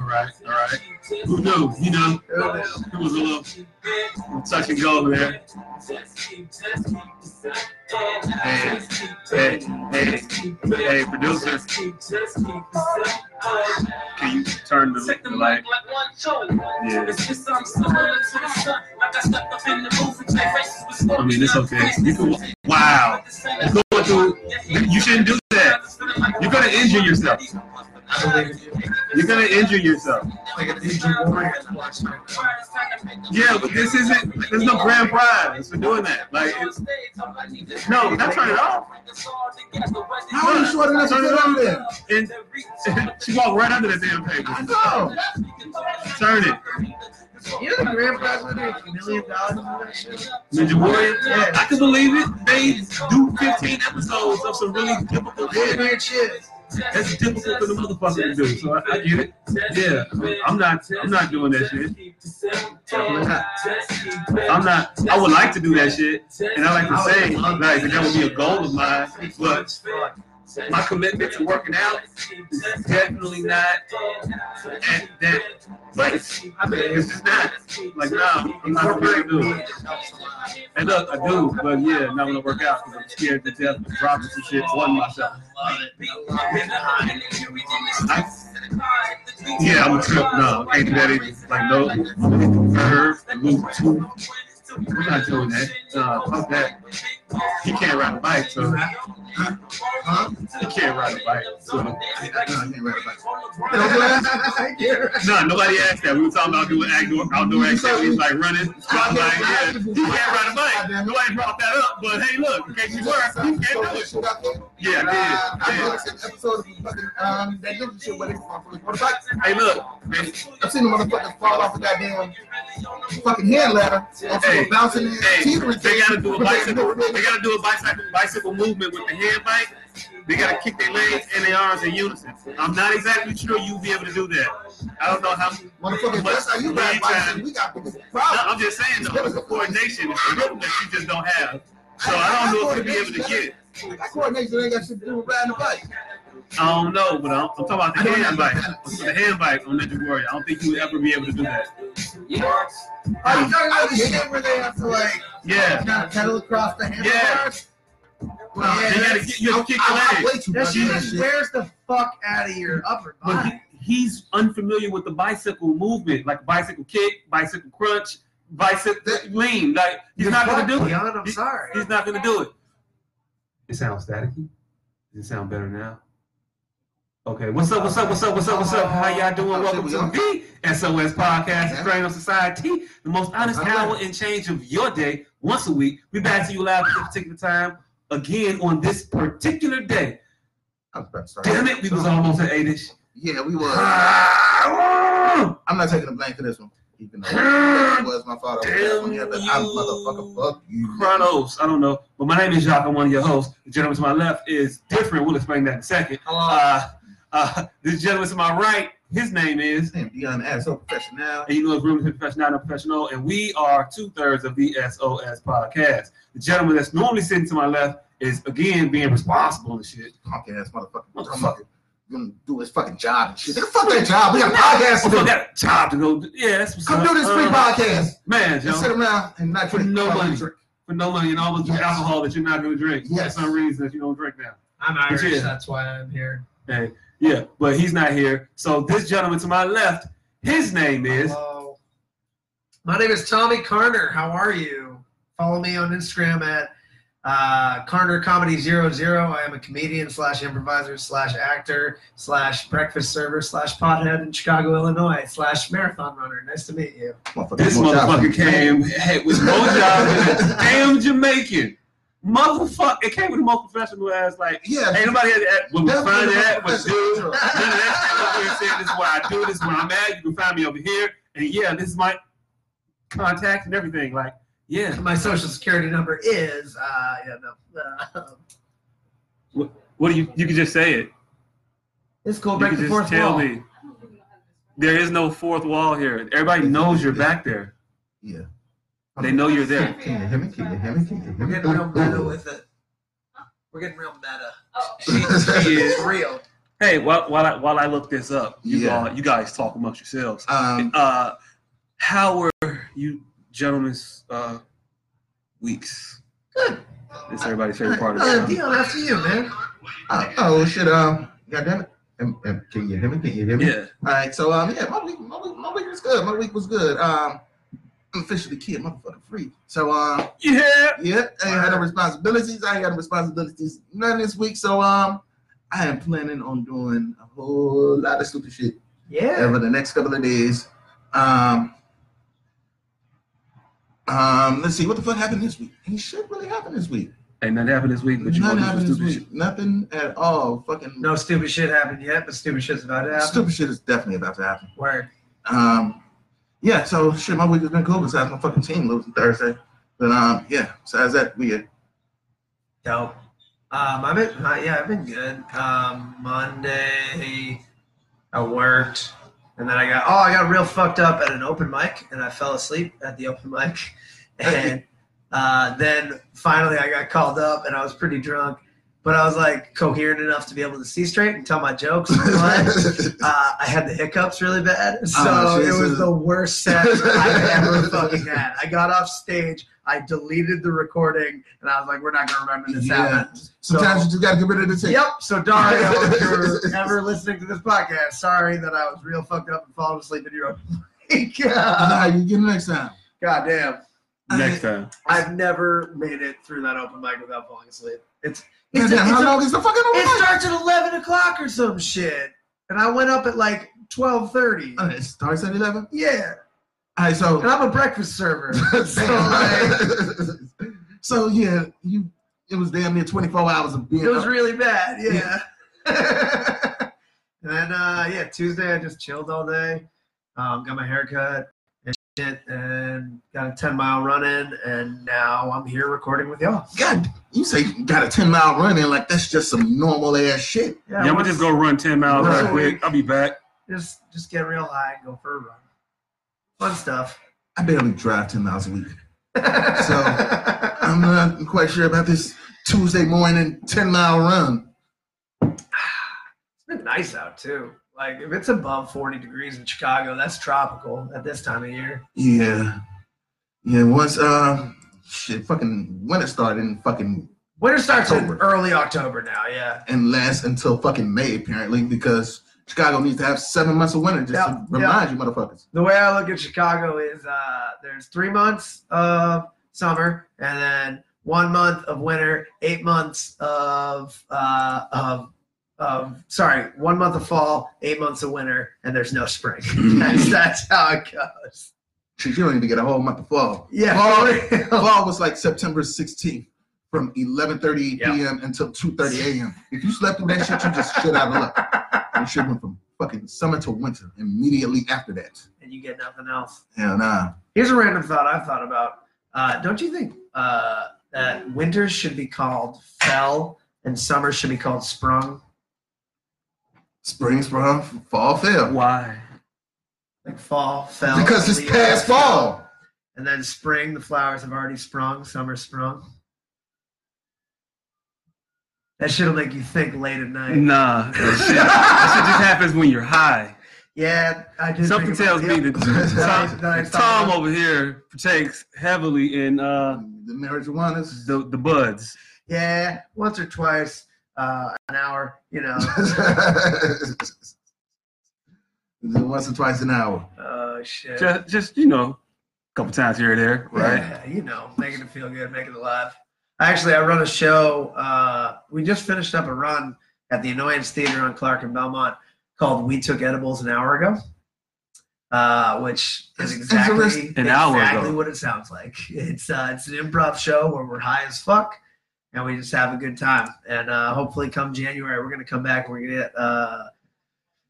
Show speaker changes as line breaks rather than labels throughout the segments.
right, all right. Who knew? You know, it was a little touch and go there. Hey, hey, hey, hey, producer. Can you turn the,
Check
the
the mic
light?
like one two.
Yeah.
It's just I'm similar to the sun. Like I stepped up in the booth and checked faces with smoke.
I mean, it's okay. You can, wow. You're going through, you you shouldn't do that. You're going to injure yourself. You're going to injure yourself.
Like an injured warrior to watch SmackDown.
Yeah, but this isn't, there's no grand prize for doing that. Like, it's, no, not turn it off.
How are you sure that that's
Turn it off.
there?
And she walked right under the damn table.
I know.
Turn it.
You know the grand prize winner is a million dollars or that shit?
Ninja Warrior.
Yeah.
I can believe it. They do 15 episodes of some really difficult
Really
shit.
weird shit.
That's difficult for the motherfucker to do. So I, I get it. Yeah, I'm not. I'm not doing that shit. I'm not. I would like to do that shit, and I like to say like that would be a goal of mine. But my commitment to working out is definitely not at that place.
I bet
It's
it's
just not. Like, nah, I'm not gonna do it. And look, I do, but yeah, not gonna work out because I'm scared to death of dropping some shit on myself. I, yeah, I'm a trip. No, ain't that easy. Like, no, curve, move two. We're not doing that. Nah, fuck that. He can't ride a bike, so
Huh?
he can't ride a bike. So.
Yeah.
No, nobody asked that. We were talking about doing outdoor, outdoor activities like running, I'm like, yeah, you can't ride a bike. Nobody brought that up, but hey, look, in case you were, you can't do it. Yeah, I did.
uh, I've
Yeah.
watched episodes of fucking, um, that different shit where they fall from the motorcycle.
Hey, look, man,
I've seen the motherfuckers fall off a goddamn fucking hand ladder and
Hey,
hey, bouncing in
hey,
teeth and
they gotta do a
shit.
bicycle. They gotta do a bicycle bicycle movement with the hand bike. They gotta kick their legs and their arms in unison. I'm not exactly sure you'll be able to do that. I don't know how.
Motherfuckers,
much
that's how you
lead
ride bikes
time-
and we got biggest
No,
problems.
I'm just saying though, the coordination is a rhythm that you just don't have. So I don't know if you'll be able to get it.
That coordination ain't got shit to do with riding a bike.
I don't know, but I'm, I'm talking about the hand bike. The hand bike on Ninja Warrior. I don't think you would ever be able to do that.
Are you talking about the shit where they have to like
Yeah.
kind of pedal across the handlebars? Well,
You gotta
that's-
get you gotta kick
I-
your legs.
I- way too
That
much
shit
of that
just
shit.
wears the fuck out of your upper
But
body.
he, he's unfamiliar with the bicycle movement, like bicycle kick, bicycle crunch, bicycle
That-
lean. Like he's
You're
not gonna
fucked,
do it.
Leon, I'm
He-
sorry.
He's not gonna do it. It sounds staticky. Does it sound better now? Okay, what's up? What's up? What's up? What's up? What's up? How
Oh,
y'all doing? Welcome to the SOS Podcast, the Strain of Society, the most honest hour and change of your day once a week. We back to you live at this particular time again on this particular day.
I'm about to start.
Damn it, we was almost at eightish.
Yeah, we was.
ish
I'm not taking the blame for this one. Even though
Damn
it was my fault. I was
you.
on the other. I motherfucker fuck you.
Chronos, I don't know, but my name is Jacques. I'm one of your hosts. The gentleman to my left is different. We'll explain that in a second. Uh, uh, this gentleman to my right, his name is,
Damn, Dion ass so professional.
and you know his room is professional, not professional, and we are two thirds of the SOS podcast. The gentleman that's normally sitting to my left is again being responsible and shit.
punk ass motherfucker.
Motherfucker.
Motherfucker. Gonna do his fucking job and shit. Nigga, fuck that job. We got a podcast to
Also
do.
got a Oh, job to go. do. Yeah, that's what's
Come
up.
do this free
Uh,
podcast.
man,
Just sit
Joe,
around and not
For
drink.
no
Fucking
money.
drink.
for no money and all this
Yes.
alcohol that you're not going to drink
Yes.
for some reason that you don't drink now.
I'm
Irish, Yeah.
that's why I'm here.
Hey, yeah, but he's not here. So this gentleman to my left, his name is
Hello. My name is Tommy Carner. How are you? Follow me on Instagram at uh, Carner Comedy Zero Zero. I am a comedian slash improviser slash actor slash breakfast server slash pothead in Chicago, Illinois slash marathon runner. Nice to meet you.
Motherfucker,
this
no job.
motherfucker came had- with no job than a damn Jamaican. Motherfucker, it came with the most professional ass like
Yeah.
ain't nobody had that when we
Definitely
find
the most
that was
professional.
dude. None of that shit. Look what he said, this is where I do, this is where I'm at, you can find me over here. And yeah, this is my contact and everything. Like, yeah.
My social security number is uh, yeah, no, uh,
What do you you can just say it.
it's cool.
You
Break
can
the
just
fourth
tell
wall.
me. There is no fourth wall here. Everybody knows you're back there.
Yeah.
They know you're there.
Can you hear me? Can you hear me? Can you
We're
hear
getting real meta
me?
with it. We're getting real meta.
Oh.
She, she is real.
Hey, while while I, while I look this up, you
Yeah.
all, you guys talk amongst yourselves.
Um,
Uh, how were you gentlemen's uh, weeks?
Good.
It's everybody's favorite part of
Uh,
the show.
Dion, after you, man.
uh,
Oh shit! Um, goddamn it! Um, um, Can you hear me? Can you hear me?
Yeah.
All right, so um, yeah, my week, my week, my week was good. My week was good. Um, I'm officially kid, motherfucking free. So um,
Yeah.
yeah, I ain't had no responsibilities. I ain't got no responsibilities none this week. So um, I am planning on doing a whole lot of stupid shit
Yeah.
over the next couple of days. Um, um, let's see what the fuck happened this week. Ain't shit really happened this week.
Ain't nothing happened this week, but you want
Nothing
to do
happened
some
this
stupid
week.
shit.
Nothing at all. Fucking
No stupid shit happened yet, but stupid shit's about to happen.
Stupid shit is definitely about to happen.
Word.
Um, yeah, so shit, my week has been cool besides my fucking team losing Thursday. But um, yeah, besides that, we uh,
Dope. Um, I've been, uh, yeah, I've been good. Um, Monday, I worked, and then I got, oh, I got real fucked up at an open mic, and I fell asleep at the open mic, and uh, then finally I got called up, and I was pretty drunk, but I was like coherent enough to be able to see straight and tell my jokes. But, uh, I had the hiccups really bad, so
Oh,
it
Jesus.
was the worst set I've ever fucking had. I got off stage, I deleted the recording, and I was like, "We're not gonna remember this
Yeah.
happened."
sometimes you just gotta get rid of the tape.
Yep. So Dario, if you're ever listening to this podcast, sorry that I was real fucked up and falling asleep in your own.
I know
God
how you get it next time.
damn.
Next time.
I've never made it through that open mic without falling asleep. It's
Man,
it's,
damn,
it's
how
a-
long is the fucking
it
overnight?
starts at eleven o'clock or some shit, and I went up at like twelve thirty.
Uh, it starts at eleven.
Yeah.
All right, so
And I'm a breakfast server. so, like,
Damn. so yeah, you it was damn near twenty four hours of being.
it was
up.
really bad. Yeah. and then, uh, yeah, Tuesday I just chilled all day. Um, got my haircut and shit, and got a 10 mile run in, and now I'm here recording with y'all.
God, you say you got a ten mile run in like that's just some normal ass shit.
Yeah, I'm gonna just go run ten miles
Right.
real quick. I'll be back.
Just, just get real high and go for a run. Fun stuff.
I barely drive ten miles a week. I'm not quite sure about this Tuesday morning ten mile run.
It's been nice out too. Like if it's above 40 degrees in Chicago, that's tropical at this time of year.
Yeah, yeah. Once um, shit, fucking winter started and fucking
Winter starts in
October.
early October now. Yeah.
and lasts until fucking May apparently because Chicago needs to have seven months of winter just
Yeah,
to remind you motherfuckers.
The way I look at Chicago is uh, there's three months of summer and then one month of winter, eight months of uh, of of sorry, one month of fall, eight months of winter, and there's no spring. that's, that's how it goes.
Shit, you don't even get a whole month of fall.
Yeah.
Fall,
for real.
fall was like September 16th from 11:30
Yeah.
p.m. until 2:30 a.m. If you slept through that shit, you just shit out of luck. You shit went from fucking summer to winter immediately after that. uh,
and you get nothing else.
Hell nah.
Here's a random thought I've thought about. Uh, don't you think uh, that winters should be called fell and summers should be called sprung?
Spring sprung, fall fell.
Why?
Like fall, fell.
Because it's
leaves,
past fall.
And then spring, the flowers have already sprung, summer sprung. That shit'll make you think late at night.
Nah. That shit, that shit just happens when you're high.
Yeah, I did.
Something
think about-
tells me
yep.
that Tom,
That I- that I
that Tom
thought
over here partakes heavily in uh,
The marijuana's.
the the buds.
Yeah, once or twice, uh, an hour, you know.
Once or twice an hour.
Oh, shit.
Just, just you know, a couple times here and there, right?
Yeah, you know, making it feel good, making it alive. Actually, I run a show. Uh, we just finished up a run at the Annoyance Theater on Clark and Belmont called "We Took Edibles an Hour Ago," uh, which is
It's- it's a
exactly
risk-
An hour
exactly
ago.
what it sounds like. It's uh, it's an improv show where we're high as fuck and we just have a good time. And uh, hopefully, come January, we're gonna come back and we're gonna get uh,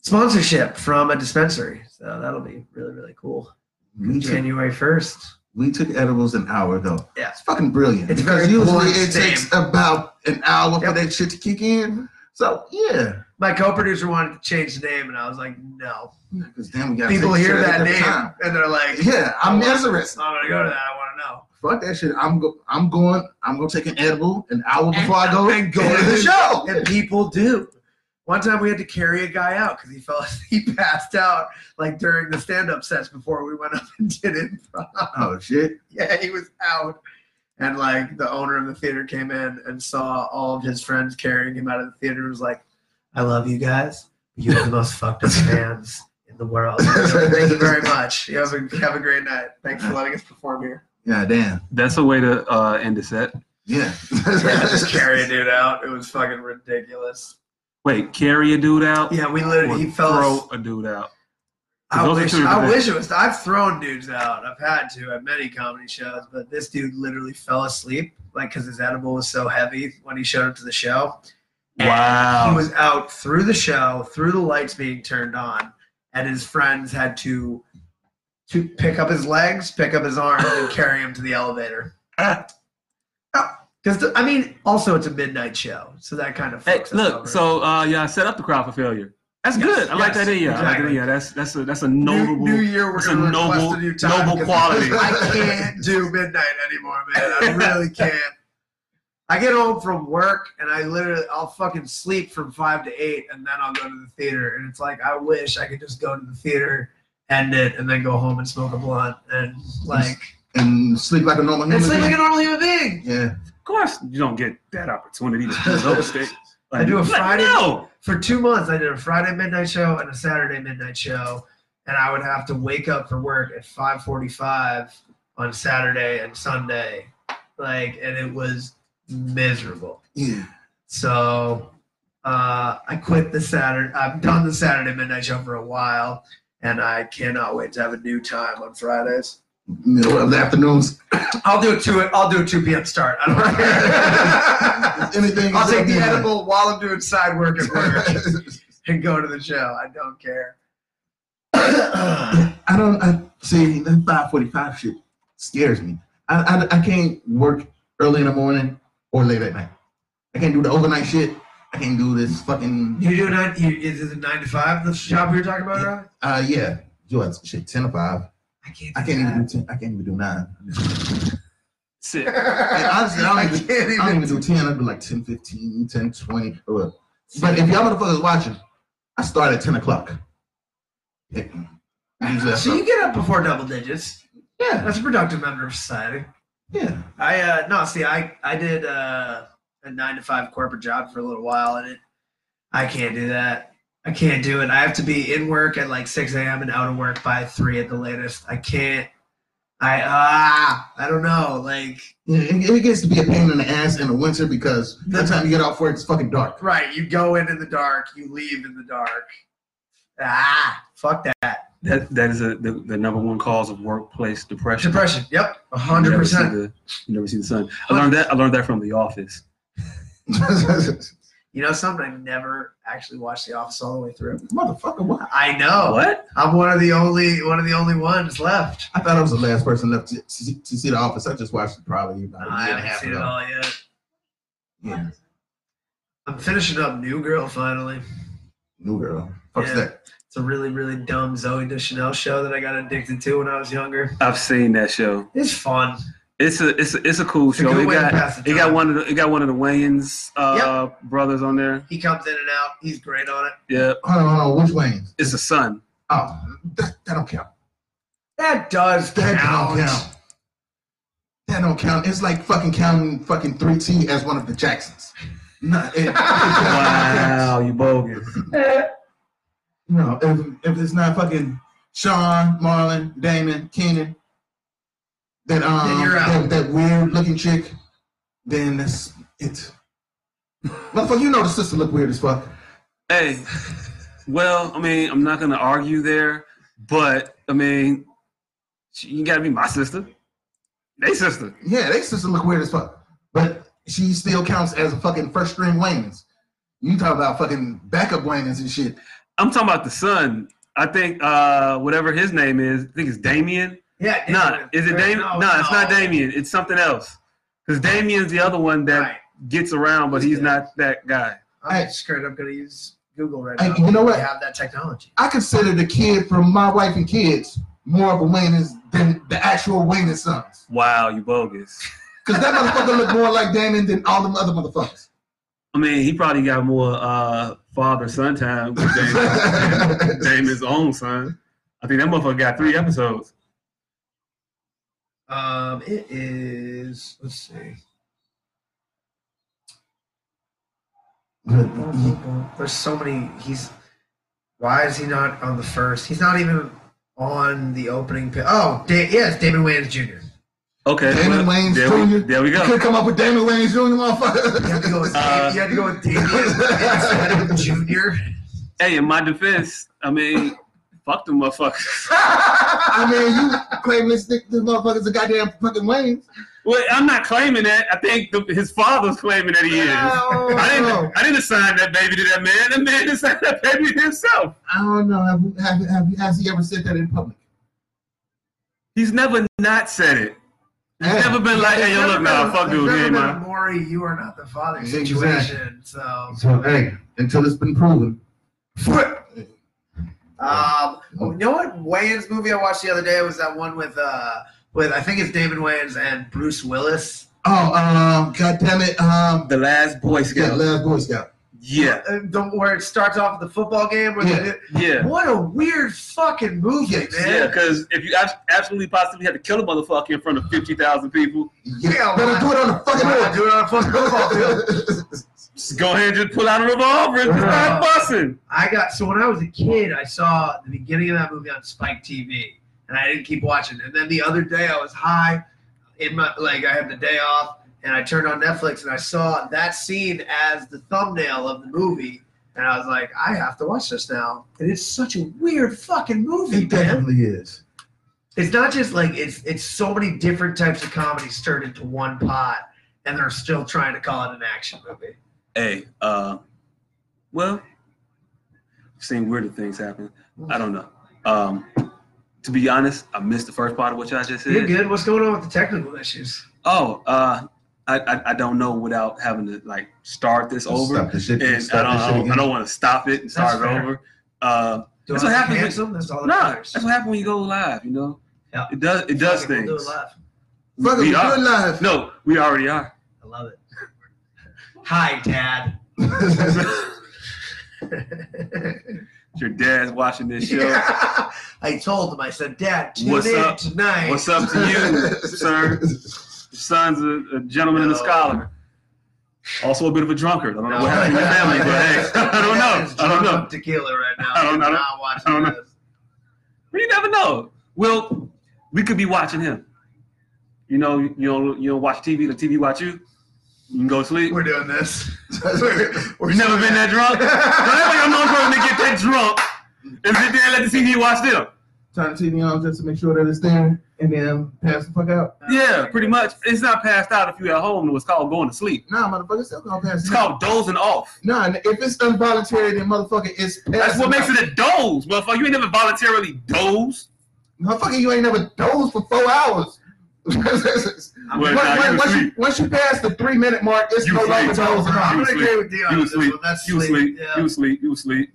sponsorship from a dispensary. So that'll be really really cool.
We took,
January first.
we took edibles an hour ago.
Yeah.
It's fucking brilliant.
It's
because
very
usually
blunt
it takes about an hour for that shit to kick in. So yeah.
my co-producer wanted to change the name, and I was like, no.
Because then we got
People hear that name and they're like,
Yeah, I'm interested.
I'm gonna go to that. I want to know.
Fuck that shit. I'm go- I'm going. I'm gonna take an edible an hour before I go
And go to the
show.
And people do. One time we had to carry a guy out because he fell he passed out like during the stand up sets before we went up and did improv.
Oh shit.
Yeah, he was out. And like the owner of the theater came in and saw all of his friends carrying him out of the theater and was like, I love you guys. You have the most fucked up fans in the world. Thank you very much. You have a, have a great night. Thanks for letting us perform here.
Yeah, damn.
That's a way to uh, end the set.
Yeah.
Yeah, just carry a dude out. It was fucking ridiculous.
Wait, carry a dude out?
Yeah, we
Or
literally he fell.
throw a dude out.
I
Those are
wish,
two
I
different-
wish it was. I've thrown dudes out. I've had to at many comedy shows, but this dude literally fell asleep, like because his edible was so heavy when he showed up to the show. And
Wow.
He was out through the show, through the lights being turned on, and his friends had to to pick up his legs, pick up his arms, and carry him to the elevator. Because I mean, also it's a midnight show, so that kind of
Hey,
fucks us
look,
over.
so uh, yeah, I set up the crowd for failure. That's
Yes,
good. I like
yes,
that idea. I like that
exactly.
idea. That's that's a that's a
New-
notable.
New, Year, we're
that's a
going to
noble-
request a new time.
noble
'cause
quality.
I can't do midnight anymore, man. I really can't. I get home from work and I literally I'll fucking sleep from five to eight and then I'll go to the theater and it's like I wish I could just go to the theater, end it, and then go home and smoke a blunt and like
and sleep like a normal human.
and sleep like
being.
a normal human being.
yeah.
Of course, you don't get that opportunity to do those things.
I do a
Like,
Friday-
No.
for two months i did a friday midnight show and a saturday midnight show and i would have to wake up for work at 5.45 on saturday and sunday like and it was miserable
Yeah.
so uh, i quit the saturday i've done the saturday midnight show for a while and i cannot wait to have a new time on fridays
Middle of the afternoons.
i'll do a 2 i'll do a 2 p.m start i don't care
Anything.
i'll
is
take the
up, man.
edible while i'm doing side work at work and go to the show i don't care
I don't. I see that five forty-five shit scares me. I, I I can't work early in the morning or late at night. I can't do the overnight shit. I can't do this fucking.
You do nine. You, is it a nine to five? The job we were talking about, Rob?
Uh, yeah. Do it. Shit, ten to five.
I can't.
I can't even do ten. I can't even do nine.
Sit.
even.
And honestly, I
I
don't even.
can't
I don't
even.
even do ten. I'd do like 10, 15, 10, 20. or whatever. But if y'all motherfuckers watching, I start at ten o'clock. Yeah. Usually I
So you
start-
get up before double digits.
Yeah.
That's a productive member of society.
Yeah.
I uh no, see, I I did uh, a nine to five corporate job for a little while, and it I can't do that. I can't do it. I have to be in work at like six a.m. and out of work by three at the latest. I can't. I ah, I don't know. Like
Yeah, it, it gets to be a pain in the ass in the winter because by the time you get off work, it's fucking dark.
right, you go in in the dark, you leave in the dark. Ah, fuck that.
That that is a, the the number one cause of workplace depression.
Depression. Yep, a
You
hundred
never see
percent.
the- You never see the sun. I learned that. I learned that from The Office.
Motherfucker,
You know something? I never actually watched The Office all the way through.
why?
I know.
What?
I'm one of the only one of the only ones left.
I thought I was the last person left to, to, to see the office. I just watched it probably about a
I
year and a
haven't
half
seen it
ago.
all yet.
Yeah,
I'm finishing up New Girl finally.
new girl. Fuck's
Yeah.
that?
It's a really really dumb Zoe Deschanel show that I got addicted to when I was younger.
I've seen that show.
It's fun.
It's a it's a, it's a cool
It's a
show.
good
It
way to
got
pass the
it got
time.
one of the it got one of the Wayans uh, brothers on there.
He comes in and out. He's great on it.
Yeah,
Hold on, hold on. Which Wayne's?
it's a son.
Oh, that, that don't count.
That does
That
count.
don't count. That don't count. It's like fucking counting fucking 3T as one of the Jacksons. No, it- it
Wow, you bogus.
No, if, if it's not fucking Sean, Marlon, Damon, Keenan, that um,
Then you're out.
that, that weird looking chick, then that's it. Motherfucker, you know the sister look weird as fuck.
Hey, well, I mean, I'm not gonna argue there, but I mean, she, you gotta be my sister. They sister.
Yeah, they sister look weird as fuck, but she still counts as a fucking first string Wayans. You talk about fucking backup Wayans and shit.
I'm talking about the son. I think uh whatever his name is, I think it's Damien.
Yeah.
Nah,
Damon.
is it Damien?
No,
No, it's not
no.
Damien. It's something else. Because Damien's the other one that
Right.
gets around, but he's
Yeah.
not that guy.
I'm
Hey.
straight up gonna use Google right
Hey,
now.
you know what?
We have that technology.
I consider the kid from My Wife and Kids more of a Wayans than the actual Wayans sons,
Wow, you bogus.
because that motherfucker look more like Damon than all them other motherfuckers.
I mean, he probably got more uh, father son time than, than his own son. I think that motherfucker got three episodes.
Um, it is. Let's see. There's so many. He's. Why is he not on the first? He's not even on the opening. Pi- oh, da- yes, David Wayans Jr.
Okay,
Damon Wayans
there, we,
Jr.
there we
You
go.
could come up with Damon Wayne Jr.
You had to
motherfucker.
go with,
Uh,
you had to go with David Jr.
Hey, in my defense, I mean, fuck them motherfuckers.
I mean, you claim this this motherfucker's a goddamn fucking Wayne.
Well, I'm not claiming that. I think the, his father's claiming that he is.
No.
I didn't. I didn't assign that baby to that man. That man assigned that baby to himself.
I don't know. Have, have, have, has he ever said that in public?
He's never not said it. He's
Yeah.
never been like, hey, yo, look, nah, fuck
There's
dude,
never
hey,
been a
man.
Maury, you are not the father
Exactly.
situation. So,
So hey, until it's been proven.
um, you know what Wayans movie I watched the other day was that one with uh with I think it's David Wayans and Bruce Willis.
Oh, um, God damn it. Um,
The last Boy
yeah,
Scout.
last Boy Scout.
Yeah,
Uh, the- where it starts off with the football game. Where
Yeah.
they-
yeah,
what a weird fucking movie,
Yes.
man.
yeah. Because if you abs- absolutely possibly had to kill a motherfucker in front of fifty thousand people,
Yeah, better do it on the fucking
Why not
board.
do it on a fucking football field?
just go ahead and just pull out a revolver and just start busting.
I got so when I was a kid, I saw the beginning of that movie on Spike TV, and I didn't keep watching. And then the other day, I was high, in my like I had the day off, and I turned on Netflix and I saw that scene as the thumbnail of the movie, and I was like, I have to watch this now. And it's such a weird fucking movie,
It
man.
definitely is.
It's not just like it's it's so many different types of comedy stirred into one pot, and they're still trying to call it an action movie.
Hey, uh, well, I've seen weirder things happen. I don't know. Um, to be honest, I missed the first part of what y'all just said.
You're good. What's going on with the technical issues?
Oh, uh, I, I I don't know without having to like start this over,
Stop the shit.
and I
Stop
don't
the
I
shit
don't,
again.
I don't want to stop it and start
That's
it
fair.
over. Uh,
Do
That's
I
what
have to
happens-
cancel? That's all
no,
that matters.
that's what happens when you go live. You know,
Yeah.
it does it does
Fuck it,
things.
we'll do it live.
Fuck it,
we
we
are-
good live.
No, we already are.
I love it. Hi, Dad.
Your dad's watching this show.
Yeah. I told him. I said, Dad, tune
What's
in
up?
tonight.
What's up to you, sir? Your son's a, a gentleman and a
No.
scholar. Also a bit of a drunkard. I don't know
No.
what happened in your family, but hey, I don't
Dad is
know. I don't
drunk
know.
on Tequila right now.
I don't- I don't-
Not watching
I don't know.
this.
But you never know. Well, we could be watching him. You know, you don't you don't watch TV. The TV watch you. You can go to sleep.
We're doing this.
We've never been that drunk. Don't ever get a motherfucker to get that drunk and sit there and let the TV watch them.
Turn the TV on just to make sure that it's there, and then pass the fuck out.
Yeah, pretty much. It's not passed out if you at home. It's called going to sleep.
Nah, motherfucker, still gonna pass
It's
it.
called dozing off.
Nah, if it's involuntary, then motherfucker, it's
That's what
passing
makes
out.
it a doze, motherfucker. You ain't never voluntarily doze.
Motherfucker, you ain't never dozed for four hours. once,
Well, nah, you
once, you,
sleep.
once you pass the three minute mark, it's
You
no longer
sleep.
dozing
I'm
You
off.
gonna
sleep.
agree with Dion.
You
on this
sleep.
one. That's
You sleep.
Yeah.
You sleep. You sleep.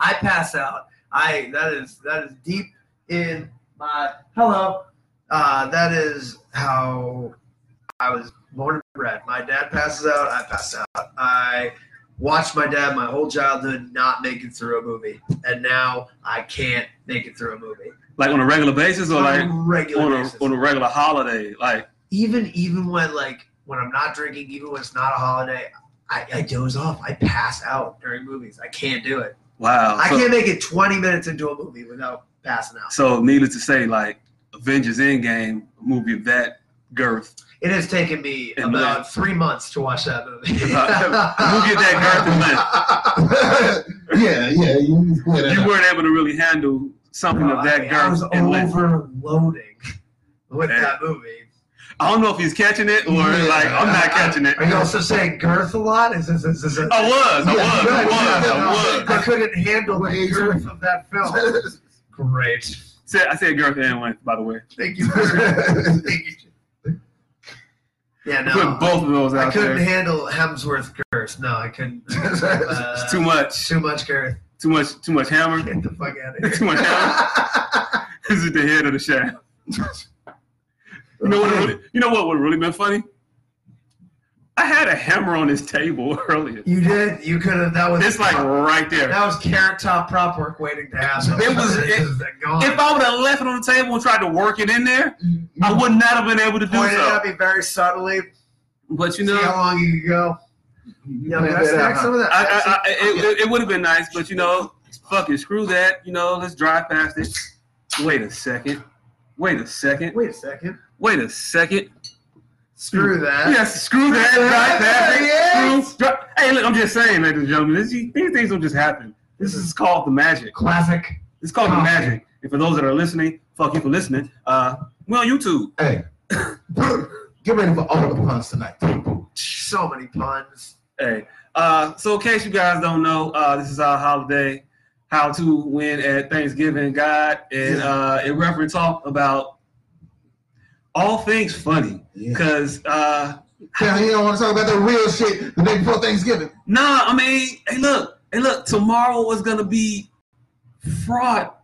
I pass out. I that is that is deep in my hello. Uh, that is how I was born and bred. My dad passes out. I pass out. I watched my dad my whole childhood not make it through a movie, and now I can't make it through a movie
Like on a regular basis or like
on a regular
on a
basis.
on a regular holiday. Like
even even when like when I'm not drinking, even when it's not a holiday. I, I doze off. I pass out during movies. I can't do it.
wow.
I
So-
can't make it 20 minutes into a movie without passing out.
So, needless to say, like Avengers Endgame a movie of that girth,
It has taken me
And
about
length.
three months to watch that movie.
We'll get that
yeah, yeah, you can clear that
you
up.
weren't able to really handle something
No,
of
I,
that
I was
girth. and length.
overloading with
Yeah.
that movie.
I don't know if he's catching it or
Yeah.
like I'm not catching it.
Are you also saying girth a lot? Is this, is this,
I was, I
Yeah,
was, I
good,
was,
good.
I was.
I couldn't handle
What
the
age were
girth of that film. Great.
Said- I said girth and length, by the way.
Thank you. for- Thank you. Yeah,
I Put
no.
both of those
I
out
couldn't
there.
handle Hemsworth girth. No, I couldn't. Uh,
It's too much,
Too much girth.
too much, too much hammer,
Get the fuck out of
too
here.
much hammer. This is the head of the shaft. You know what? Really, you know what would really been funny? I had a hammer on this table earlier.
You did. You could have. That was.
It's like right there.
That was carrot top prop work waiting to happen.
It was-
This
it-
is gone.
If I would have left it on the table and tried to work it in there, I would not have been able to do
pointed
so.
at me very subtly.
But you
see how
know,
long you could go. Yeah, man, I snack some of
I,
that.
I, I, it, it would have been nice. But you know, fuck it, screw that. You know, let's drive past it. Wait a second. Wait a second.
Wait a second.
Wait a second.
Screw that.
Mm. Yes, screw that.
Screw
Drive past
that,
it. Screw. Dri- hey, look, I'm just saying, ladies and gentlemen, this, these things don't just happen. This is called the magic.
Classic.
It's called the
Oh.
magic. And for those that are listening, fuck you for listening. Uh, we're on YouTube.
Hey, get ready for all the puns tonight.
So many puns.
Hey. Uh, so in case you guys don't know, uh, this is our holiday, how to win at Thanksgiving God, and uh, it reference talk about all things funny,
Yeah.
because uh,
Yeah, you don't want to talk about the real shit the day before Thanksgiving.
nah, I mean, hey, look, hey, look, tomorrow is gonna be fraught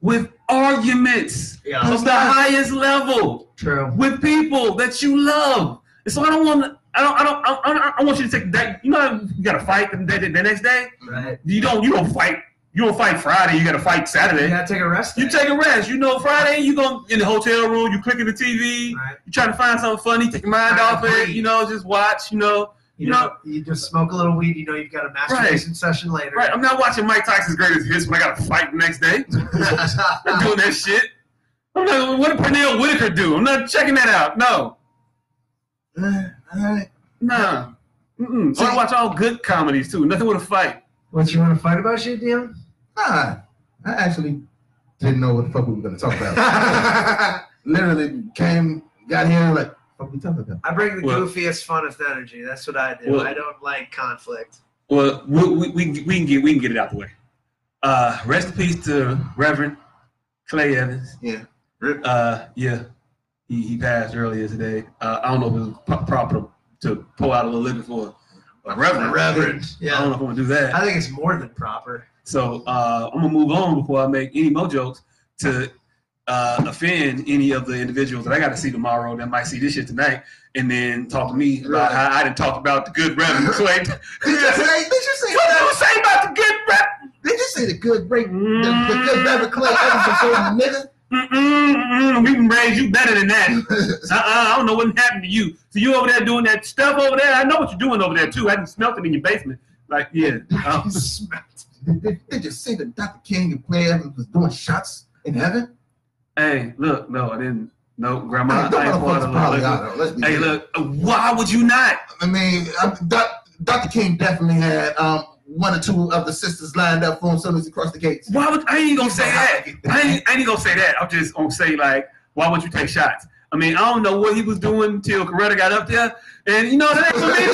with arguments
Yeah.
of the highest level.
True.
with people that you love. And so I don't want. I don't. I don't. I, I, I want you to take that. You know, how you got to fight the, the, the next day.
Right.
You don't. You don't fight. You don't fight Friday. You got to fight
You
Saturday.
gotta take a rest.
You
day.
take a rest. You know, Friday you go in the hotel room. You clicking the TV.
Right.
You trying to find something funny. Take your mind off it. You know, just watch. You know,
You
You
know, you just smoke a little weed. You know, you've got a masturbation session later.
right? I'm not watching Mike Tyson's greatest hits when I got to fight the next day. I'm not doing that shit. I'm not. What did Pernell Whitaker do? I'm not checking that out. No.
Uh, all right.
Nah. Mm-mm. So I watch all good comedies too. Nothing with a fight.
what you want to fight about, shit, Dion?
Nah, I actually didn't know what the fuck we were gonna talk about.
I
Literally came, got here like, what we talking about?
bring the
Well-
goofiest, funnest energy. That's what I do.
Well-
I don't like conflict.
Well, we, we, we, we can get we can get it out the way. Uh, rest in peace to Reverend Clay Evans.
Yeah. Rip.
Uh, yeah, he, he passed earlier today. Uh, I don't know if it was pro- proper to pull out a little bit for a uh, Reverend. Oh. I don't
Yeah.
know if I'm gonna do that.
I think it's more than proper.
So uh, I'm gonna move on before I make any more jokes to uh, offend any of the individuals that I got to see tomorrow that might see this shit tonight, and then talk to me about
Right.
how I didn't talk about the good Reverend Clay. what
Did you say? Did you say?
you say about the good rep?
Did you say the good break? The, the good Beverly Clay Evans before
Mm-mm-mm, we can raise you better than that.
nigga.
Uh-uh, I don't know what happened to you. So you over there doing that stuff over there? I know what you're doing over there too. I haven't smelt it in your basement. Like yeah, uh,
did, did you see that Dr. King and Clay Evans was doing shots in heaven?
hey, look, no, I didn't. No,
I
Grandma,
mean, them
I ain't
motherfuckers
part of
probably
the-
are, though. Let's be
Hey,
real.
look, why would you not?
I mean, I, Doc, Dr. King definitely had um, one or two of the sisters lined up for him as soon as he crossed the gates.
Why would I ain't gonna say that? I ain't, I ain't gonna say that. I'm just gonna say like, why would you take shots? I mean, I don't know what he was doing till Coretta got up there, and you know that ain't for me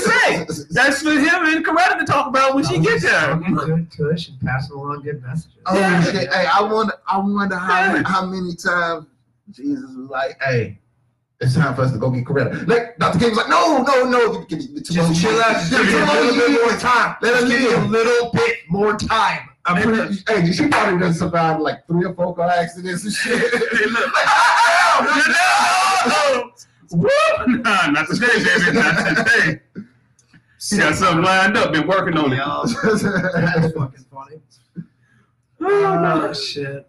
to say. That's for him and Coretta to talk about when she gets there.
Smoking Good tush and passing along good messages.
Oh
Yeah.
shit! Hey, I wonder. I wonder how
Yeah.
how many times Jesus was like, "Hey, it's time for us to go get Coretta." Like Dr. King was like, "No, no, no, give me two more
Just chill
years.
out. Just
Give
give
me two
it a little
more
bit
years.
more time.
Let us
Just give
live.
it a little bit more time.
I'm pretty, hey, she probably done survived like three or four car accidents and shit.
Hey, look.
Like, "Ah, ah, ah, ah, ah, ah."
Woo! Nah, not today, baby, not today. She got something lined up, been working on it.
Yo, that's fucking funny. Oh, shit.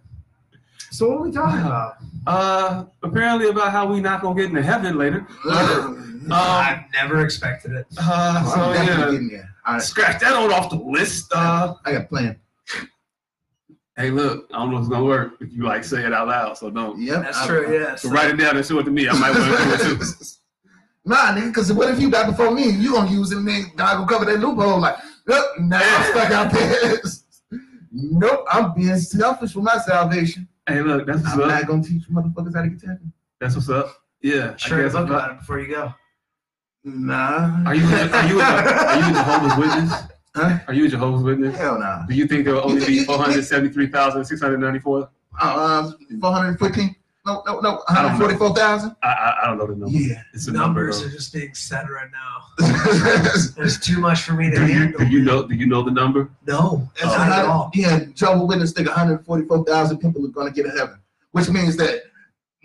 So what are we talking about?
Uh, apparently about how we not gonna get into heaven later.
I'm
Um,
I've never expected it.
uh, so
definitely
yeah,
getting there. All right,
scratch that one off the list. Uh,
I got a plan.
Hey, look, I don't know if it's gonna work if you like say it out loud, so don't.
Yep,
That's
I-
true, yes.
So write it down and show it to me. I might want to do it too.
Nah, nigga, because what if you die before me? You gonna use it, and then God gonna cover that loophole. Like, nope, nah, I'm stuck out there. nope, I'm being selfish for my salvation.
Hey, look, that's what's
I'm
up.
not gonna teach motherfuckers how to get to heaven.
That's what's up. Yeah, I
Sure,
guess
look
I'm
about
not.
it before you go.
Nah.
Are you are you a, are you a Jehovah's Witness?
Huh?
Are you a Jehovah's Witness?
Hell nah.
Do you think there will only be four hundred seventy three thousand six hundred ninety four?
Uh, um, 415? No, no, no,
I don't know.
144,000?
I, I I don't know the number.
Yeah.
It's a number.
Numbers
bro.
are just being said right now. There's too much for me to
Do you,
handle.
do you know do you know the number?
No,
Oh.
That's a
not at
hundred-
all.
Yeah, Jehovah's Witness think 144,000 people are going to get to heaven, which means that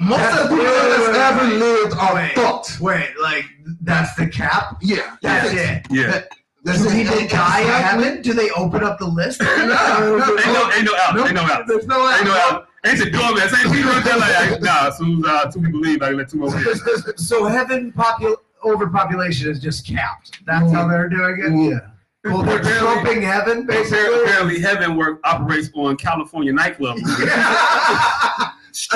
Most
That's-
of the people
wait, wait,
that's
wait, wait,
ever
wait.
lived are
Wait.
fucked.
Wait, like that's the cap?
Yeah,
That's it.
Yeah.
That's
Do
it.
people die
Exactly.
in heaven? Do they open up the list?
No, no,
Ain't no, ain't no out. Ain't no out.
There's no
Ain't no out. Ain't the doorman. Ain't people out there like, nah, as soon as uh, two people leave, I can let two more in.
so heaven popu- overpopulation is just capped. That's how they're doing it.
Yeah.
Well, they're trumping heaven,
Apparently,
basically.
apparently heaven work operates on California nightclub. Street
Oh,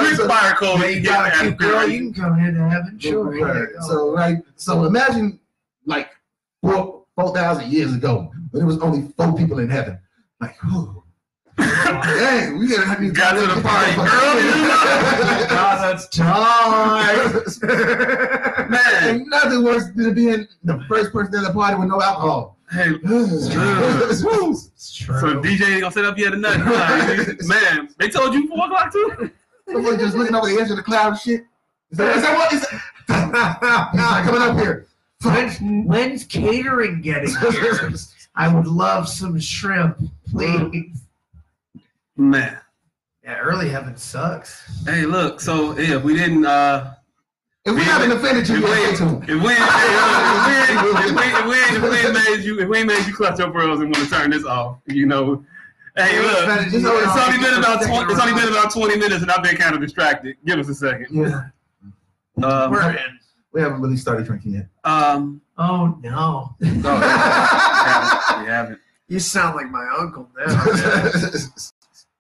That's a-
fire code.
They
you get
got a
that,
cute girl. You
apparently.
can come here to heaven, sure.
Right.
here you go.
So right. So imagine like four four thousand years ago when there was only four people in heaven. Like, whew, dang, we gotta have these
Got to the party early.
Donuts time.
Man,
And nothing worse than being the first person at the party with no alcohol.
hey,
Woo.
It's true.
So DJ ain't gonna set up yet or nothing. Like, man, they told you four o'clock too.
Someone just looking over the edge of the cloud and shit. Is that, is that what? Is that, he's not coming up here.
when's, when's catering getting here? I would love some shrimp,
Uh-huh.
please.
Man,
Yeah, early heaven sucks.
hey, look. So yeah, if we didn't, uh,
If we haven't offended
if
you,
we,
we'll
if we,
stay tuned.
if we, if we, if we, if we, ain't made you, if we ain't made you clutch your pearls and want to turn this off, you know. Hey, look.
It's
So it's only been about
Taking
twenty. It's only
around.
been about twenty minutes, and I've been kind of distracted. Give us a second.
Yeah,
Um,
We're in.
we haven't really started drinking yet.
um,
Oh no!
no, we haven't. We haven't.
You sound like my uncle now.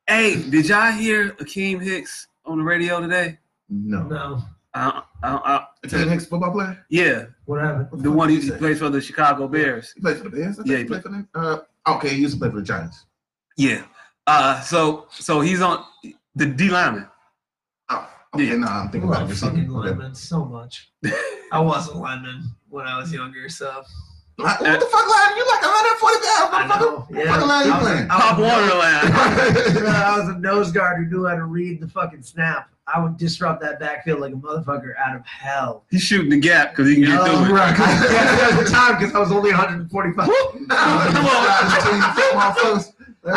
Hey, did y'all hear Akeem Hicks on the radio today?
no.
no,
I, I,
Akeem Hicks, football player?
yeah,
what happened?
What
the one
fuck
he
did say?
plays for the Chicago Bears.
He played for the Bears. I think
Yeah,
he
he
played for them. Uh, okay, he used to play for the Giants.
Yeah. Uh, so so he's on the D lineman.
Oh, okay,
Yeah.
no, I'm thinking
I
about
love
this.
fucking linemen so much. I was a lineman when I was younger, so
What the fuck line? You like 140
I
pounds, motherfucker?
know.
What fucking line you
I was a-
playing?
I was a
Pop Warner line.
No, I was a nose guard who knew how to read the fucking snap. I would disrupt that backfield like a motherfucker out of hell. Oh,
He's shooting the gap because he can get
No,
through it.
Right, 'cause-
the time because I was only 145.
No, it's between
I had, to- I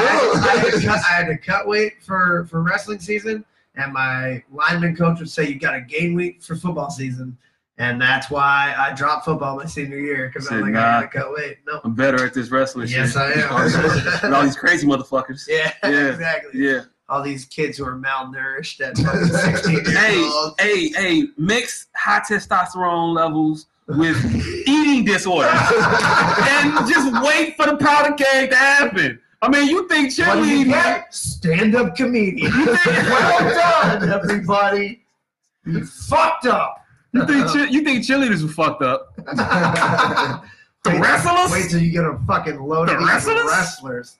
had to
motherfuckers.
cut, I had to cut weight for, for wrestling season, and my lineman coach would say, You got to gain weight for football season. And that's why I dropped football my senior year because I'm
Said,
like,
"Nah."
I got to cut weight. No.
I'm better at this wrestling
Yes,
shit.
I
With all
am.
these crazy motherfuckers.
yeah,
Yeah.
exactly.
Yeah.
All these kids who are malnourished at fucking 16 years
Hey,
old.
hey, hey, mix high testosterone levels with eating disorders. and just wait for the powder keg to happen. I mean, you think
What do you
cheerleading?
get? Stand-up comedian.
You think-
well done, everybody. You fucked up.
You think cheer- you think cheerleaders were fucked up? The
Wait-
wrestlers?
Wait till you get a fucking load of
The
these
wrestlers?
wrestlers.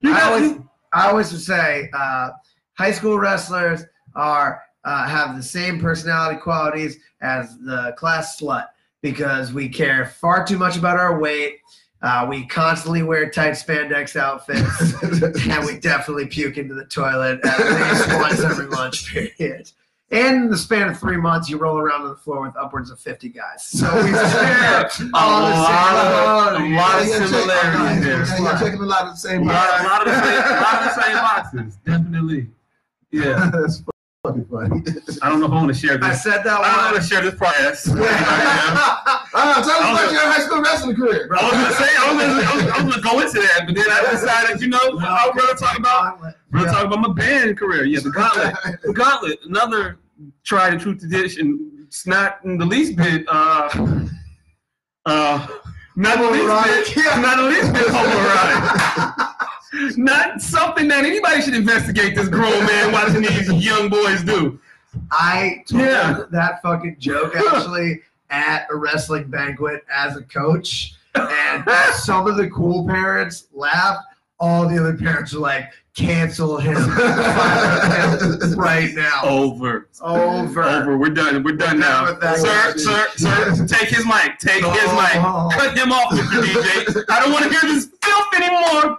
You
I
got-
always, I always would say, uh, high school wrestlers are uh, have the same personality qualities as the class slut because we care far too much about our weight. Uh, we constantly wear tight spandex outfits. and we definitely puke into the toilet at least once every lunch period. And in the span of three months, you roll around on the floor with upwards of 50 guys. So we share
a
all the
lot of,
same.
a lot of
Yeah, yeah,
similarities
yeah,
there.
yeah, You're checking a lot of the
A
same
lot, a
lines.
lot of the same, a lot of the same boxes, definitely. Yeah,
That's fucking funny.
I don't know if I want to share
I
this.
said that
I don't want
one.
to share this process.
Ah, tell us about
Okay.
your high school wrestling career, bro.
I was gonna say I was gonna, I was, I was gonna go into that, but then I decided, you know, I was gonna talk about, we're gonna talk about my band career. Yeah, the gauntlet, the gauntlet, another tried and true tradition. It's not in the least bit, uh, uh, not the least bit, not the least bit homoerotic. Not something that anybody should investigate. This grown man watching these young boys do.
I told
Yeah.
that fucking joke actually at a wrestling banquet as a coach, and some of the cool parents laughed. All the other parents were like, "Cancel him, Fire him right now."
Over,
Over.
over. We're done. We're done
We're
now,
done with
sir,
that.
sir, sir. Take his mic. Take his mic.
No.
Cut them off, Mr. DJ. I don't want to hear this filth anymore.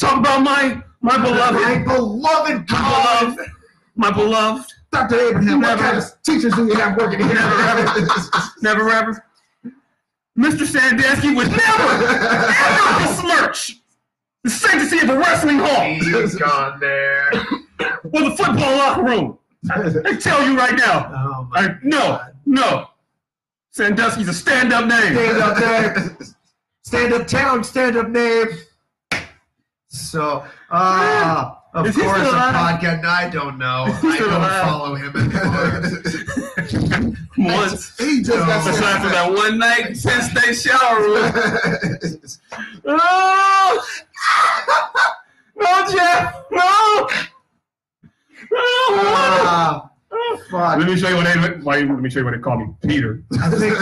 Talk about my my
My
beloved,
beloved God.
my beloved,
Dr. Abraham, what kind of teachers do you have working here?
never ever. Mr. Sandusky would never, ever besmirch the sanctity of a wrestling hall
He's gone there.
or the football locker room. I tell you right now.
Oh my
I, no, no. Sandusky's a stand-up name.
Stand up there. Stand up town, stand up name. So, uh, of
Is he
course, a
still alive?
podcast. I don't know.
Is he
I
still
don't
alive?
follow him anymore.
Once.
He just
No.
got
Aside from that one night since they shower room.
that.
Oh! No, Jeff! No! No!
Uh, fuck.
Let me show you what they why- let me show you what they call me Peter.
I think,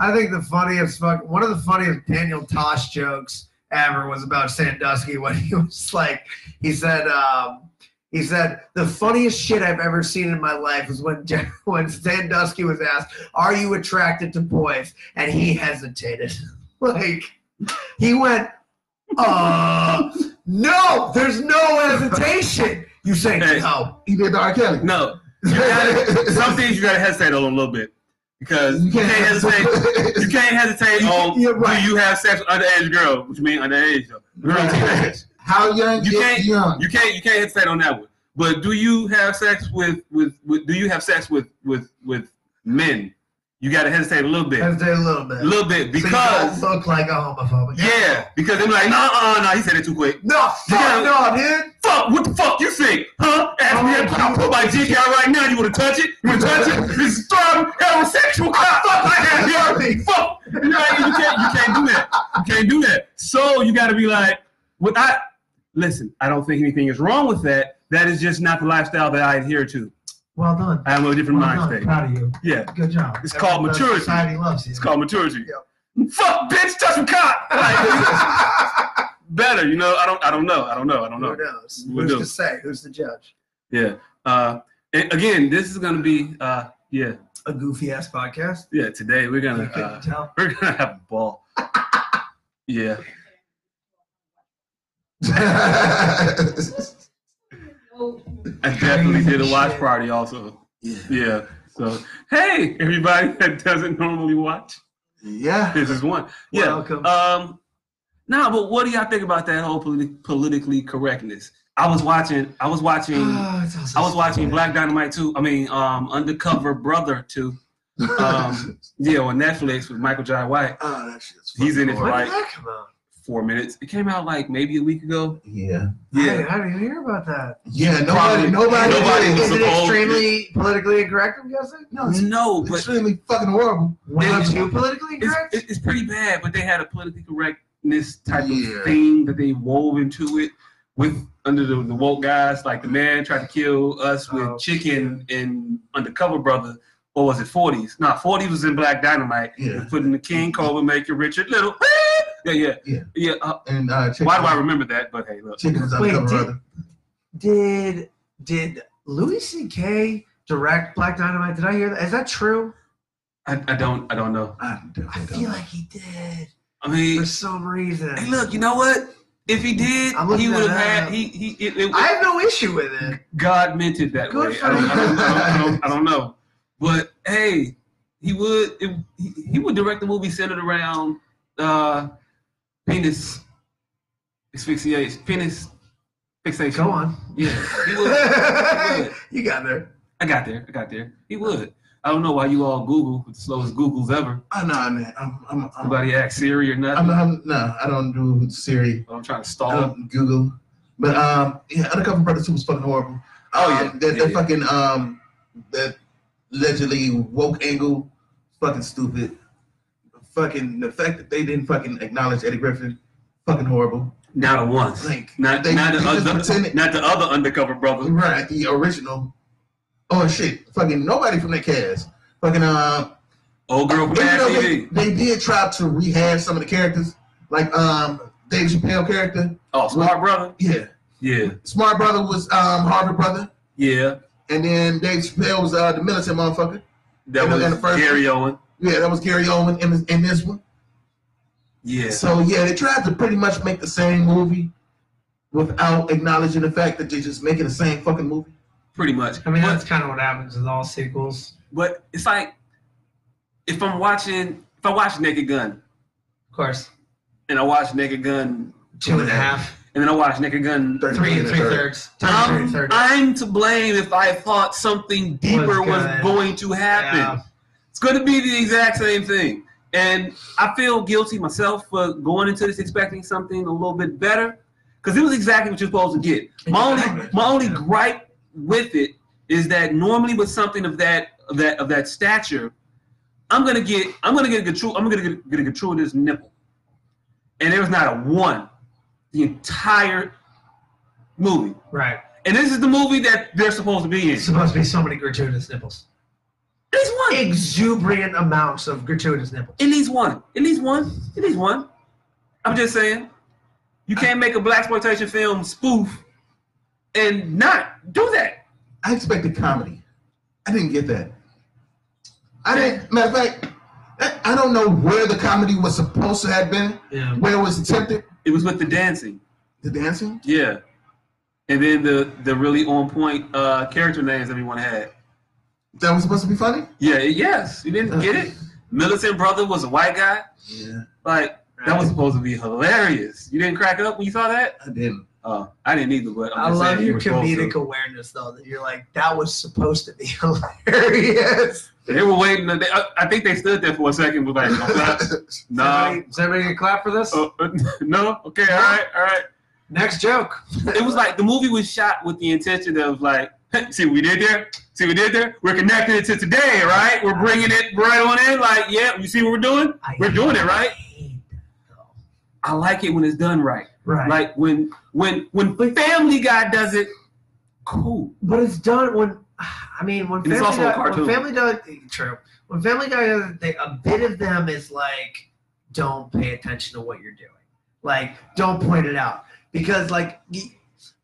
I think the funniest fuck, one of the funniest Daniel Tosh jokes ever was about Sandusky when he was like, he said, um, he said, the funniest shit I've ever seen in my life was when Jan- when Sandusky was asked, "Are you attracted to boys?" and he hesitated, like he went, "Uh, no, there's no hesitation." You say
Hey.
no.
he did the R. Kelly.
No. You gotta, some things you gotta hesitate on a little bit. Because you can't hesitate you can't hesitate on
Yeah, right.
do you have sex with underage girl, which means underage girl. Girl teenage.
How young
You
is
can't-
young?
You can't you can't hesitate on that one. But do you have sex with with, with do you have sex with with with men? You got to hesitate a little bit, a
Hesitate a little bit.
little bit
So you
because
don't look like a homophobic.
yeah, because they're like no uh no he said it too quick.
No,
Yeah.
fuck no, dude.
Fuck what the fuck you think, huh? Ask me if I put my dick out right now. You want to touch it? You want to touch it? This is strong heterosexual cock. Fuck like that. You know, fuck. You, know, you can't you can't do that. You can't do that. So you got to be like what I listen. I don't think anything is wrong with that. That is just not the lifestyle that I adhere to.
Well done.
I am a different
well
mind
done.
state.
Proud of you.
Yeah,
Good job.
It's called
Everyone loves
maturity.
Society loves you.
it's called maturity. Fuck, bitch, touch some cock. Like, better, you know. I don't. I don't know. I don't know. I don't know.
Who knows?
We
Who's
do.
to say? Who's the judge?
Yeah. Uh, and again, this is gonna be. Uh, yeah,
A goofy ass podcast.
yeah. Today we're
You
gonna.
couldn't
Uh,
tell.
we're gonna have a ball. Yeah. I definitely did a watch party also. Yeah. So hey, everybody that doesn't normally watch,
yeah.
this is one. Yeah.
Welcome.
Um, nah, but what do y'all think about that whole politi- politically correctness? I was watching. I was watching. I
Ah, it's also
was watching
stupid.
Black Dynamite too. I mean, um, Undercover Brother too. Um, yeah, on Netflix with Michael Jai White.
oh, that shit's
He's in it for
When
fucking
like
did that Ah, come out?
four minutes. It came out like maybe a week ago.
Yeah.
I, I didn't even hear about that.
Yeah.
Probably-
Nobody. Nobody.
Nobody
is
was
it
supposed-
extremely politically incorrect? I'm guessing.
No, it's
No, but
extremely fucking horrible.
When
it's-
it's you politically
it's,
correct?
it's pretty bad. But they had a politically correctness type
Yeah.
of thing that they wove into it with under the, the woke guys. Like the man tried to kill us with
Oh,
chicken in Undercover Brother. Or was it 40s? Nah, 40s was in Black Dynamite.
Yeah.
Putting the King Cobra, making Richard Little. yeah, yeah,
Yeah.
yeah. uh,
And uh, chicken,
why do I remember that? But hey, look.
Chicken's
Wait,
undercover brother.
did- Did did Louis C.K. direct Black Dynamite? Did I hear that? Is that true?
I, I don't, I don't know.
I
I
definitely
feel
don't.
like he did
I mean,
for some reason.
Hey, look, you know what? If he did,
I'm looking
he would have
that
had.
up.
He he. It, it,
I have no issue with it.
God meant it that
Good
way.
for
I don't, I, don't,
him.
I, don't, I, don't, I don't know, but hey, he would. It, he, he would direct the movie centered around uh, penis asphyxiation, penis fixation.
Go on.
Yeah, he would.
you got there.
I got there. I got there. He would. I don't know why you all Google with the slowest Googles ever.
Oh, no, man. I'm, I'm, I'm, I'm,
Nobody asked Siri or nothing.
I'm, I'm, no, I don't do Siri.
But I'm trying to
I
stall. him.
don't Google. But um, yeah, Undercover Brother Two was fucking horrible.
Oh,
Um,
yeah.
that, that
Yeah, yeah.
fucking um, that allegedly woke angle, fucking stupid. Fucking the fact that they didn't fucking acknowledge Eddie Griffin, fucking horrible.
Not at once.
Like
Not,
they,
not,
they
the
just
other,
pretended-
not the other undercover brother.
right the original. Oh shit! Fucking nobody from that cast. Fucking uh,
Old girl from
Even
Mad
though they,
TV.
they did try to rehash some of the characters, like um, Dave Chappelle character.
Oh, smart brother.
Yeah,
Yeah,
Smart Brother was um Harvard Brother.
yeah.
And then Dave Chappelle was uh, the militant motherfucker.
That
And the-
was
and the first-
Gary Owen.
Yeah, that was Gary Owen in, this- in this one.
Yeah,
So yeah, they tried to pretty much make the same movie without acknowledging the fact that they're just making the same fucking movie.
pretty much.
I mean,
but,
that's kind of what happens with all sequels.
but it's like if I'm watching, if I watch Naked Gun
Of course,
and I watch Naked Gun
two and a half.
and then I watched Naked Gun.
Thirty
Three and
minutes
three
early.
thirds. Three
I'm,
and three thirds.
Um, I'm to blame if I thought something deeper
Was
was,
good.
going to happen.
Yeah.
It's going to be the exact same thing. And I feel guilty myself for going into this expecting something a little bit better because it was exactly what you're supposed to get. My only my only gripe with it is that normally with something of that of that of that stature, I'm gonna get I'm gonna get a Gatru, I'm gonna get, get a gratuitous nipple, and there was not a one the entire movie.
Right.
And this is the movie that they're supposed to be in.
It's supposed to be so many gratuitous nipples.
At least one.
Exuberant amounts of gratuitous nipples.
At least one. At least one. At least one. I'm just saying, you can't make a black exploitation film spoof and not do that.
I expected comedy. I didn't get that. I didn't. Matter of fact, I- I don't know where the comedy was supposed to have been.
Yeah.
Where it was attempted
It was with the dancing,
the dancing.
yeah, and then the the really on point uh, character names everyone had.
That was supposed to be funny.
Yeah, yes, you didn't get it. Millicent brother was a white guy.
Yeah,
Like that was supposed to be hilarious. You didn't crack up when you saw that.
I didn't.
Oh, I didn't either. But
I
I'm just
love
saying, you
your
were supposed to.
comedic awareness, though. That you're like, that was supposed to be hilarious.
They were waiting. They, I, I think they stood there for a second. Was like, no,
Somebody, somebody gonna clap for this?
Uh, uh, no. Okay. All right. All right.
Next joke.
It was like the movie was shot with the intention of like, see what we did there. See what we did there. We're connecting it to today, right? We're bringing it right on in. Like, yeah, you see what we're doing? We're doing it right. I like it when it's done right.
Right.
Like when when when Family Guy does it, cool.
But it's done when I mean when
And it's
Family
also a
Guy,
cartoon.
when Family Guy true when Family Guy does it, they, a bit of them is like don't pay attention to what you're doing like don't point it out because like y-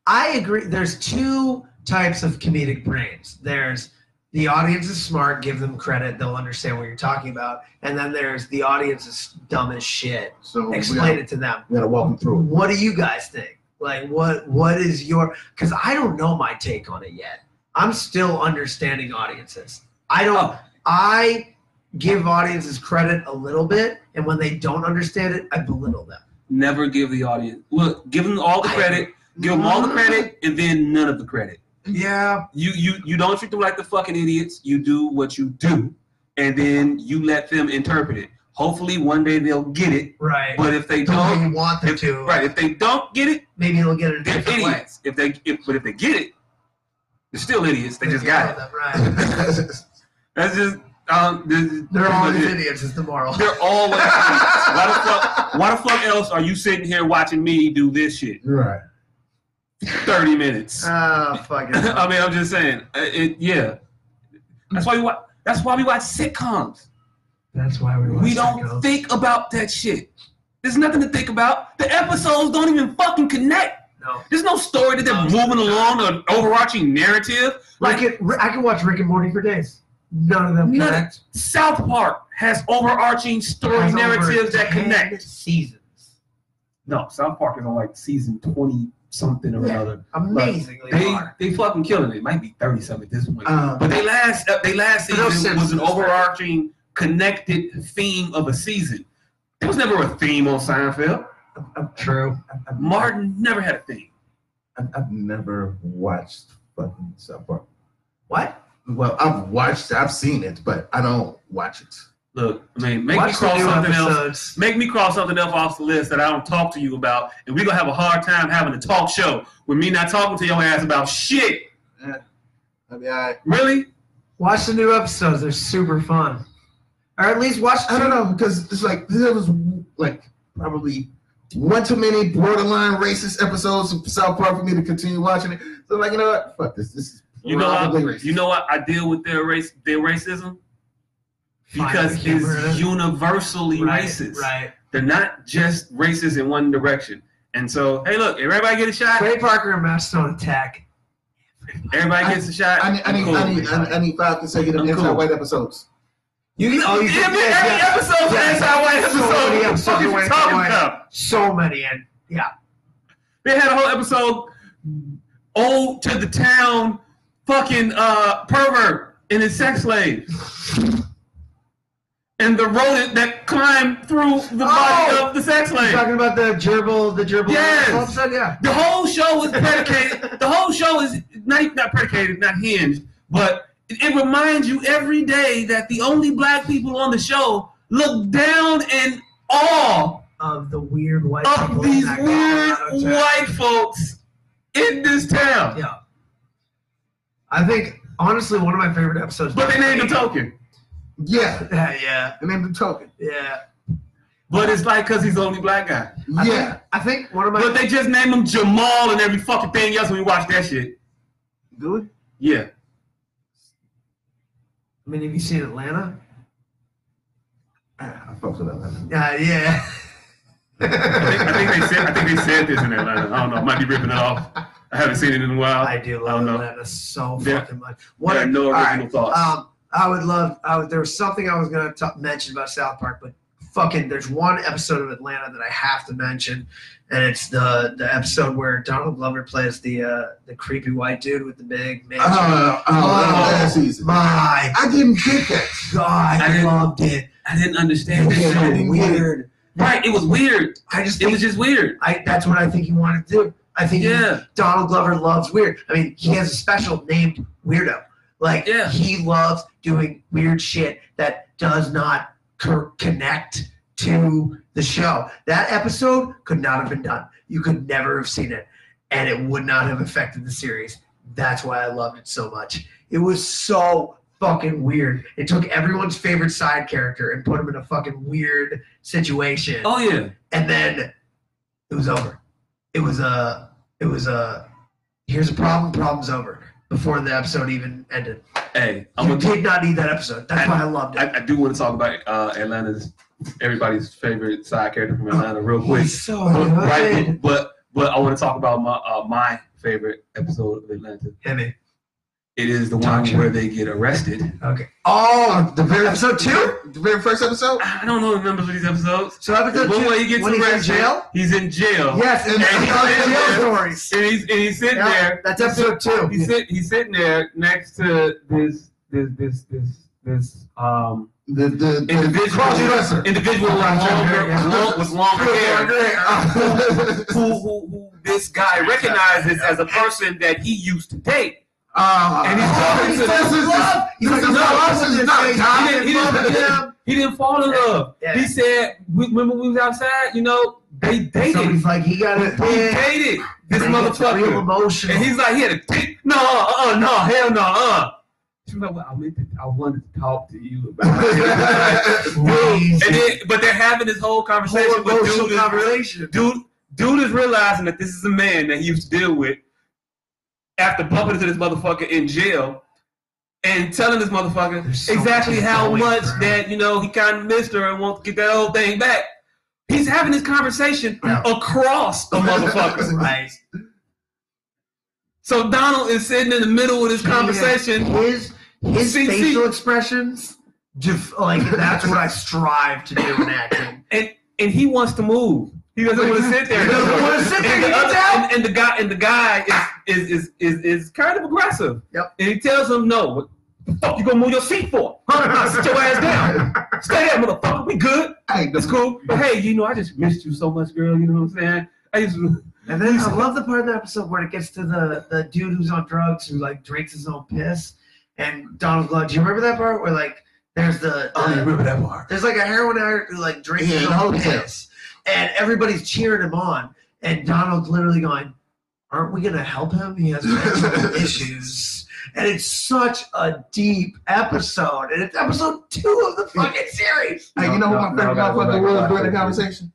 I agree there's two types of comedic brains there's the audience is smart give them credit they'll understand what you're talking about and then there's the audience is dumb as shit
So
Oh,
we
explain
gotta,
it to them
we gotta walk them through.
what do you guys think? Like, what what is your? Because I don't know my take on it yet. I'm still understanding audiences. I
Oh.
don't. I give audiences credit a little bit, and when they don't understand it, I belittle them.
Never give the audience look. Give them all the credit. Give them all the credit, and then none of the credit.
Yeah.
you you you don't treat them like the fucking idiots. You do what you do, and then you let them interpret it. Hopefully, one day they'll get it.
Right.
But if they
the way
don't,
you want them to.
right? If they don't get it,
Maybe they'll get it a
they're
different way.
idiots. If they if, but if they get it, they're still idiots. They just got it.
Them, right.
That's just um. This, is-
They're
this
all
is
these
it.
idiots. Is the moral.
They're always idiots. Why the fuck? Why the fuck else are you sitting here watching me do this shit?
right.
Thirty minutes.
Oh fucking.
I mean, I'm just saying. uh, It, yeah. That's why we watch. That's why we watch sitcoms.
That's why we.
We don't think about that shit. There's nothing to think about. The episodes don't even fucking connect.
No.
There's no story that they're moving along an overarching narrative.
Like it. I can watch Rick and Morty for days. None of them
None.
connect.
South Park has overarching story
Has over
narratives that
10
connect.
Seasons.
No, South Park is on like season twenty something
or Yeah.
other.
Amazingly
They
hard.
they fucking killing it. It might be thirty something at this point.
Uh,
Um,
but they last uh, they last
No
season
sense
was
in
an
this.
overarching connected theme of a season. There was never a theme on Seinfeld.
True.
Martin never had a theme.
I've, I've never watched fucking South Park.
What?
Well, I've watched, I've seen it, but I don't watch it.
Look, I mean, make me
Watch the
cross
new
something else.
episodes.
Make me cross something else off the list that I don't talk to you about, and we're gonna have a hard time having a talk show with me not talking to your ass about shit.
I mean, I,
Really?
Watch the new episodes. They're super fun. Or at least watch.
I don't know because it's like there was like probably one too many borderline racist episodes of South Park for me to continue watching it. So like, you know what? Fuck this. This is
You know, I,
probably racist.
you know what? I deal with their race, their racism,
Find the
because
humor in it.
it's universally
right,
racist.
Right.
They're not just racist in one direction. And so, hey, look, everybody get a shot.
Trey Parker and Matt Stone attack.
Everybody gets a shot.
I need, I need,
Cool.
I need, I need, I need five consecutive
I'm cool.
anti-white episodes.
You can. Oh, you
every,
can. yeah,
every
yeah.
episode's
Yeah.
anti-white
So
episode. What
many
the fuck
episodes
are you
are
talking
anti-white.
about?
So many and yeah.
They had a whole episode old to the town fucking uh pervert and his sex slave. and the rodent that climbed through the body
Oh!
of the sex
You
slave.
talking about the gerbil, the gerbil
Yes.
episode? Yeah.
The whole show is predicated. the whole show is not even- not predicated, not hinged, but it, it reminds you every day that the only black people on the show look down in awe
Of the weird white
of
people
these
that got
weird
out of town.
white folks in this town.
Yeah. I think honestly one of my favorite episodes.
But they named a token.
Yeah,
Yeah, yeah,
and then the token.
yeah.
But it's like because he's the only black guy.
I
Yeah,
think, I think one of my
But they just named him Jamal and every fucking thing else when you watch that shit.
do it.
Yeah.
I mean, have you seen Atlanta?
Ah, I fucked with that.
Yeah, yeah.
I think, I think they said I think they said this in Atlanta. I don't know. I might be ripping it off. I haven't seen it in a while.
I do
I don't
love
know.
Atlanta so
Yeah.
fucking much. What
There are no
all
original
right,
thoughts.
Um, I would love. I would, there was something I was gonna t- mention about South Park, but fucking, there's one episode of Atlanta that I have to mention, and it's the the episode where Donald Glover plays the uh, the creepy white dude with the big mansion.
Oh, oh, last season.
my
I didn't get that.
god,
I
I
didn't-
loved it.
I didn't understand
It
this
was
Yeah, I
show.
so
didn't get it.
weird.
Right, it was weird.
I just
It
think
was just weird.
I. That's what I think he wanted to do. I think he
Yeah.
Donald Glover loves weird. I mean, he has a special named Weirdo. Like,
Yeah.
he loves doing weird shit that does not cor- connect to the show. That episode could not have been done. You could never have seen it, and it would not have affected the series. That's why I loved it so much. It was so fucking weird. It took everyone's favorite side character and put him in a fucking weird situation
Oh yeah.
and then it was over. It was a, it was a, here's a problem, problem's over before the episode even ended.
Hey, I'm
You
gonna
did not need that episode. That's why I loved it.
I, I do want to talk about uh, Atlanta's everybody's favorite side character from Atlanta real quick.
He's so
But, right,
good.
but but I want to talk about my uh, my favorite episode of Atlanta.
Hit me.
It is the
Talk
one
to me.
where they get arrested.
Okay.
Oh, the very
Episode two?
the very first episode.
I don't know the numbers of these episodes.
So episode
The one
two,
where he gets
when he's in
arrested,
jail?
he's in jail.
Yes, and
And
he tells
he's-
jail stories.
And he's, and he's sitting
Yeah,
there.
that's episode two.
He's, sit, he's sitting there next to this this this this this um
The the, the
individual
cross-dresser.
individual with longer,
Yeah.
with long- with longer hair
Oh,
who, who, who this guy recognizes as a person that he used to date. Um, And he's
Oh,
talking to-
this is
Love.
this
He's
is
like,
not
love
this is
is
not
this
He
time.
didn't, he didn't- he didn't- he didn't fall in love.
Yeah.
He said, we, remember we was outside, you know, they
So
dated.
he's like, he got it.
He dated this
Real
motherfucker.
emotional.
And he's like, he had a dick. No, uh, uh, no, hell no, uh. She was like, well, I meant to, I wanted to talk to you about it.
Crazy.
and then, but they're having this whole
Whole
conversation with
emotional
dude. is-
conversation.
Dude, dude is realizing that this is a man that he used to deal with after bumping into this motherfucker in jail and telling this motherfucker
There's so
exactly
much
how
going
much
through.
that, you know, he kind of missed her and wants to get that whole thing back. He's having this conversation
Yeah.
across the motherfuckers.
Right.
So Donald is sitting in the middle of this conversation.
His his
See, see.
facial expressions, def- like that's what I strive to do in acting.
and and he wants to move. He doesn't want to sit there.
He doesn't wanna sit there,
And
you
the,
can
other-
tell.
and, and the guy and the guy is is is is, is kind of aggressive.
Yep.
And he tells him, "No, what the fuck you gonna move your seat for? Huh? Now sit your ass down. Stay there, motherfucker. We good.
Hey, the-
That's cool. But hey, you know, I just missed you so much, girl. You know what I'm saying? I just
And then I love the part of the episode where it gets to the the dude who's on drugs who like drinks his own piss, and Donald Glover. Do you remember that part where like there's the,
I don't
the-
Oh, remember that part.
there's like a heroin addict who like drinks
Yeah,
his
in the
own
hotel.
piss, and everybody's cheering him on, and Donald's literally going, "Aren't we gonna help him? He has mental issues." And it's such a deep episode, and it's episode two of the fucking series.
Hey, you know who my favorite motherfucker was during the conversation?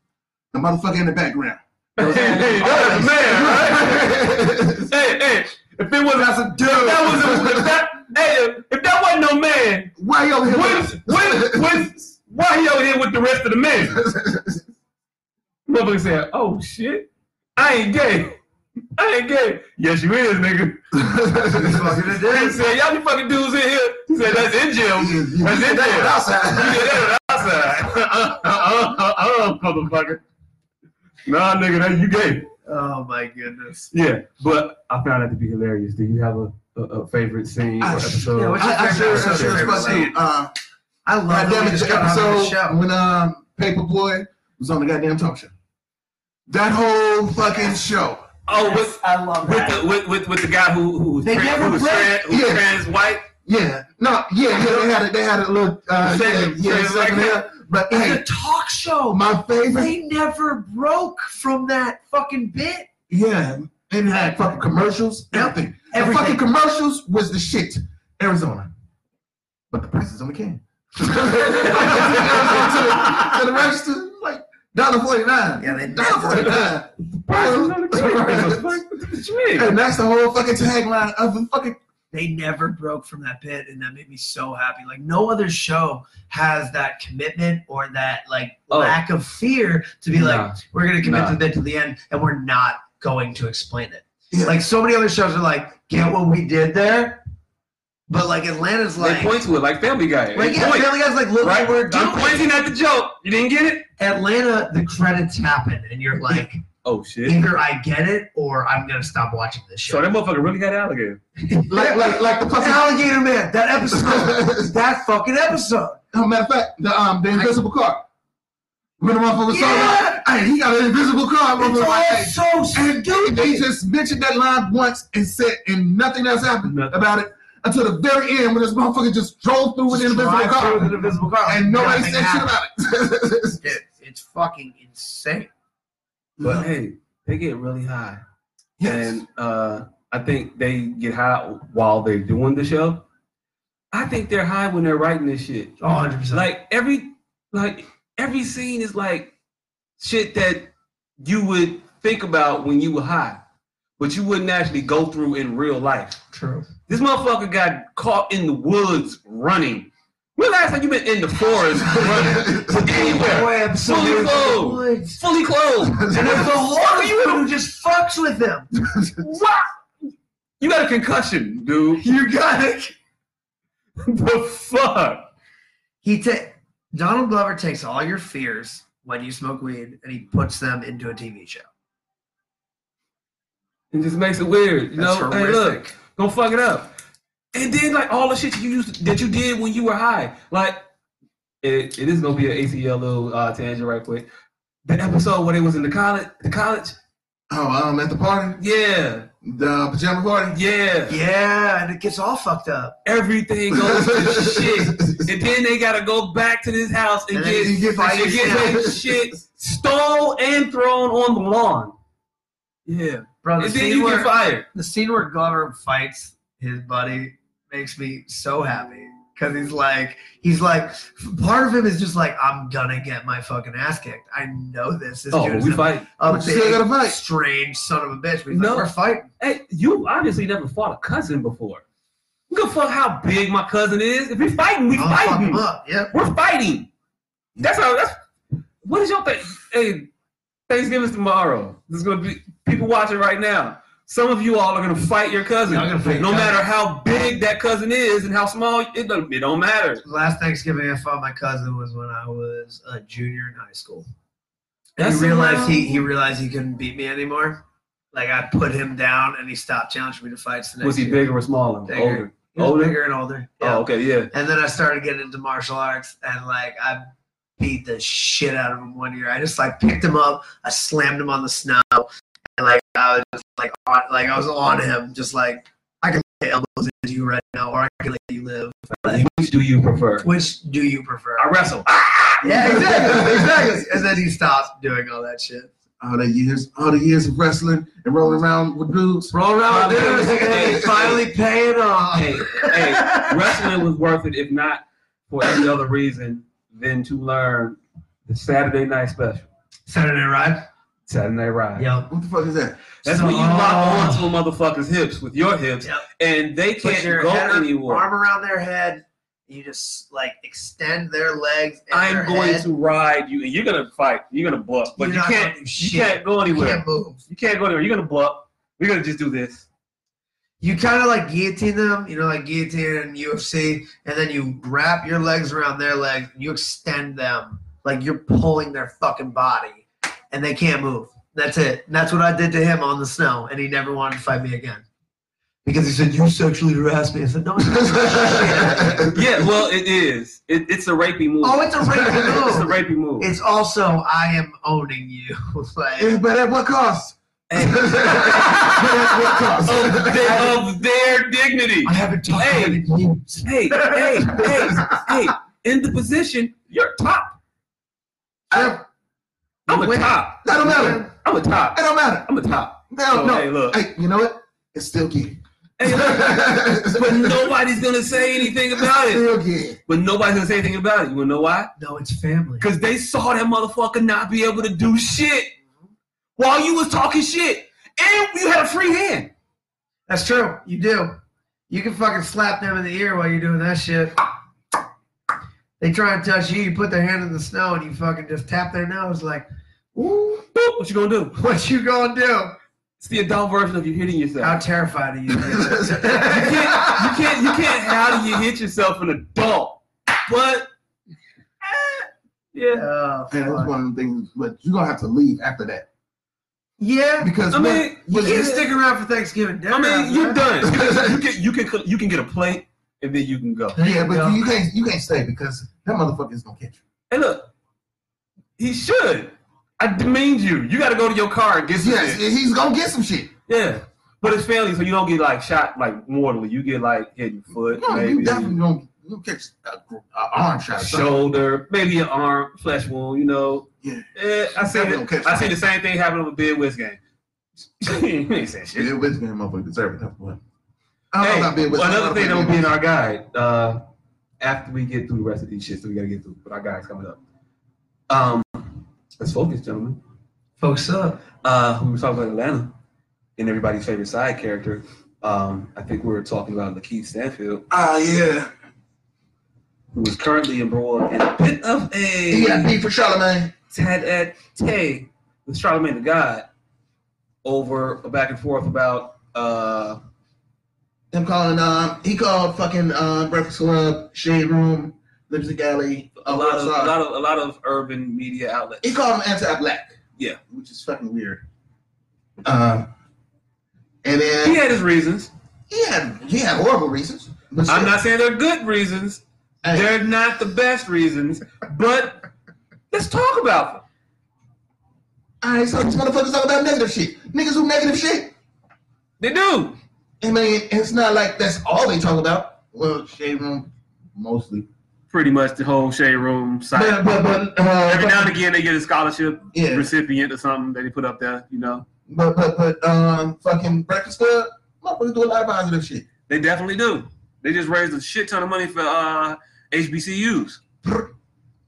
The motherfucker in the background.
hey, hey, that was a Oh, man, right? hey, hey, if it wasn't
That's a dude.
if that was a, if that hey, if that wasn't no man,
Why you over here?
When, when, when, why he over here with the rest of the men? Motherfucker said, oh shit, I ain't gay. I ain't gay. Yes, you is, nigga.
Fucking
He
it is.
said, y'all be fucking dudes in here. He said, that's in jail. You
You- you-
That's it,
that
yeah.
was
did
outside.
that outside. Uh, uh, uh, uh, uh, motherfucker. Nah, nigga, that you gay.
Oh my goodness.
Yeah, but I found that to be hilarious. Do you have a, a, a favorite scene or
I-
episode?
Ah, yeah, what-
I, I sure, I sure,
Favorite
especially
lane.
uh,
I love that we
Goddamn it,
just
the
got on the
episode
show.
when um, Paperboy was on the goddamn talk show. That whole fucking show.
Oh, with
I love
with
that.
the with, with, with the guy who who was
They
trans,
never
who was,
played-
trans, who was
yeah.
trans white.
Yeah, no, yeah, yeah. They had a, they had a little uh, yeah,
Segment,
yeah,
segment like
segment
that.
there. But
It's a
hey,
talk show.
my favorite,
They never broke from that fucking bit.
yeah, and had fucking commercials,
Yep.
everything.
Everything.
The fucking commercials was the shit. Arizona, but the price is on the can. to, the, to the register, like dollar forty nine.
Yeah, they
dollar forty nine. And that's the whole fucking tagline of the fucking.
they never broke from that bit and that made me so happy like no other show has that commitment or that like
Oh.
lack of fear to be like we're gonna commit
Nah.
to the bit to the end and we're not going to explain it
Yeah.
like so many other shows are like get what we did there but like atlanta's
They
like
point to it like Family Guy. They
like yeah,
point,
Family Guy's like look
right?
what we're doing.
I'm pointing at the joke. You didn't get it?
Atlanta, the credits happen, and you're like,
Oh shit!
either I get it or I'm gonna stop watching this
So
show.
that motherfucker really got alligator.
Like, like, like the fucking.
Alligator Man, that episode, that fucking episode.
Oh, matter of fact, the um the invisible car. When the motherfucker
Yeah.
saw that, hey, he got an invisible car.
It's
motherfucker,
all
like,
so
hey.
stupid.
And dude, they just mentioned that line once and said, and nothing else happened
Nothing.
about it until the very end when this motherfucker just drove through with an invisible car
invisible car.
and nobody
Nothing
said shit
happened.
about it.
Dude, it's fucking insane.
But hey, they get really high,
yes.
and uh, I think they get high while they're doing the show. I think they're high when they're writing this shit.
Oh,
100 percent.
like every like every scene is like shit that you would think about when you were high but you wouldn't actually go through in real life
true.
this motherfucker got caught in the woods running when last time you been in the forest running anywhere
Boy, episode
Fully
is
clothed.
woods.
fully clothed
And there's a horse who just fucks with them.
what you got a concussion dude
You got it.
the fuck
He ta- Donald Glover takes all your fears when you smoke weed and he puts them into a TV show.
it just makes it weird you
That's
know hey
horrific.
look Don't fuck it up. And then like all the shit you used that you did when you were high, like it, it is gonna be an ACL little uh, tangent right quick. That episode where they was in the college, the college,
Oh, um, at the party,
yeah,
the pajama party.
yeah,
Yeah, and it gets all fucked up.
everything goes to shit. And then they gotta go back to this house and,
And
get
then
and
you get
get,
fired.
their shit stole and thrown on the lawn. Yeah,
Bro, the
and then
scene
you
where-
get fired.
the scene where Glover fights his buddy makes me so happy because he's like, he's like, part of him is just like, I'm gonna get my fucking ass kicked. I know this. This
Oh,
dude
we
is a,
fight.
a
But you still
big,
gotta fight.
strange son of a bitch. But he's
No.
like, we're fighting.
Hey, you obviously never fought a cousin before. You give a fuck how big my cousin is. If we fighting, we
I'm gonna fuck him
fighting.
up. Yep.
We're fighting. That's how. That's what is your thing? Hey, Thanksgiving's tomorrow. There's gonna be people watching right now. Some of you all are gonna fight your cousin,
Y'all gonna fight your
no
cousin.
matter how big that cousin is and how small. It don't, it don't matter.
Last Thanksgiving I fought my cousin was when I was a junior in high school. And
That's
he realized
around-
he, he realized he couldn't beat me anymore. Like I put him down and he stopped challenging me to fights the next
Was he
year.
bigger or smaller?
Bigger.
Older.
He was
Older?
bigger and older.
Oh, okay, yeah.
And then I started getting into martial arts, and like I beat the shit out of him one year. I just like picked him up, I slammed him on the snow, and like I was just, like on, like I was on him, just like I can lay elbows into you right now, or I can let you live.
Which do you prefer?
Which do you prefer?
I wrestle.
Yeah, exactly, exactly. And then he stopped doing all that shit.
All the years, all the years of wrestling and rolling around with dudes.
Roll around,
Finally-
dudes, and finally paying off.
Hey, hey, wrestling was worth it, if not for any other reason than to learn the Saturday night special,
Saturday Night
Saturday Night Ride.
Live. Yo,
What the fuck is that?
That's when you lock onto a motherfucker's hips with your hips,
uh, Yep.
and they
Put
can't
your
go
head-
anywhere.
arm around their head. You just like extend their legs. And their
I'm going
head.
to ride you, and you're gonna fight. You're gonna buck, but
You're
you
not
can't.
gonna do
You
shit.
can't go
You
anywhere.
can't move.
You can't go anywhere. You're gonna buck. We're gonna just do this.
You kind of like guillotine them, you know, like guillotine in UFC, and then you wrap your legs around their legs and you extend them like you're pulling their fucking body, and they can't move. That's it. And that's what I did to him on the snow, and he never wanted to fight me again. Because he said, You sexually harassed me. I said, No, it's not.
Yeah, well, it is. It, it's a rapey move.
Oh, it's a rapey move.
It's a rapey move.
It's also, I am owning you. like,
Yeah, but at what cost?
hey,
But at what cost?
of, their, of their dignity.
I haven't talked
Hey.
to you in years.
Hey, hey, hey, hey! In the position, you're top.
Jeff,
I'm a
Wait.
top.
that don't matter.
I'm a top.
That don't matter.
I'm a top.
No,
So, Oh, Hey,
no.
look.
Hey, you know what? It's still gay.
Hey, look. But nobody's gonna say anything about it.
Still gay.
But nobody's gonna say anything about it. You wanna know why?
No, it's family.
Cause they saw that motherfucker not be able to do shit while you was talking shit, and you had a free hand.
That's true. You do. You can fucking slap them in the ear while you're doing that shit. They try and touch you, you put their hand in the snow and you fucking just tap their nose like, ooh,
Boop, what you gonna do?
what you gonna do?
It's the adult version of you hitting
How
yourself.
terrified are you?
You can't, you can't, you can't. How do you hit yourself an adult? But eh, yeah.
Oh,
And that's
fuck.
one of the things, but you're gonna have to leave after that.
yeah,
Because
I
what-
mean,
you
what-
can stick around for Thanksgiving dinner.
I mean, you're
man.
done. You can, you can you can get a plate and then you can go.
There
yeah,
you
but
go.
you can't you can't stay because that motherfucker is gonna catch you.
Hey, look, he should. I demeaned you. You got to go to your car and get some
Yes,
shit.
he's gonna get some shit.
Yeah, but it's family, so you don't get like shot like mortally. You get like hit in the foot,
No, you
maybe
definitely gonna you catch a, a arm shot. or something.
shoulder, maybe an arm, flesh wound. You know.
Yeah.
Eh, I seen
Definitely
it.
okay.
I seen the same thing happen with a big Wiz game. you ain't saying shit.
Yeah, Wiz game motherfucker deserve it. That's what. I don't
Hey,
know about being Wiz. I don't know
another thing that
about
will be
being
in our guide uh, after we get through the rest of these shits that we gotta get through, but our guide's coming up. Um, let's focus, gentlemen.
Folks up.
Uh, we were talking about Atlanta and everybody's favorite side character. Um, I think we were talking about Lakeith Stanfield,
Ah, yeah.
who is currently embroiled in a bit of
He got
a
beat for Charlemagne.
tete-a-tete with Charlemagne the God over a back and forth about uh,
Him calling. Um, he called fucking uh, Breakfast Club, Shade Room, Lipstick Alley.
a lot of
Outside.
a lot of a lot of urban media outlets.
He called him anti-black.
Yeah.
which is fucking weird. Um, and then
He had his reasons.
he had he had horrible reasons. But
I'm
shit,
not saying they're good reasons.
hey,
They're not the best reasons, but let's talk about them.
All right, so these motherfuckers talk about negative shit. Niggas who negative shit.
They do.
I mean, it's not like that's all they talk about. Well, Shade Room, mostly.
Pretty much the whole shade room
But,
side.
but, but, uh,
Every
but-
now and again, they get a scholarship
Yeah.
recipient or something that they put up there. You know,
But but but um fucking Breakfast Club, motherfuckers do a lot of positive shit.
they definitely do. They just raised a shit ton of money for uh, HBCUs.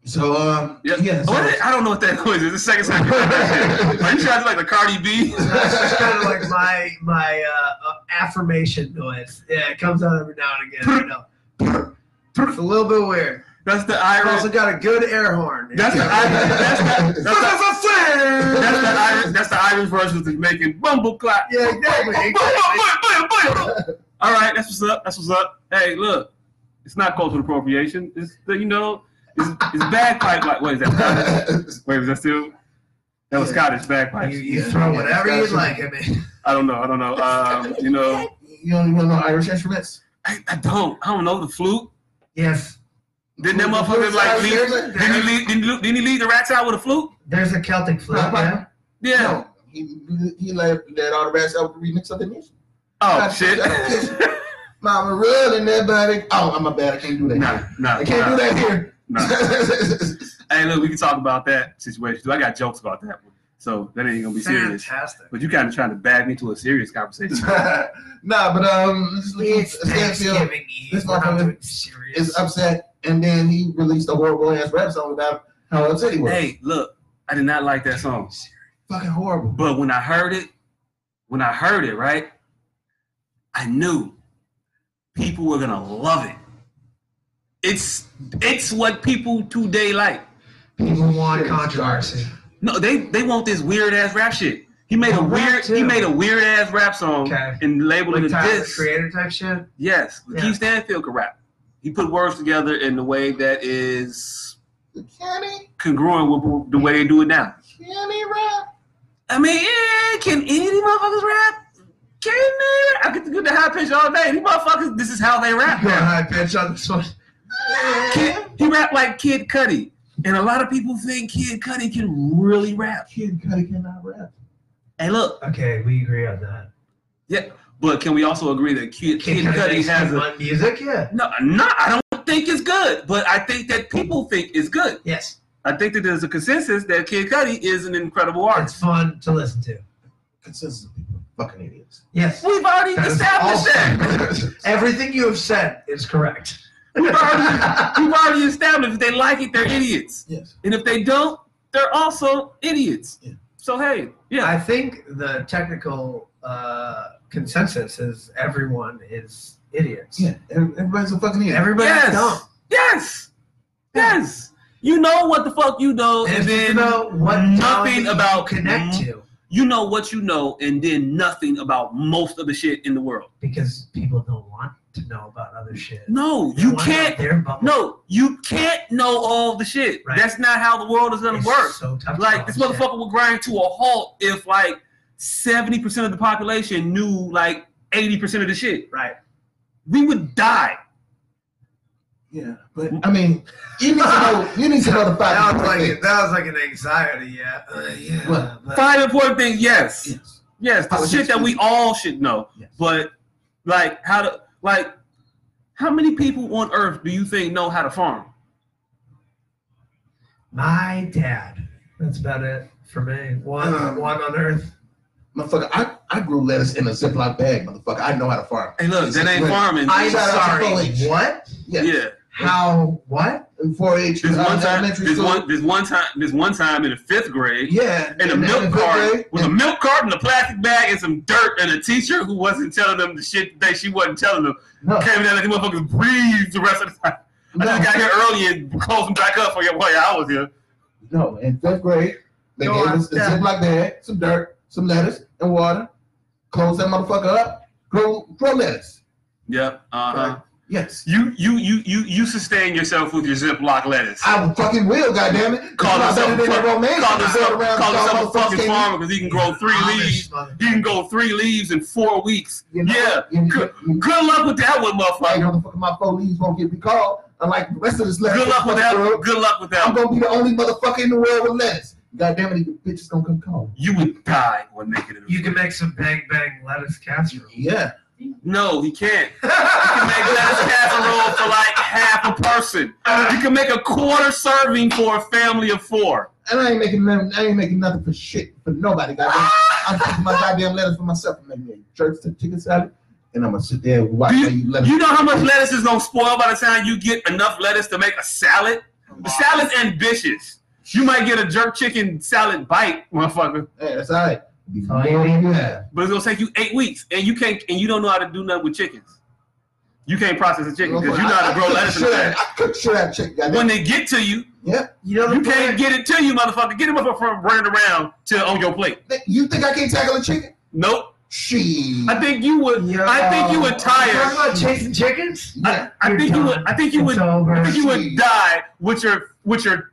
So um
Yep.
yeah. so-
Oh, What is- I don't know what that noise is. The second time. you heard that shit. Are you trying to like the Cardi B?
That's kind of like my my uh, affirmation noise. Yeah, it comes out every now and again. You know. It's a little bit weird.
That's the
I've also
Irish.
got a good air horn.
That's the Irish. That's the, that's the, that's the Irish. That's the Irish version of the Jamaican bumble clot.
yeah, exactly. exactly.
All right, that's what's up. That's what's up. Hey, look, it's not cultural appropriation. It's you know, it's, it's bagpipe. Like, what is that? Scottish? Wait, was that still? That was Scottish
You,
bagpipes.
you
Yeah,
throw
yeah,
whatever you
discussion.
like at me.
I don't know. I don't know. Um, you know,
You don't even know Irish instruments?
I, I don't. I don't know the flute.
Yes,
Didn't that motherfucker like lead? Didn't he lead? Didn't he, lead- didn't he lead the rats out with a flute?
there's a Celtic flute.
Papa.
Yeah.
Yeah.
No. He he let, let all the rats out remix of the nation.
Oh shit.
Mama really that body. Oh, I'm a bad. I can't do that.
nah, nah,
I can't do
nah,
that here.
nah. Hey, look, we can talk about that situation. too. I got jokes about that one, so that ain't gonna be serious.
Fantastic.
But you kind of trying to bag me to a serious conversation.
nah, but um
It's
Stanfield
Thanksgiving Eve.
This
We're not
motherfucker
doing serious.
is upset and then he released a horrible ass rap song about how upset he was.
hey, look, I did not like that song.
Fucking horrible.
But when I heard it, when I heard it, right, I knew people were gonna love it. It's it's what people today like.
People want
Shit is
controversy.
garbage.
No, they they want this weird ass rap shit. He made a
Well, Oh, rap
weird he
too.
made a weird ass rap song
Okay.
and labeled
Like
it
Tyler, the
this.
creator type shit.
Yes,
Yeah.
Keith Stanfield could rap. He put words together in a way that is
Kenny,
congruent with the way they do it now.
Kenny rap.
I mean, yeah, can any motherfuckers rap? kidding me? I get to get the high pitch all day. These motherfuckers, this is how they rap
Go
now.
high pitch on this one.
Kid, he rap like Kid Cudi. And a lot of people think Kid Cudi can really rap.
Kid Cudi cannot rap.
Hey, look.
Okay, we agree on that.
But can we also agree that Kid, Kid, Cudi
makes
has
good
a.
mon- music. Yeah.
No, no, I don't think it's good, but I think that people think it's good.
Yes,
I think that there's a consensus that Kid Cudi is an incredible artist.
it's fun to listen to.
Consensus of people. Fucking idiots.
Yes,
We've already
That is
established that.
awesome.
everything you have said is correct.
We've already, we've already established if they like it, they're idiots.
yes.
And if they don't, they're also idiots.
Yeah.
So hey, yeah.
I think the technical uh, consensus is everyone is idiots.
Yeah. every- Everybody's a fucking idiot.
Everybody's
yes.
dumb.
Yes. Yes. You know what the fuck you know, and,
And
then
you know what
nothing
genre
about-
you connect to
you know what you know, and then nothing about most of the shit in the world.
because people don't want to know about other shit.
No,
They
you
want to know
can't.
Their bubble.
No, you can't know all the shit.
Right.
That's not how the world is gonna
It's
work.
so tough to
Like this
know shit.
motherfucker would grind to a halt if like seventy percent of the population knew like eighty percent of the shit.
Right.
We would die.
Yeah. But I mean, you need to know. You need to know the
That
five.
was like
important
that was like an anxiety. Yeah. Uh, yeah.
What?
but-
Five important things. Yes,
things. Yes.
yes, the
Politics
shit that
is-
we all should know.
Yes.
But like how to like how many people on earth do you think know how to farm?
My dad. That's about it for me. One
Uh-huh.
Um,
one on earth.
Motherfucker, I, I grew lettuce in a Ziploc bag, motherfucker. I know how to farm.
Hey, look, that ain't farming.
I-
I'm
shout out to
sorry.
Foliage.
What?
Yeah.
yeah,
How? What?
In 4-H,
this
uh,
one time,
elementary
this
school.
one, this one time, this one time in the fifth grade,
Yeah.
and a
in
milk
fifth
cart
grade,
with a milk cart and a plastic bag and some dirt and a teacher who wasn't telling them the shit that she wasn't telling them.
No,
Came in there like these motherfuckers breathed the rest of the time. I
no.
just got here early and closed them back up for your boy. I was here.
No, in fifth grade, they
Go
gave
on,
us a
yeah.
Ziploc bag, some dirt, some lettuce, and water. Close that motherfucker up. Grow, grow lettuce.
Yep. Uh huh.
Yes.
You you you you you sustain yourself with your Ziploc lettuce.
I fucking will, goddammit.
Call
It's
yourself a
not better than
fuck-
that romaine.
call yourself,
Go around
call
and
yourself a
motherfuckers
fucking
can't
farmer because he can grow three
Amish
leaves.
mother-
He can grow three leaves in four weeks.
eat. You know,
Yeah.
you- you-
Good- Good luck with that one,
Like,
motherfucker.
motherfucker, my four leaves won't get me called. Unlike the rest of this lettuce.
Good luck with that. Good luck with that.
I'm
one.
gonna be the only motherfucker in the world with lettuce. Goddamn it, you bitches gonna come call.
You would die when making it.
You can make some bang bang lettuce casserole.
Yeah.
No, he can't. You can make lettuce casserole for like half a person. You can make a quarter serving for a family of four.
And I ain't making nothing. I ain't making nothing for shit for nobody. Goddamn. I'm taking my goddamn lettuce for myself and make me a jerk to chicken salad, and I'm gonna sit there and watch
Do
how you lettuce.
You know how much lettuce is gonna spoil by the time you get enough lettuce to make a salad? The salad's ambitious. You might get a jerk chicken salad bite, motherfucker,
Hey, that's all right. Be
all you
more
need.
than you have.
but it's gonna take you eight weeks, and you can't, and you don't know how to do nothing with chickens. You can't process a chicken because you know how to grow
I- I
lettuce.
cook
in a
shit out-
salad.
I cook shit out of chicken. Goddamn.
When they get to you,
yeah.
You know the
you
plan-
can't get it to you, motherfucker. Get it motherfucker from running around to on your plate.
You think I can't tackle a chicken?
Nope.
Shit.
I think you would.
Yo.
I think you would
You talking
tire.
about chasing chickens?
I,
Yeah.
I think you would. I think you would.
It's over.
I think you would die with your with your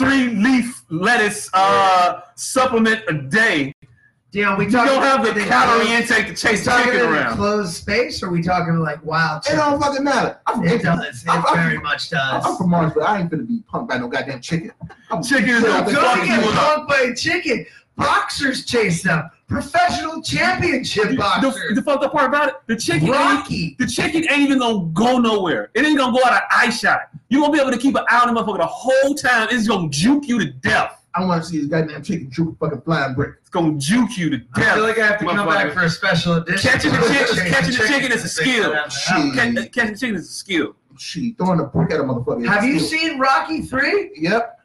three leaf lettuce uh, supplement a day.
Yeah, we
You
talking
don't have the
in a
calorie
closed-
intake to chase
Talking
chicken
in a
around.
closed space, or we talking like wild
It
chicken?
don't fucking matter. I'm,
It does. It
I'm- I'm-
very much does.
I'm from Mars, but I ain't gonna be punked by no goddamn chicken. I'm
Chicken is gonna
Go
fuck
get
you up.
punked by a chicken. Boxers chase them. Professional championship
The,
boxer.
the fucked up part about it, the chicken, ain't,
Rocky.
the chicken ain't even gonna go nowhere. It ain't gonna go out of eye shot. You won't be able to keep an eye on the motherfucker the whole time. It's gonna juke you to death.
I want to see this goddamn chicken shoot a fucking flying brick.
It's gonna juke you to
I
death.
feel like I have to come back
motherfucker.
for a special edition.
Catching the chicken- catching the chicken is a skill.
Shit.
Catch- Catching chicken is a skill.
She throwing a brick at a motherfucker.
Have you
Still.
seen Rocky Three?
Yep.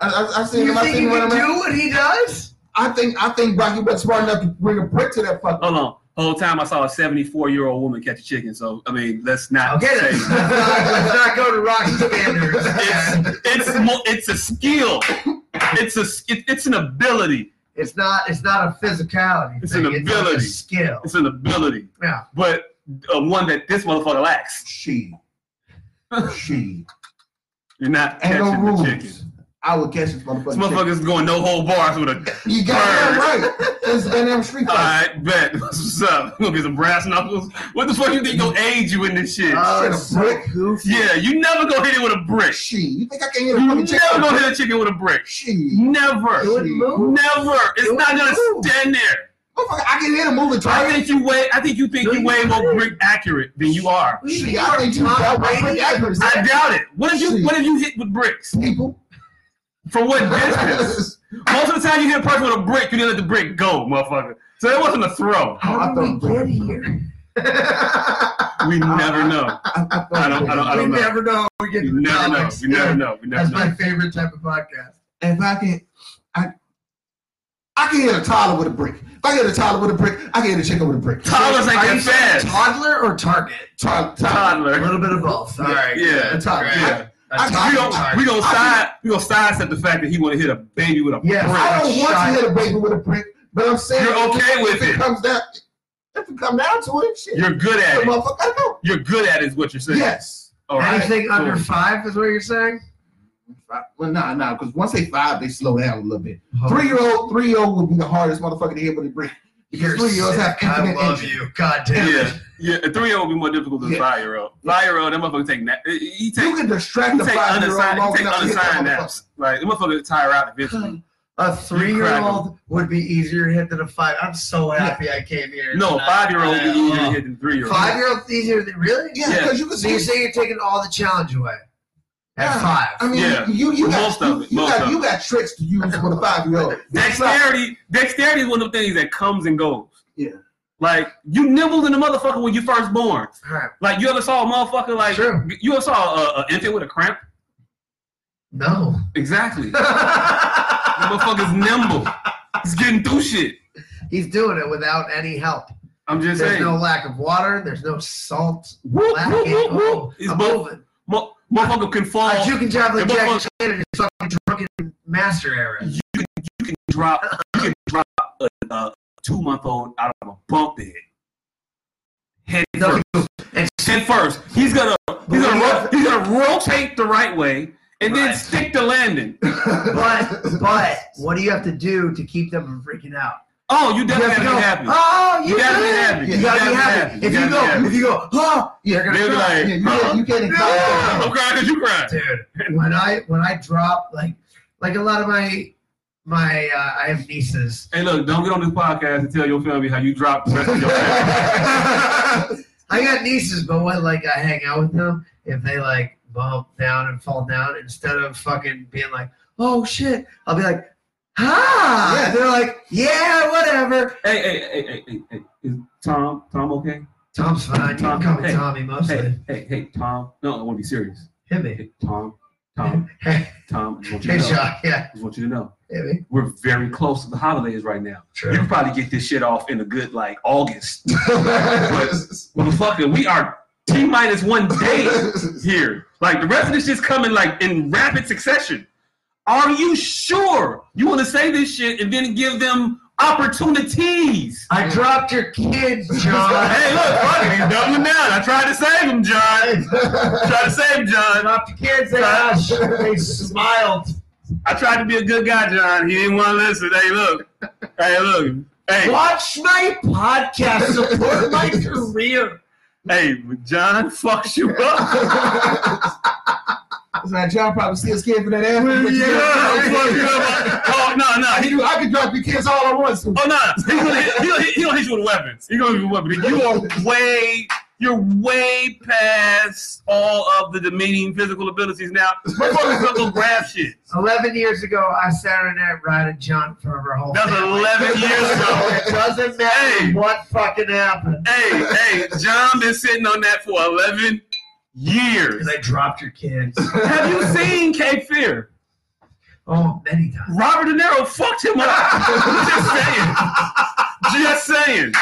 I, I, I
Do
seen
you
him. I
think
seen
you
him.
can
when I'm-
do what he does?
I think I think Rocky was smart enough to bring a brick to that fucker.
Hold on. Whole time I saw a 74 year old woman catch a chicken. So I mean, let's not.
Okay,
say
let's not, let's not go to Rocky standards.
it's it's mo- it's a skill. It's a s- it, it's an ability.
It's not. It's not a physicality.
It's
thing.
an
like
ability.
a skill.
It's an ability.
Yeah.
But uh, one that this motherfucker lacks.
She. She.
You're not
Ain't
catching
no
the
rules.
chicken.
I would catch this motherfucker.
This motherfucker's going no whole bars with a.
You got that right. It's goddamn street
All
fight.
right, bet. What's up? Gonna get some brass knuckles. What the fuck you think gonna age you in this shit?
Uh, brick.
yeah, you never gonna hit it with a brick.
She. You think I can hit a
You
fucking chick?
never gonna hit a chicken with a brick.
She.
Never.
It wouldn't move.
Never. It's
It
not gonna
wouldn't move.
stand there.
Motherfucker, I can hit a moving
I
target.
think you way. I think you think you way more brick accurate than you are.
She. I think you got my brick accuracy.
I doubt it. What if you? What if you hit with bricks?
People.
For what distance? Most of the time, you hit a person with a brick, you didn't let the brick go, motherfucker. So it wasn't a throw.
I
How
thought
did we
brick.
get here?
We never know.
I, I,
I don't. I don't. I don't
we
know.
never know. We get
We
to the
never know.
topics.
We never know. We never
That's
know.
my favorite type of podcast.
If I can, I, I can hit a toddler with a brick. If I can hit a toddler with a brick, I can hit a chicken with a brick.
Toddlers ain't
Are
that
you saying
fast.
toddler or target?
Todd- toddler.
A
Toddler.
little bit of both. All right.
Yeah.
A toddler.
Yeah.
A
I-
We
toddler.
don't. We don't side. We don't sidestep the fact that he want to hit a baby with a brick.
Yes.
I don't want
Shot.
to hit a baby with a brick, but I'm saying
You're okay with
if it
it.
comes down, if it comes down to it, shit.
You're good
the
at it.
motherfucker, I know.
You're good at it is what you're saying.
Yes.
All right.
Anything
cool.
under five is what you're saying?
Well, nah, nah, because once they five, they slow down a little bit. Three year old, three year old would be the hardest motherfucker to hit with a brick. Because
You're
three year olds have
sick. I
infinite
love
energy.
you. God damn it.
Yeah. Yeah. A three year old would be more difficult than a
Yeah.
five year old. Five year old, that motherfucker take nap. He
You
take.
can distract
He
the
take
five year old
undersigned. He
long
take
enough to hit that
undersigned
motherfucker.
naps. Like the motherfucker tire out eventually.
A three-year-old would be easier to hit than a five. I'm so happy I came here.
No,
tonight.
five year old would be easier to
Uh,
hit than three year old.
Five-year-old's easier than really?
Yeah,
Yeah.
because you can
So you're
see.
saying you're taking all the challenge away at
Yeah.
five?
I mean,
Yeah.
you you
Most
got
of
you,
it,
you
most of
got you
it.
got tricks to use with a five year old.
Dexterity, dexterity is one of the things that comes and goes.
Yeah.
Like you nimble than a motherfucker when you first born.
all right.
Like you ever saw a motherfucker like
True.
you ever saw an infant with a cramp?
No.
Exactly. the motherfucker's nimble. He's getting through shit.
He's doing it without any help.
I'm just
There's
saying.
no lack of water. There's no salt.
Whoop,
Lacking.
whoop, whoop, whoop.
Oh,
He's
I'm
both-
moving.
Mo- motherfucker can fall.
A juking javelin
Hey,
jack
motherfucker.
in his fucking drunken master era.
You can you can drop you can drop a, a two month old out of a bump bed. Head
No,
first.
And
Head first. He's gonna he's gonna ro-
But-
he's gonna rotate the right way and then
Right.
stick the landing.
but but what do you have to do to keep them from freaking out?
Oh, you
You have
definitely
to
gotta
go,
be happy.
Oh, you,
You gotta be
did it."
happy.
You gotta be happy. If you
gotta
go,
be happy.
if you go, huh? You're gonna
They'll be
cry.
like,
Yeah, you can't, you can't
Yeah.
I'm crying because you cried.
dude. When I when I drop like like a lot of my my uh, I have nieces
Hey, look, don't get on this podcast and tell your family how you dropped the rest of your family.
I got nieces, but when like I hang out with them, if they like bump down and fall down, instead of fucking being like, "Oh shit," I'll be like, "Ha!"
Yeah.
They're like, "Yeah, whatever."
Hey, hey, hey, hey, hey, hey, is Tom, Tom, okay?
Tom's fine. You can
Tom,
call me
hey,
Tommy mostly.
Hey, hey, hey, Tom. No, I want to be serious.
Hit me.
Hey, Tom, Tom,
Hey,
Tom. I just want you
hey,
to know. I
Jock. Yeah,
just want you to know.
hit me.
We're very close to the holidays right now.
True.
You can probably get this shit off in a good like August, motherfucker. We are t minus one day here. Like the rest of this shit's coming like in rapid succession. Are you sure you want to say this shit and then give them opportunities?
I dropped your kids, John.
Hey, look, fuck it, he's doubling down. I tried to save him, John. I tried to save him, John.
dropped your kids. They,
Gosh.
they smiled.
I tried to be a good guy, John. He didn't want to listen. Hey, look. Hey, look. Hey,
Watch my podcast. Support my career.
hey, John fucks you up.
Now, John probably still scared for that ass.
yeah, I'll fuck you up. Oh, no, no.
I
He,
can, do, I can drop your kids all at once.
oh, no. He's gonna, hit- he, gonna, hit- he gonna hit you with weapons. He's gonna hit you with weapons. You are way, you're way past all of the demeaning physical abilities now. Motherfucker's gonna go grab shit.
11 years ago, I Saturday Night Ride John for her whole
That's
family.
11 years ago.
it doesn't matter
Hey.
what fucking happened.
Hey, hey, John been sitting on that for 11 years.
Because I dropped your kids.
Have you seen Cape Fear?
Oh, many times.
Robert De Niro fucked him up. Just saying. Just saying.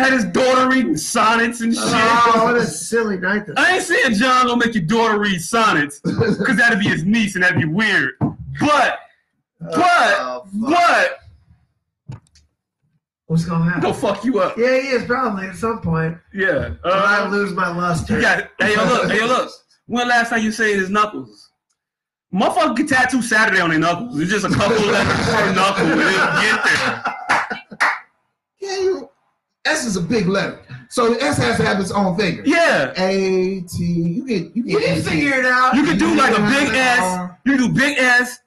Had his daughter reading sonnets and shit.
Oh, what a silly night this
I ain't saying John gonna make your daughter read sonnets, because that'd be his niece and that'd be weird. But, but, but,
Oh, What's going to
I'm gonna
happen?
fuck you up.
Yeah, he is probably at some point.
Yeah.
When I
Uh,
lose my luster.
you got, hey, yo, look, hey, yo, look. When last time you seen his knuckles? Motherfucker can tattoo Saturday on their knuckles. It's just a couple letters per knuckle. and They'll get there.
Yeah, you. S is a big letter, so the S has to have its own finger.
Yeah.
A T. You get you
You
get.
can
AT.
figure it out.
You can do like a big S.
R.
You do big S,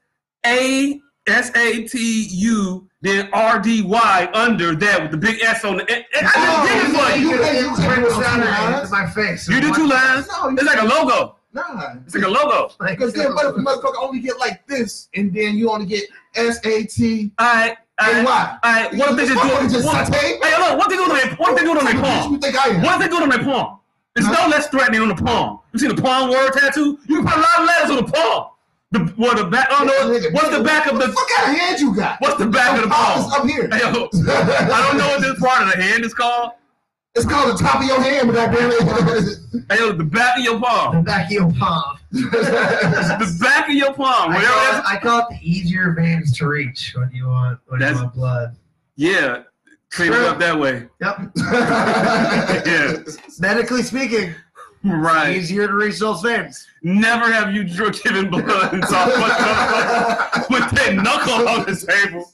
A, S A T U, then R D Y under that with the big S on the. It, it, I just did it for you.
Oh, You
You
can
think
do
you can do two
Saturday
lines?
into my face.
You do two lines.
No, you
It's like a logo.
nah.
It's like a logo.
Like,
Because then, what if the motherfucker only get like this, and then you only get S A T
All right. All
A
right.
Y?
All right. What if they just do
Motherfucker
it?
just
What,
saute?
hey, look. What they do on their? What they do on their palm?
You think I am?
What if they do it on their palm? It's no less threatening on the palm. You see the palm word tattoo? You can put a lot of letters on the palm. The well, the back. I don't know. What's the back of the?
What kind of hand you got?
What's the back of the
Oh, it's
palm?
up here.
Hey, yo, I don't know what this part of the hand is called.
It's called the top of your hand, but I barely.
Hey, yo, the back of your
the
palm.
back of your palm.
The back of your palm.
I
Whatever
call, it,
that's,
I call it the easier veins to reach when you want when you
That's-
want blood.
yeah, clean it up that way.
Yep.
Yeah,
Medically speaking,
right.
easier to reach those veins.
Never have you dr- given blood and saw what with that knuckle on the table.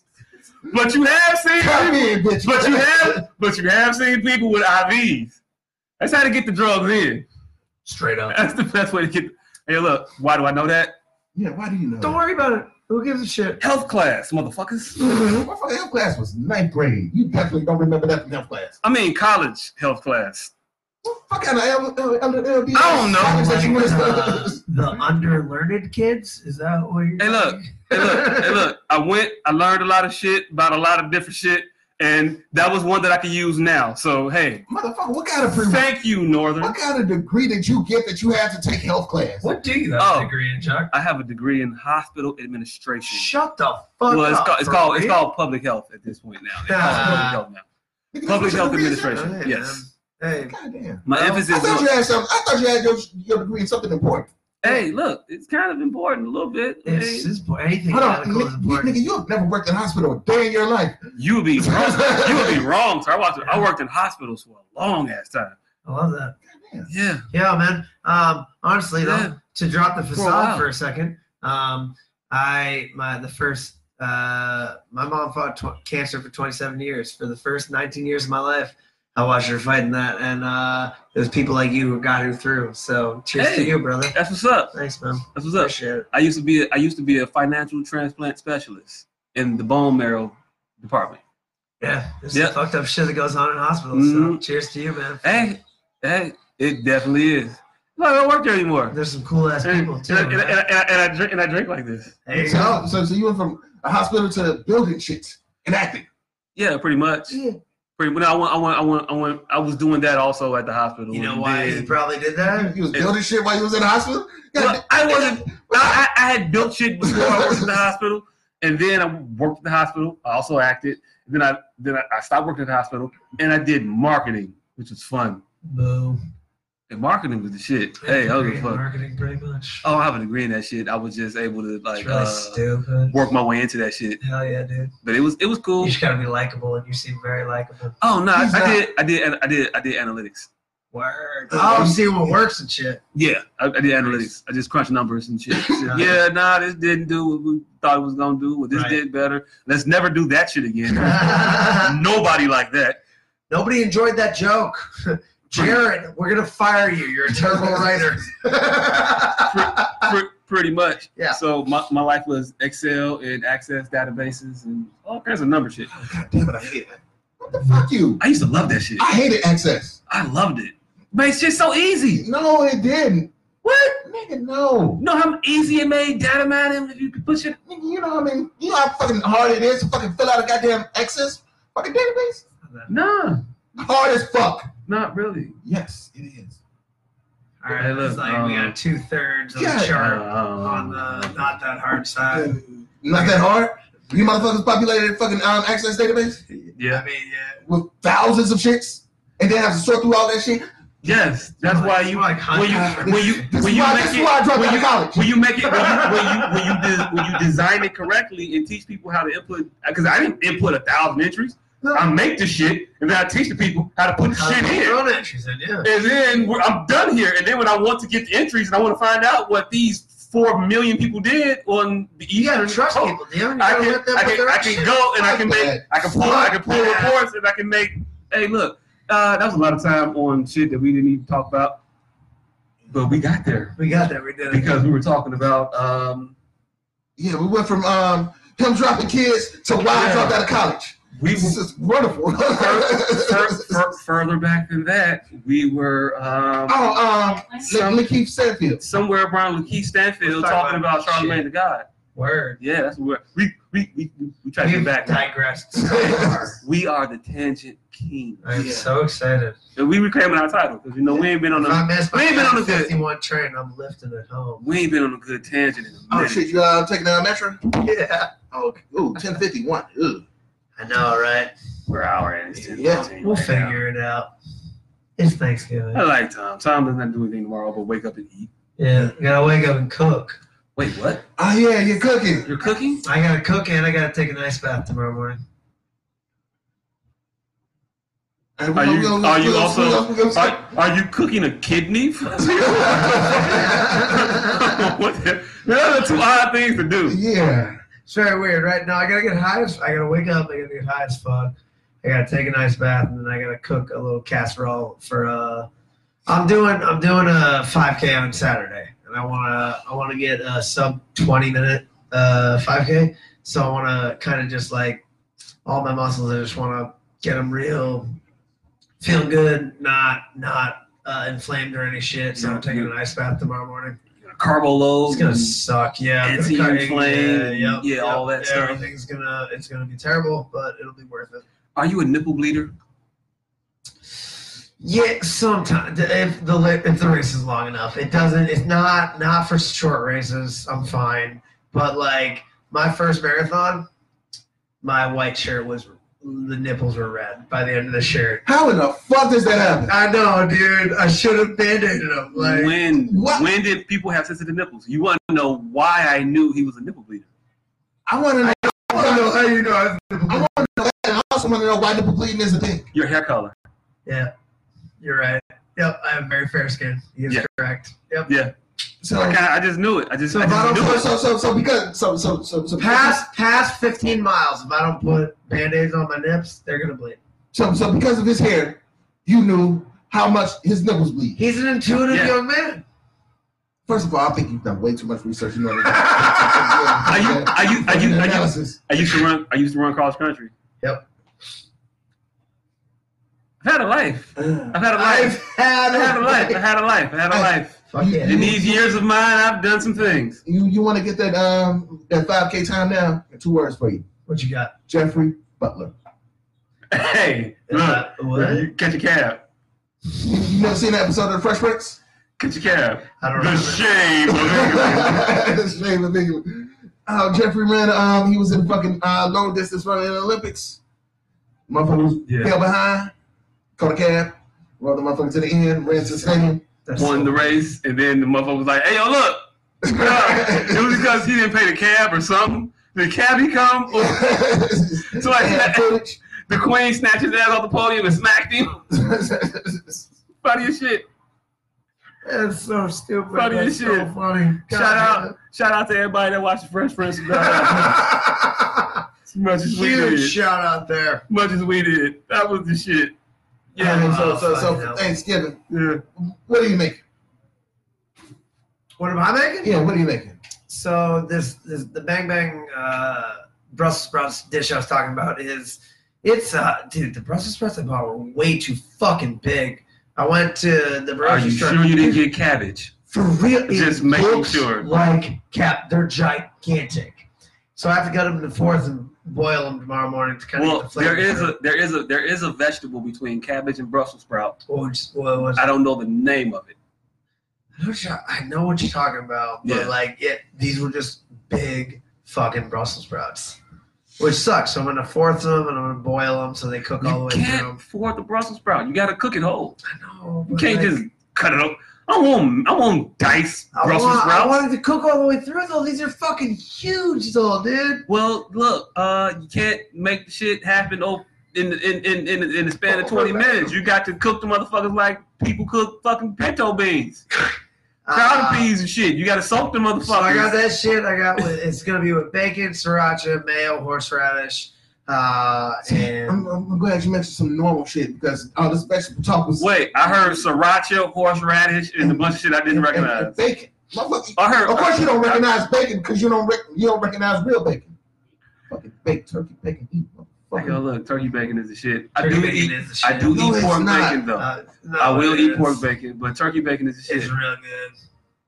But you have seen
Come
people
in, bitch.
But you have, but you have seen people with IVs. That's how to get the drugs in.
Straight up.
That's the best way to get. Hey, look, why do I know that?
Yeah, why do you know?
Don't worry about it. Who gives a shit?
Health class, motherfuckers.
Oh
My fucking health class was ninth grade. You definitely don't remember that from health class.
I mean, college health class.
What the fuck kind of L- L- L- LBS?
I don't know.
college that you went to?
uh, the underlearned kids? Is that what you're
Hey, look, hey, look, hey, look. I went. I learned a lot of shit about a lot of different shit, and that was one that I could use now. So hey,
Motherfucker, what kind of pre-
thank you, Northern.
what kind of degree did you get that you had to take health class?
What do you have
Oh.
a degree in, Chuck?
I have a degree in hospital administration.
Shut the fuck
Well, it's
up.
called, it's
for
called it's
real?
called public health at this point now. It's called public health now.
Nigga, that's
Public
what your
health
degree is?
administration.
Hey,
Yes.
man. Hey.
Goddamn.
My
Well,
emphasis.
I
is
thought
on-
you had some. I thought you had your, your degree in something important.
Hey, look, it's kind of important a little bit.
This
Hey,
is anything
Hold on,
medical
nigga,
is important.
nigga, you have never worked in a hospital a day in your life.
you would be wrong. you would be wrong. sir. I worked, I worked in hospitals for a long ass time.
I love that.
Yeah.
Yeah, man. Um, honestly, though,
Yeah.
to drop the
a while.
facade for a second, um, I my the first uh, my mom fought tw- cancer for 27 years. For the first 19 years of my life, I watched her fighting that, and uh, it was people like you who got her through. So cheers to
Hey.
you, brother.
That's what's up.
Thanks, man.
That's what's up.
Appreciate it.
I used to be a, I used to be a financial transplant specialist in the bone marrow department.
Yeah, there's
Yeah.
some fucked up shit that goes on in hospitals. So
Mhm.
cheers to you, man.
Hey, hey, it definitely is. Look, I don't work there anymore.
There's some cool ass
And,
people
and,
too.
and, and,
man.
and, and I drink and I drink like this.
There you
So,
go.
so, so you went from a hospital to building shit and acting.
Yeah, pretty much.
Yeah.
Pretty. No, I went. I went. I went. I went. I was doing that also at the hospital.
You know
And
why
then-
he probably did that?
You was building shit while you was in the hospital.
Well, I wasn't. I, I I had built shit before I worked in the hospital, and then I worked in the hospital. I also acted. Then I then I, I stopped working in the hospital, and I did marketing, which was fun.
Boom.
And marketing was the shit. Hey, I was a
Great
fuck.
marketing pretty much.
I don't have an degree in that shit. I was just able to like
it's really
uh,
stupid.
work my way into that shit.
Hell yeah, dude.
But it was it was
You
cool.
just gotta be likable, and you seem very likable.
Oh no, I,
He's
I
not-
did I did I did I did analytics.
Word.
Oh,
Oh, see what works and shit.
Yeah, I, I did analytics.
Nice.
I just crunched numbers and shit. yeah, nah, this didn't do what we thought it was gonna do. What this
Right.
did better. Let's never do that shit again.
Uh,
Nobody like that.
Nobody enjoyed that joke. Jared, we're gonna fire you. You're a terrible writer.
uh,
Pre- pretty much.
Yeah.
So my, my life was Excel and access databases and all kinds of number shit.
God damn it! I hate that. What the fuck you?
I used to love that shit.
I hated access.
I loved it. But it's just so easy.
No, it didn't.
What?
Nigga, no.
You know how easy it made data mining if you could push it?
Nigga, you know what I mean? You know how fucking hard it is to fucking fill out a goddamn access fucking database?
Nah,
Hard as fuck.
not really.
Yes, it is.
All right, looks like we got two thirds of
Yeah.
the chart on
Um,
the not that hard side.
Not that hard. You motherfuckers populated a fucking um, access database
I
yeah.
mean, yeah.
with thousands of shits, and then have to sort through all that shit.
Yes, that's why you
like
when you
hundreds.
when you
This
when
is
you
why-
make
this is
it
why I dropped
when
out of
you,
college.
when you make it when you when you when you, de- when you design it correctly and teach people how to input because I didn't input a thousand entries. I make the shit and then I teach the people how to put the shit in.
Corona, she said, yeah.
And then we're, I'm done here. And then when I want to get the entries and I want to find out what these four million people did on the
You gotta
Eastern
trust
Coast.
people, damn. You
I
gotta
can,
let them
I
put
can,
their
I
own
can
shit.
go and I
Fuck
can make,
that.
I can pull, I can pull
that.
reports and I can make. Hey, look, uh, that was a lot of time on shit that we didn't even talk about, but we got there
We got that. We did it.
because we were talking about. Um,
Yeah, we went from um, him dropping kids to why I
Yeah.
dropped out of college.
we were
This is wonderful.
fur, fur, further back than that. We were um,
oh, um,
Some-
Lakeith Stanfield.
somewhere around Lakeith Stanfield
Let's talk
talking
about
about Charlemagne the God.
Word.
Yeah, that's where we we we we, we try to
We've
get back.
digressed so far.
We are the tangent king,
I'm
Yeah.
so excited.
and we reclaiming our title because you know we ain't been on
If I
a
miss my
we ain't been on a good-
51 train. I'm lifting it home.
we ain't been on a good tangent in a
Oh
minute.
shit, you uh, taking down Metro?
Yeah.
Oh, okay. ooh, 1051. Ooh.
I know, right?
We're our ass.
Yeah,
We'll figure it out. It's Thanksgiving.
I like Tom. Tom does not do anything tomorrow but wake up and eat.
Yeah, you gotta wake up and cook.
Wait, what?
Oh yeah, you're cooking.
You're cooking?
I gotta cook and I gotta take an ice bath tomorrow morning.
And we
Are
gonna-
you-
we gonna-
are
we
you
gonna-
also-
we gonna- we gonna-
Are, are you cooking a kidney? what the, those are two odd things to do.
Yeah.
It's very weird, right? No, I gotta get high as I gotta wake up, I gotta get high as fuck. I gotta take an ice bath and then I gotta cook a little casserole for uh I'm doing I'm doing a five K on Saturday and I wanna I wanna get a sub twenty minute uh five K. So I wanna kinda just like all my muscles, I just wanna get them real feel good, not not uh, inflamed or any shit. So I'm taking an ice bath tomorrow morning.
Carbo loads.
It's gonna suck, yeah. I'm gonna cut-
Anti-inflame,
yeah, yep,
yeah,
yep,
all that stuff.
Everything's gonna, it's gonna be terrible, but it'll be worth it.
Are you a nipple bleeder?
Yeah, sometimes if the li- if the race is long enough, it doesn't. It's not not for short races. I'm fine, but like my first marathon, my white shirt was the nipples were red by the end of the shirt.
How in the fuck does that happen?
I know, dude. I should have band-aided them. Like,
when
what?
when did people have sensitive nipples? You want to know why I knew he was a nipple bleeder?
I want to know.
I don't know how you know. I've
I want to know that, and I also want to know why nipple bleeding is a thing.
Your hair color.
Yeah, you're right. Yep, I have very fair skin. He is
Yeah.
correct. Yep.
So,
I kind I just knew it. I just,
So
I
if
if I
just
don't
knew
put,
it.
so, so, so because so so so so
Past past 15 miles, if I don't put band-aids on my nips, they're gonna bleed.
so so because of his hair, you knew how much his nipples bleed.
He's an intuitive
Yeah.
young man.
First of all, I think you've done way too much research. You know. Are
Are you are you are you are you
analysis?
I used to run. I used to run cross country.
Yep.
I've had a life. I've had a life.
had
I've had a life. I've had a life. I've had a life.
Fuck yeah.
In these years of mine, I've done some things.
You you want to get that um that five k time now? Two words for you,
What you got?
Jeffrey Butler.
Hey, look,
Uh, what?
you catch a cab.
You, you never seen that episode of the Fresh Prince?
Catch a cab.
I don't
The
remember.
shame. Of England.
That's shame of England. Oh, Jeffrey man, um, he was in fucking uh, long distance running in the Olympics. Motherfucker was
Yeah.
fell behind, caught a cab, rode the motherfucker to the end, ran to the stadium.
That's
Won the race, and then the motherfucker was like, "Hey, yo, look, it was because he didn't pay the cab or something. The cabbie come, or So I-
Had footage.
the queen snatched his ass off the podium and smacked him. Funny as shit.
That's so stupid.
Funny
That's
as
so
shit.
funny. God
Shout
damn it.
out, shout out to everybody that watched Fresh Prince. of Bel-Air. as much as we did,
Huge
as
shout out there.
much as we did, that was the shit.
Yeah,
Yeah, uh,
so so so
Fucking hell.
for Thanksgiving,
yeah.
what are you making?
What am I making?
Yeah, what are you making?
So this, this the bang bang uh, Brussels sprouts dish I was talking about is it's uh dude the Brussels sprouts I bought were way too fucking big. I went to the
Are
grocery
you
store
sure you didn't get cabbage?
for real. it
Just making
looks
sure.
Like cap, they're gigantic. So I have to cut them into fours and boil them tomorrow morning to kind of
Well,
get the flavor.
there is a there is a there is a vegetable between cabbage and Brussels sprout.
Oh, just- well, it was-
I don't know the name of it.
I know what you're- I know what you're talking about, but
Yeah.
like, it, these were just big fucking Brussels sprouts, which sucks. So I'm gonna force them and I'm gonna boil them so they cook all the
You
way
can't
through.
afford the Brussels sprout. You gotta cook it whole.
I know.
You
but,
can't
like,
just cut it up. I want I want diced
I
Brussels
want- I
sprouts.
wanted to cook all the way through though. These are fucking huge though, dude.
Well, look, uh, you can't make the shit happen o- in the, in, in, in, in the span of 20 minutes. You got to cook the motherfuckers like people cook fucking pinto beans. Crowd
Uh,
peas and shit. You gotta soak the motherfuckers.
So I got that shit. I got with, it's gonna be with bacon, sriracha, mayo, horseradish, uh, and
I'm, I'm glad you mentioned some normal shit because all this vegetable talk was
Wait, I heard sriracha, horseradish, and a bunch of shit I didn't
and- and- and
recognize.
bacon. Motherfucker,
I heard.
Of course you don't recognize bacon because you don't rec- you don't recognize real bacon. Fucking baked turkey bacon. Eat,
Hey,
motherfucker.
yo, look, turkey bacon is the shit. I do
turkey bacon
eat.
is the shit.
I do
No,
eat
it's
pork
not.
bacon though.
Uh, no,
I will
it
eat
is.
pork bacon, but turkey bacon is the
It's
shit.
real good.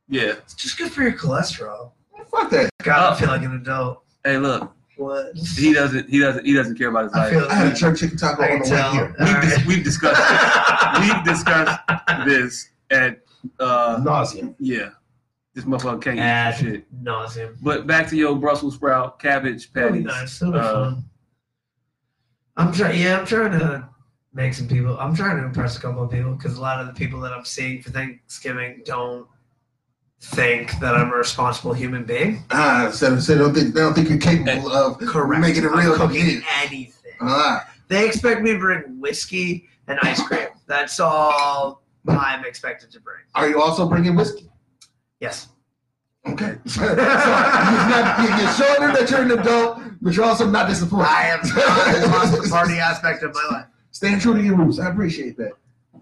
Yeah.
It's just good for your cholesterol.
Fuck that.
God,
Oh.
I feel like an adult.
Hey, look,
What?
he doesn't. He doesn't. He doesn't care about his
I feel
life.
I had a church chicken taco
I
on
can
the way
tell.
here.
We've, dis-
Alright.
we've discussed. we've discussed this at. Uh,
Nauseam.
yeah. This motherfucker can't
Ah,
eat shit.
Nauseam.
But back to your Brussels sprout cabbage
That'll be
patties.
nice. That'll be
Uh,
fun. I'm trying. Yeah, I'm trying to make some people. I'm trying to impress a couple of people because a lot of the people that I'm seeing for Thanksgiving don't think that I'm a responsible human being.
Ah, so, so they don't think they don't think you're capable of
Correct.
making it
I'm
real.
cooking
Get it.
anything.
Uh-huh.
Ah,
They expect me to bring whiskey and ice cream. That's all I'm expected to bring.
are you also bringing whiskey?
Yes.
Okay. so you're, not, you're you're showing her that you're an adult, but you're also not disappointed.
I have not lost the party aspect of my life.
Staying true to your roots. I appreciate that.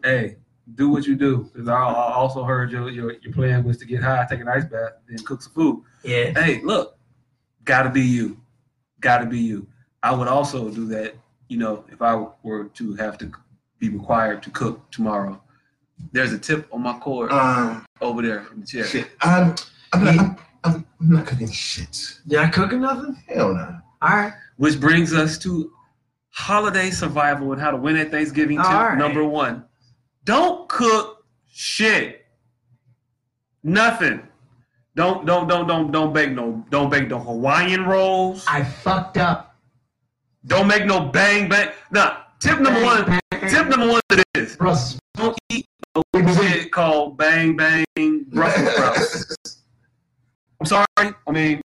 Hey, do what you do. Cause I, I also heard your, your your plan was to get high, take an ice bath, then cook some food.
Yeah.
Hey, look, gotta be you, gotta be you. I would also do that. You know, if I were to have to be required to cook tomorrow, there's a tip on my cord
Um,
over there in the chair.
shit. I'm, I'm, not, I'm, I'm not cooking shit.
You're not cooking nothing?
Hell no.
All right.
Which brings us to holiday survival and how to win at Thanksgiving tip
All right.
number one. Don't cook shit. Nothing. Don't don't don't don't don't bake no don't bake no Hawaiian rolls.
I fucked up.
Don't make no bang bang. Nah. Tip number one. Tip number one is this.
Russ.
Don't eat a shit called bang bang Brussels sprouts. I'm sorry. I mean,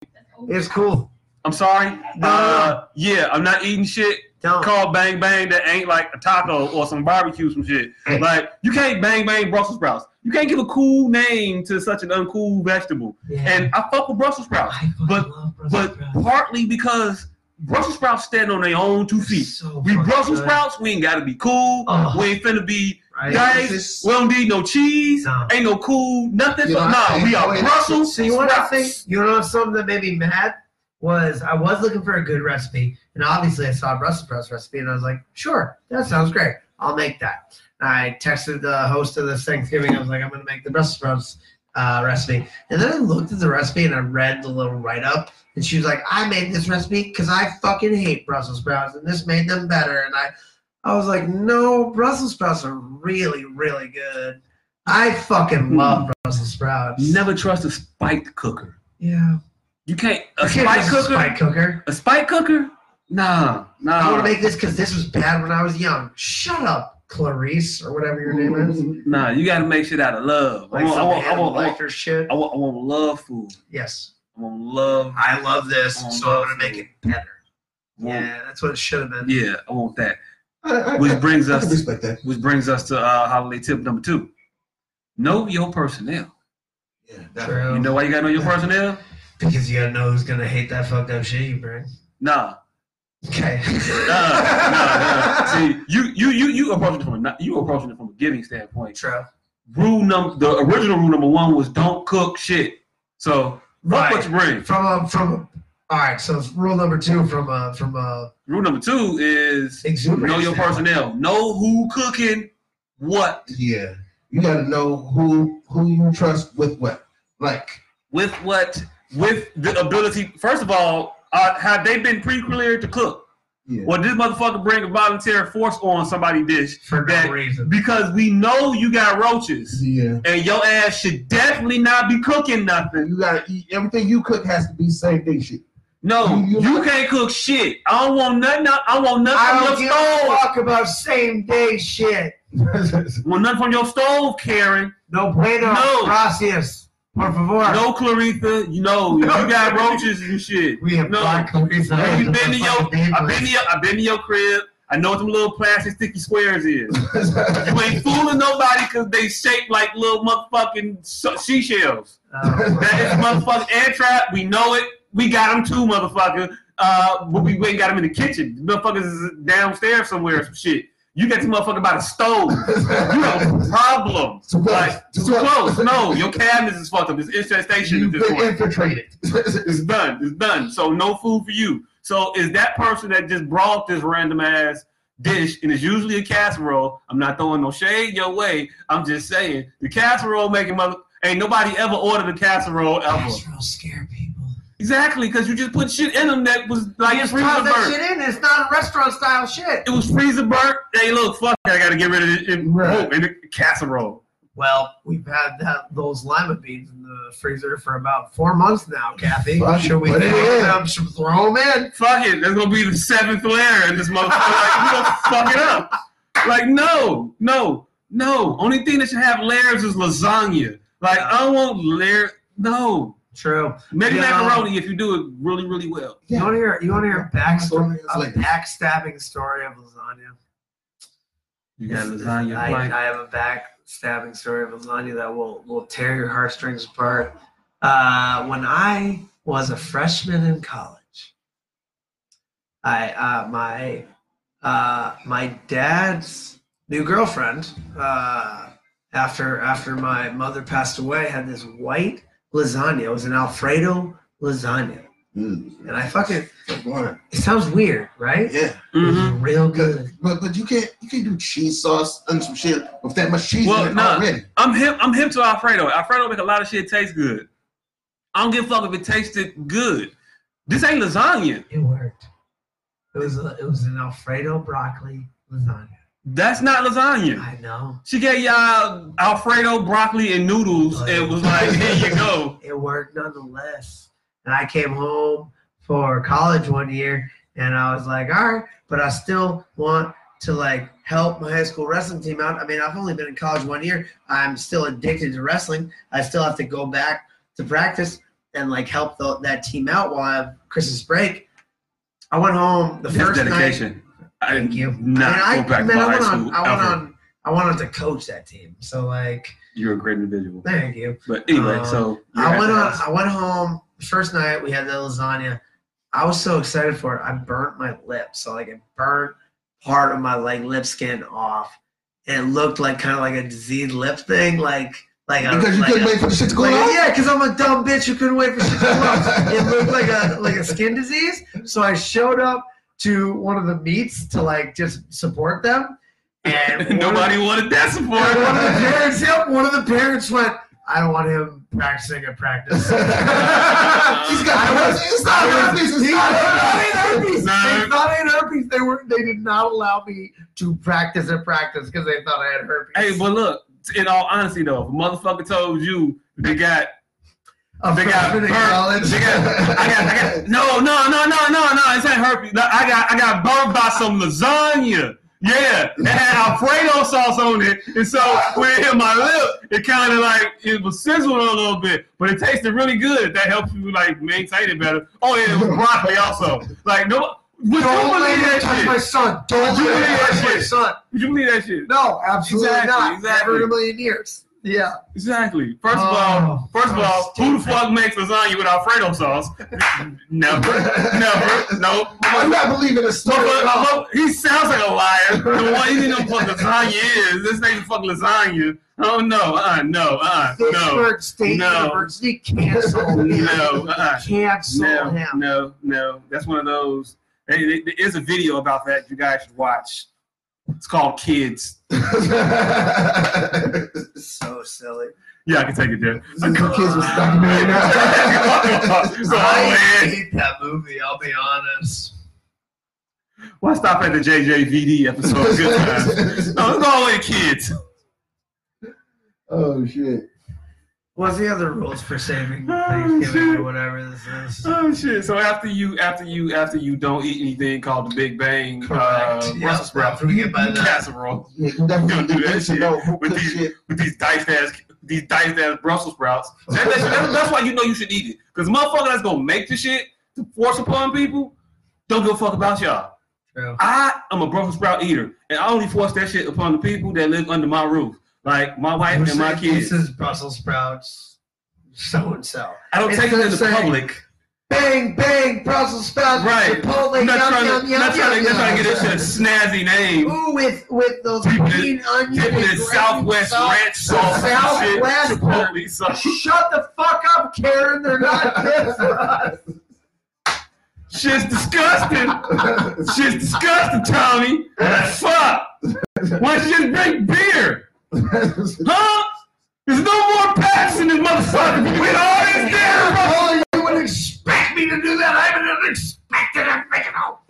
It's cool.
I'm sorry.
Uh-huh.
Uh, yeah, I'm not eating shit
Don't.
called bang bang that ain't like a taco or some barbecue some shit.
Hey.
Like you can't bang bang Brussels sprouts. You can't give a cool name to such an uncool vegetable. And I fuck with Brussels sprouts,
I fucking
but-
love Brussels
but partly because Brussels sprouts stand on their own two feet.
So
We
fucking
Brussels
good.
sprouts, we ain't gotta be cool.
Ugh.
We ain't finna be
Right.
nice. We don't need no cheese.
Nah.
Ain't no cool nothing.
You know,
but
I-
nah, we are
I-
Brussels
So you want to
sprouts.
think? You know something that made me mad was I was looking for a good recipe, and obviously I saw a Brussels sprouts recipe, and I was like, sure, that sounds great. I'll make that. I texted the host of this Thanksgiving. I was like, I'm gonna make the Brussels sprouts uh, recipe, and then I looked at the recipe and I read the little write up, and she was like, I made this recipe because I fucking hate Brussels sprouts, and this made them better, and I. I was like, no, Brussels sprouts are really, really good. I fucking love Brussels sprouts.
Never trust a spike cooker.
Yeah.
You can't
I
a
can't
spike
just
cooker.
Spike cooker.
A spike cooker? Nah, nah.
I want to make this because this was bad when I was young. Shut up, Clarice or whatever your name is.
Nah, you gotta make shit out of love. I
Like
want, I
some
want, I
animal
want, I want,
actor shit.
I want, I want love food.
Yes.
I want love.
I love this,
Oh,
so I'm
no.
gonna make it better.
Want,
Yeah, that's what it should have been.
yeah, I want that.
I, I,
Which
I,
brings
I can
us,
respect that.
which brings us to uh, holiday tip number two. Know your personnel.
Yeah,
True.
You know why you gotta know your personnel?
Because you gotta know who's gonna hate that fucked up shit you bring.
Nah,
Okay.
nah, nah, nah. See, you, you, you, you approaching it from a not- you approaching it from a giving standpoint.
True.
Rule num the original rule number one was don't cook shit. So fuck what
Right.
you bring.
From a from a. All right. So rule number two from a from uh, a
Rule number two is
exuberant.
know your
standpoint.
personnel. Know who cooking what
Yeah. You gotta know who who you trust with what. Like
with what with the ability. First of all, uh, have they been pre-cleared to cook?
yeah.
Or did this motherfucker bring a voluntary force on somebody dish?
for
that-
no reason.
Because we know you got roaches,
Yeah.
and your ass should definitely not be cooking nothing.
You gotta eat everything you cook has to be same day shit.
No,
You- you-
you can't cook shit. I don't want nothing. out- I want
I
nothing
don't
from
give
your
a
stove.
fuck about same day shit.
Want nothing from your stove, Karen.
No bueno.
No.
Gracias. Por favor.
No, Claritha. You know you got roaches and shit.
We have
No.
black police.
I've been to your, I've been to your, I've been to your crib. I know what them little plastic sticky squares is. You ain't fooling nobody because they shaped like little motherfucking so- seashells.
Oh.
That is motherfucking air trap. We know it. We got them too, motherfucker. Uh, but we ain't got them in the kitchen. Motherfuckers is downstairs somewhere or some shit. You got this motherfucker by the stove. You have a problem.
Too close.
Like,
Too
too
close.
close. No, your cabinet is fucked up. It's infestation
you
at this
could
point.
infiltrate
It's
it.
done. It's done. So no food for you. So is that person that just brought this random ass dish and it's usually a casserole? I'm not throwing no shade your way. I'm just saying the casserole making mother ain't nobody ever ordered a casserole ever.
Astral scare people.
Exactly, because you just put shit in them that was like
Just
freezer
pop that
burnt.
shit in. It's not restaurant style shit.
It was freezer burnt. Hey, look, fuck, I gotta get rid of it. And,
Right.
boom, and the casserole.
Well, we've had that, those lima beans in the freezer for about four months now, Kathy.
Fuck,
Should we
put it
throw
in.
them? Should we throw them in?
Fuck it, that's gonna be the seventh layer in this motherfucker. Like, we gonna fuck it up. Like, no, no, no. Only thing that should have layers is lasagna. Like, I don't want layer. No,
True.
maybe
Yeah.
macaroni if you do it really, really well.
You want to hear? You want to hear a backstory?
It's
A
like-
backstabbing story of lasagna.
You got
This is-
lasagna.
I,
like-
I have a backstabbing story of lasagna that will will tear your heartstrings apart. Uh, when I was a freshman in college, I uh, my uh, my dad's new girlfriend uh, after after my mother passed away had this white lasagna. It was an Alfredo lasagna,
Mm,
and I fucking
that's one.
it sounds weird, right?
Yeah.
It was
Mhm.
real
Cause,
good.
but but you can't you can't do cheese sauce and some shit with that much cheese
Well,
in it
nah.
already.
I'm hip. I'm hip to Alfredo. Alfredo make a lot of shit taste good. I don't give a fuck if it tasted good. This ain't lasagna.
It worked. It was a, it was an Alfredo broccoli lasagna.
That's not lasagna.
I know.
She gave y'all Alfredo broccoli and noodles and was like, "Here you go."
It worked nonetheless. And I came home for college one year and I was like, all right, but I still want to like help my high school wrestling team out. I mean, I've only been in college one year. I'm still addicted to wrestling. I still have to go back to practice and like help the, that team out while I have Christmas break. I went home the
That's
first night.
dedication. I
Thank you.
did Not
I mean,
go back
man,
to
I
high
went
school.
on, I went
ever.
on, I went on to coach that team. So like,
You're a great individual.
thank you.
But anyway,
Um,
so
I went on, I went home the first night. We had the lasagna. I was so excited for it. I burnt my lip, so like it burnt part of my like lip skin off, and it looked like kind of like a diseased lip thing, like like a,
Because you
like
couldn't
a-
wait for the shit to go
like,
on.
yeah, because I'm a dumb bitch who couldn't wait for shit to come up. It looked like a like a skin disease. So I showed up to one of the meets to like just support them. And one of-
Nobody wanted that support.
and one of the parents, yep, one of the parents went, I don't want him practicing at practice.
He's got herpes. It's not herpes. It's
He
not
got
herpes.
herpes.
Nah.
They thought I had herpes. They were they did not allow me to practice at practice because they thought I had herpes.
Hey, but look. In all honesty, though, if a motherfucker told you they got
A
They got
freshman in
burnt.
college.
They got- I got, I got, no, no, no, no, no, no. It's not herpes. No, I got, I got burned by some lasagna. Yeah, it had Alfredo sauce on it, and so when it hit my lip, it kind of like it was sizzling a little bit, but it tasted really good. That helps you like maintain it better. Oh yeah, it was broccoli also. Like no, would you believe
Don't let him
that
touch my
shit?
son. Don't
You
let him
believe
touch
that
my
shit?
son.
Would you believe that shit?
No, absolutely
Exactly,
not.
exactly.
Never in a million years. Yeah.
Exactly. First of
Oh,
all, first of
oh,
all, who the
stupid.
fuck makes lasagna with Alfredo sauce? never, never, no.
I'm not believing the
But,
story. at all.
he sounds like a liar. The one he didn't know what lasagna is. This ain't fucking lasagna. Oh no, uh, no, uh, no,
Pittsburgh State
No.
University canceled him.
no, uh,
Cancel
no,
him.
no, no. That's one of those. Hey, there- there is a video about that you guys should watch. It's called Kids.
So silly.
Yeah, I can take it there.
the kids was documentary now.
Go
I
ahead.
hate that movie, I'll be honest.
Why stop at the JJVD episode? Good times. No, let's go away, kids.
oh shit.
What's the other rules for saving
Oh,
Thanksgiving
shit.
or whatever this is?
Oh shit! So after you, after you, after you don't eat anything called the Big Bang uh,
Correct. Yep,
Brussels sprouts,
don't forget about that.
casserole
Yeah, you definitely
do that
you should
shit
know who
with
cooked
these-
shit.
with these diced ass, these diced ass Brussels sprouts. That- that's, that's- that's why you know you should eat it, because motherfucker that's gonna make the shit to force upon people don't give a fuck about y'all.
True.
I am a Brussels sprout eater, and I only force that shit upon the people that live under my roof, like my wife
Who
and my
said
kids.
This is Brussels sprouts, so and so.
I don't
it's
take it in the
insane.
public.
Bang, bang, Brussels sprouts,
Right.
Chipotle,
I'm not
yum,
trying
yum,
to,
yum,
not trying to,
yum,
not trying to
yum.
get this shit a snazzy name.
Ooh, with with those
People that-
green onions.
People
and
in
green
Southwest
sauce.
ranch sauce and shit,
Southwest.
Chipotle sauce.
Shut the fuck up, Karen. They're not good for us.
Shit's disgusting. Shit's disgusting, Tommy. Fuck. Why don't you just drink beer? Huh? There's no more packs in this motherfucker. We done all this damn
How you would expect me to do that? I haven't expected it. Make it out.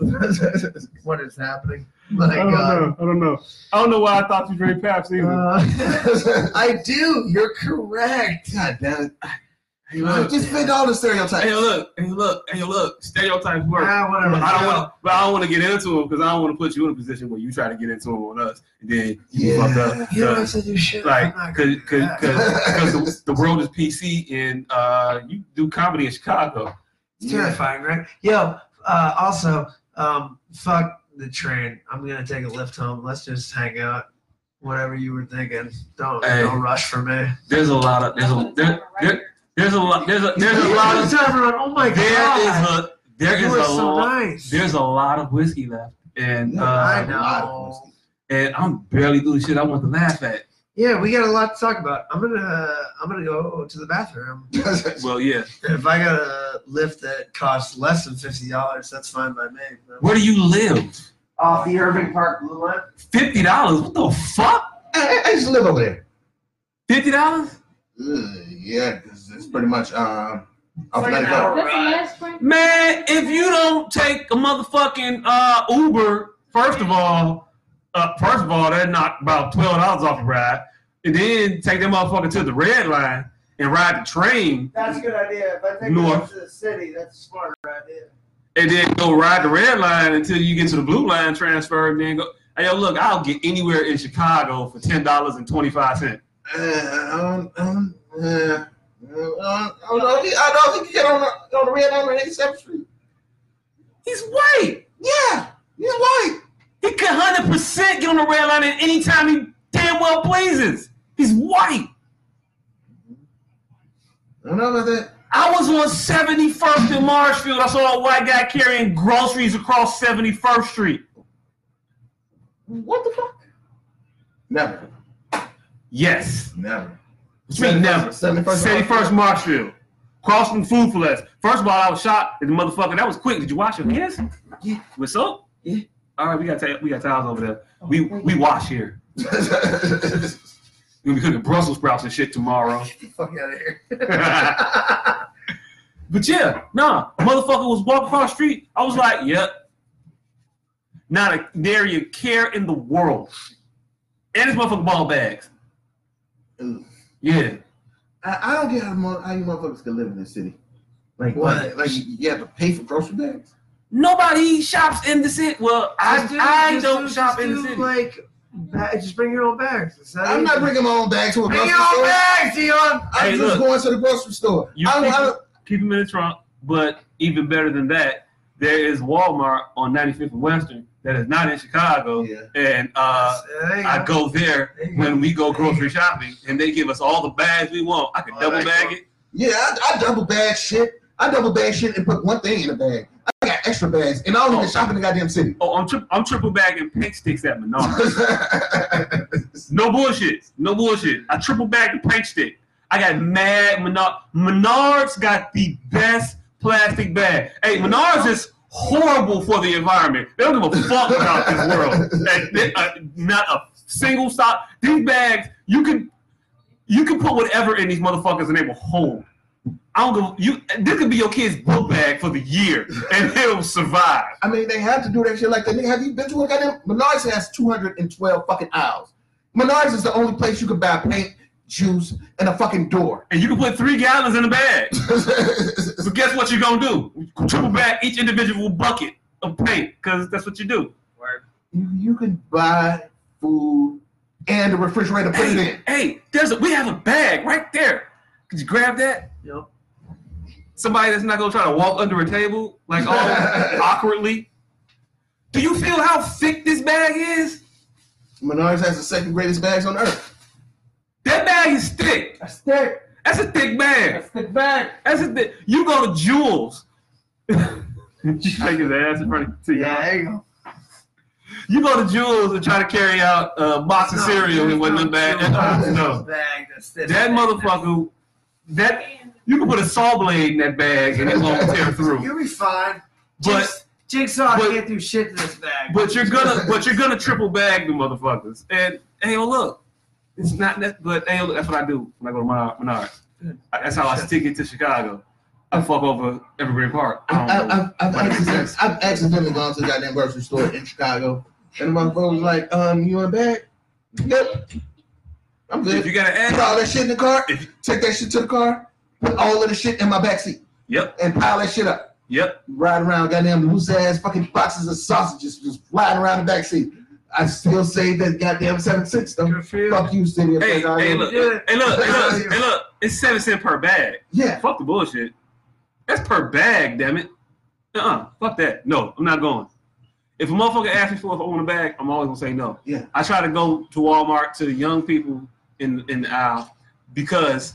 What is happening? My
I don't
God.
know. I don't know. I don't know why I thought you drank Pepsi either.
Uh, I do. You're correct.
God damn it.
hey,
I
look.
Just fit all the
Hey,
stereotypes.
look. Hey, look. Hey, look. Stereotypes work.
Ah, whatever.
But I don't
Joe.
want to. But I don't want to get into them because I don't want to put you in a position where you try to get into them on us and then you
Yeah.
fuck up.
You don't
So,
have to do shit.
like,
I'm not
cause,
gonna do
cause,
that.
cause, 'cause the, the world is PC and uh, you do comedy in Chicago.
It's terrifying, right? Yo, uh, also, um, fuck the train. I'm gonna take a lift home. Let's just hang out. Whatever you were thinking, don't
Hey.
don't rush for me.
There's a lot of there's a there, there, there's a lot there's a there's a lot of
everyone. Oh my
there is
god,
a there
you
is
are
a
so
lot
nice.
there's a lot of whiskey left and
I
uh,
know.
and I'm barely doing shit I want to laugh at.
yeah, we got a lot to talk about. I'm gonna uh, I'm gonna go to the bathroom.
Well, yeah.
If I got a lift that costs less than fifty dollars, that's fine by me.
Where do you live?
Off the Irving Park Blue Line.
Fifty dollars? What the fuck?
I, I used to live over there.
Fifty dollars?
Uh, yeah, 'cause it's pretty much um, off
Like an
Atlantic Road.
hour.
That's the last one.
Man, if you don't take a motherfucking uh, Uber, first of all, uh, first of all, they're knock about twelve dollars off the ride, and then take that motherfucker to the red line and ride the train,
That's a good idea. If I
take it North. up
to the city, that's a smarter idea.
and then go ride the red line until you get to the blue line transfer, and then go. Hey, yo, look, I'll get anywhere in Chicago for ten dollars and twenty five cents.
Uh, I don't, I don't, uh, I don't, I don't know. I don't think you get on the, on the red line on 87th Street.
He's white.
Yeah, he's white.
He could hundred percent get on the red line at any time he damn well pleases. He's white.
I don't know about that.
I was on 71st in Marshfield. I saw a white guy carrying groceries across 71st Street.
What the fuck? Never,
Yes.
never.
Which means never.
71st.
71st Marshfield. Across from Food for Less. First of all, I was shocked at the motherfucker. That was quick. Did you wash your hands? Yeah. What's up? Yeah. All right, we got ta- we got towels over there. We we wash here. We're gonna be cooking Brussels sprouts and shit tomorrow.
fuck out of here.
but yeah, nah, motherfucker was walking across the street. I was like, yep. Not a there you care in the world. And his motherfucking ball bags.
Ooh.
Yeah.
I, I don't get how, mo- how you motherfuckers can live in this city. Like
what?
what? Like you, you have to pay for grocery bags?
Nobody shops in the city. Well, I,
Just do-
I
just
don't
do-
shop
just
in the
do,
city.
Like, ba- just bring your own bags. It's
I'm not
easy.
bringing my own bag to a
Bring
grocery
your own
store.
bags, Dion.
Hey,
I'm just
look.
going to the grocery store.
You
I, don't- I,
people-
don't-
keep them in the trunk. But even better than that, there is Walmart on 95th and Western that is not in Chicago.
Yeah.
And uh,
There you
I go there
There you
when
go.
we go grocery shopping and they give us all the bags we want. I can
Oh,
double
that's
bag
cool.
it.
Yeah, I, I double bag shit. I double bag shit and put one thing in a bag. I got extra bags, and I don't even shop in the goddamn city.
Oh, I'm, tri- I'm triple bagging paint sticks at Menards. no bullshit. No bullshit. I triple bagged the paint stick. I got mad Menards. Menards got the best plastic bag. Hey, Menards is horrible for the environment. They don't give a fuck about this world. Like, they- uh, not a single stop. These bags, you can you can put whatever in these motherfuckers and they will hold. I don't give you. This could be your kid's book bag for the year, and it'll survive.
I mean, they have to do that shit like that. Nigga, have you been to a goddamn Menards has 212 fucking aisles. Menards is the only place you can buy paint, juice, and a fucking door.
and you can put three gallons in a bag. So guess what you're gonna do? Triple bag each individual bucket of paint, cause that's what you do.
you, you can buy food and a refrigerator put it
Hey,
in.
hey, there's a we have a bag right there. Could you grab that?
Yup.
Somebody that's not gonna try to walk under a table like all awkwardly. Do you feel how thick this bag is?
Menards has the second greatest bags on earth.
That bag is thick.
That's thick.
That's a thick bag.
That's thick bag.
That's a thick. You go to Jules. you shake his ass in front of you.
Yeah, there you go.
You go to Jules and try to carry out uh, box of
No,
cereal
there's
in one of
no
them bags.
Jules
That-
Box
No,
bag that's this
that
big.
motherfucker. That you can put a saw blade in that bag and it won't tear through.
You'll be fine.
But
Jigs- Jigsaw
but-
can't do shit to this bag.
But you're gonna, but you're gonna triple bag the motherfuckers. And hey, oh look, it's not that. But hey, oh, look, that's what I do when I go to my Menards. I- That's how I stick it to Chicago. I fuck over Evergreen Park.
I,
I don't know.
I, I've,
Like,
accidentally,
that's-
I've accidentally gone to the goddamn grocery store in Chicago, and my phone was like, "Um, you want a bag? Yep. I'm good.
If you got an
Put all
ad,
that shit in the car. Take that shit to the car. Put all of the shit in my back seat.
Yep.
And pile that shit up.
yep,
Ride around, goddamn loose ass fucking boxes of sausages just flying around the back seat. I still save that goddamn seven six though.
Good for you.
Fuck you, city. of
Hey,
Chicago.
hey, look,
Yeah.
hey, look, hey, look, hey, look. It's seven cent per bag.
Yeah.
Fuck the bullshit. That's per bag, damn it. Uh, uh fuck that. No, I'm not going. If a motherfucker asks me for if I want a bag, I'm always gonna say no.
Yeah.
I try to go to Walmart to the young people in in the aisle because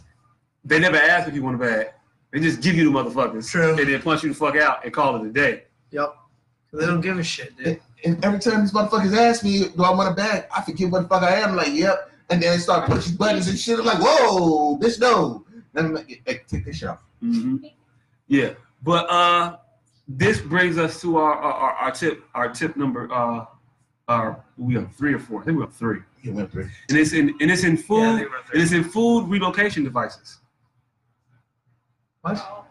they never ask if you want a bag. They just give you the motherfuckers
True.
and then punch you the fuck out and call it a day.
Yep. They don't give a shit, dude.
And every time these motherfuckers ask me, do I want a bag? I forget what the fuck I am. Like, yep. And then they start pushing buttons and shit. I'm like, whoa, bitch, no. And I'm like, hey, take this shit off.
Mhm. Yeah, but uh, this brings us to our our, our, our tip our tip number uh, our we have three or four. I think we have three,
You went through.
and it's in and it's in food
Yeah,
and
they were
it's in food relocation devices.
What?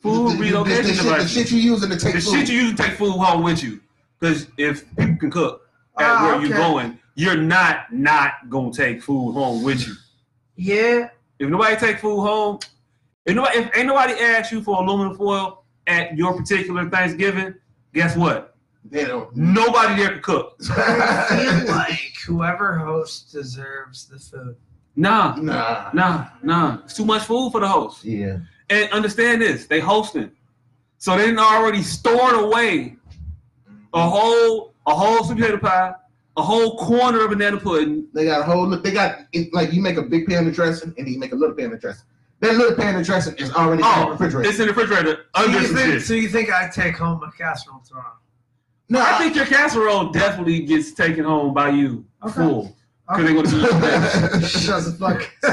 Food relocation
the, shit, the
devices.
shit you using to take
The
food.
shit you usually take food home with you, because if people can cook at
Ah,
where you're
okay.
going, you're not not gonna take food home with you.
Yeah.
If nobody take food home, if, nobody, if ain't nobody asked you for aluminum foil at your particular Thanksgiving, guess what?
they don't.
Nobody there could cook.
I feel like whoever hosts deserves the food.
Nah,
nah.
nah, nah. It's too much food for the host.
Yeah.
And understand this, they hosting. So they didn't already stored away a whole a whole sweet potato pie, a whole corner of banana pudding.
They got a whole. Look, they got it, like you make a big pan of dressing and then you make a little pan of dressing. That little pan of dressing is already in the
Oh,
refrigerator.
it's in the refrigerator.
So
Under
you,
some
think,
shit.
so you think I take home a casserole tomorrow?
No,
I think your casserole definitely gets taken home by you
Okay.
full. Because
Okay.
they're gonna eat that.
Oh. Shut the fuck.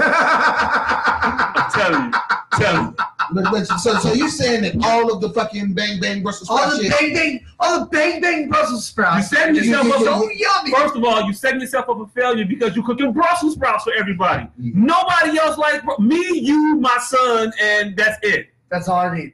I'm telling you. Tell you.
But- but- so, so you saying that all of the fucking bang bang Brussels
all
sprout
the
shit?
bang bang, all the bang bang Brussels
You
sprouts.
setting yourself up
so oh, yummy.
First of all, you're setting yourself up for failure because you're cooking Brussels sprouts for everybody.
Yeah.
Nobody else like Bru- me, you, my son, and that's it.
That's all I need.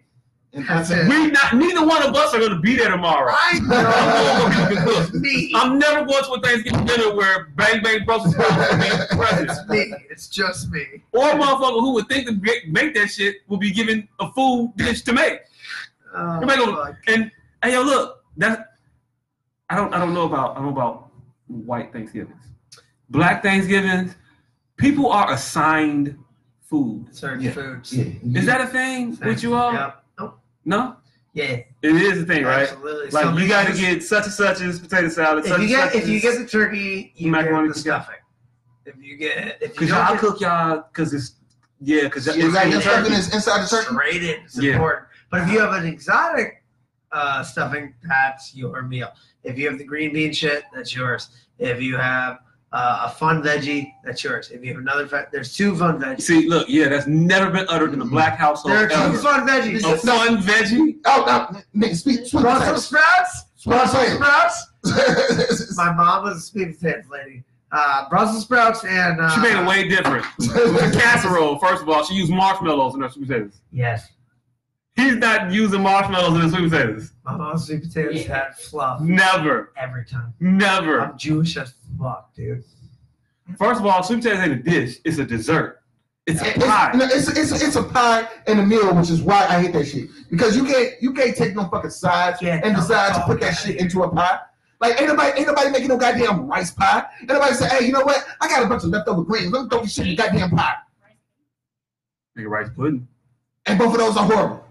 And
That's it.
We not neither one of us are gonna be there tomorrow.
I
I'm going
know.
to cook.
it's me.
I'm never going to a Thanksgiving dinner where bang bang Brussels sprouts are being present.
It's me. It's just me.
Or a motherfucker who would think to make- make that shit will be given a food dish to make.
Oh,
Everybody gonna-
fuck.
And hey, yo, look, that I don't I don't know about I don't know about white Thanksgivings, black Thanksgivings. People are assigned food.
Certain
Yeah.
foods.
Yeah.
Is that a thing with you um, all?
Yep. Nope.
No,
Yeah.
it is a thing, right?
Absolutely.
Like
Some
you got to
people-
get such and such as potato salad.
If
such
you
and
get
such
if you get the turkey, you
Macaroni
get the
and
stuffing. If you get if you
because y'all
don't
I
get
cook y'all because it's yeah because
You got your
it's
stuffing is inside the turkey.
straight in, it's
Yeah.
important. But if you have an exotic uh, stuffing, that's your meal. If you have the green bean shit, that's yours. If you have uh, a fun veggie, that's yours. If you have another, ve- there's two fun veggies.
See, look, yeah, that's never been uttered in a black household
There are two
ever.
fun veggies.
A fun veggie.
Oh, no, nigga, speak. Speak
Brussels sprouts. Brussels
Brussels
sprouts.
potatoes.
My mom was a sweet potatoes lady. Uh, Brussels sprouts and uh,
She made it way different. It was a casserole, first of all. She used marshmallows in her sweet potatoes.
Yes,
He's not using marshmallows in his sweet potatoes.
my mom's sweet potatoes
Yeah.
had fluff
Never,
every time.
never.
I'm Jewish as fuck, dude.
First of all, sweet potatoes ain't a dish. It's a dessert. It's a
It's,
pie.
no, it's, it's, it's a pie and a meal, which is why I hate that shit. Because you can't you can't take no fucking sides
Yeah,
and
no,
decide to
fuck
put that
Oh,
that.
shit into a pie. Like ain't nobody ain't nobody making no goddamn rice pie. Ain't nobody say, hey, you know what? I got a bunch of leftover greens. Let me throw this shit in the goddamn pie.
Nigga, rice pudding.
And both of those are horrible.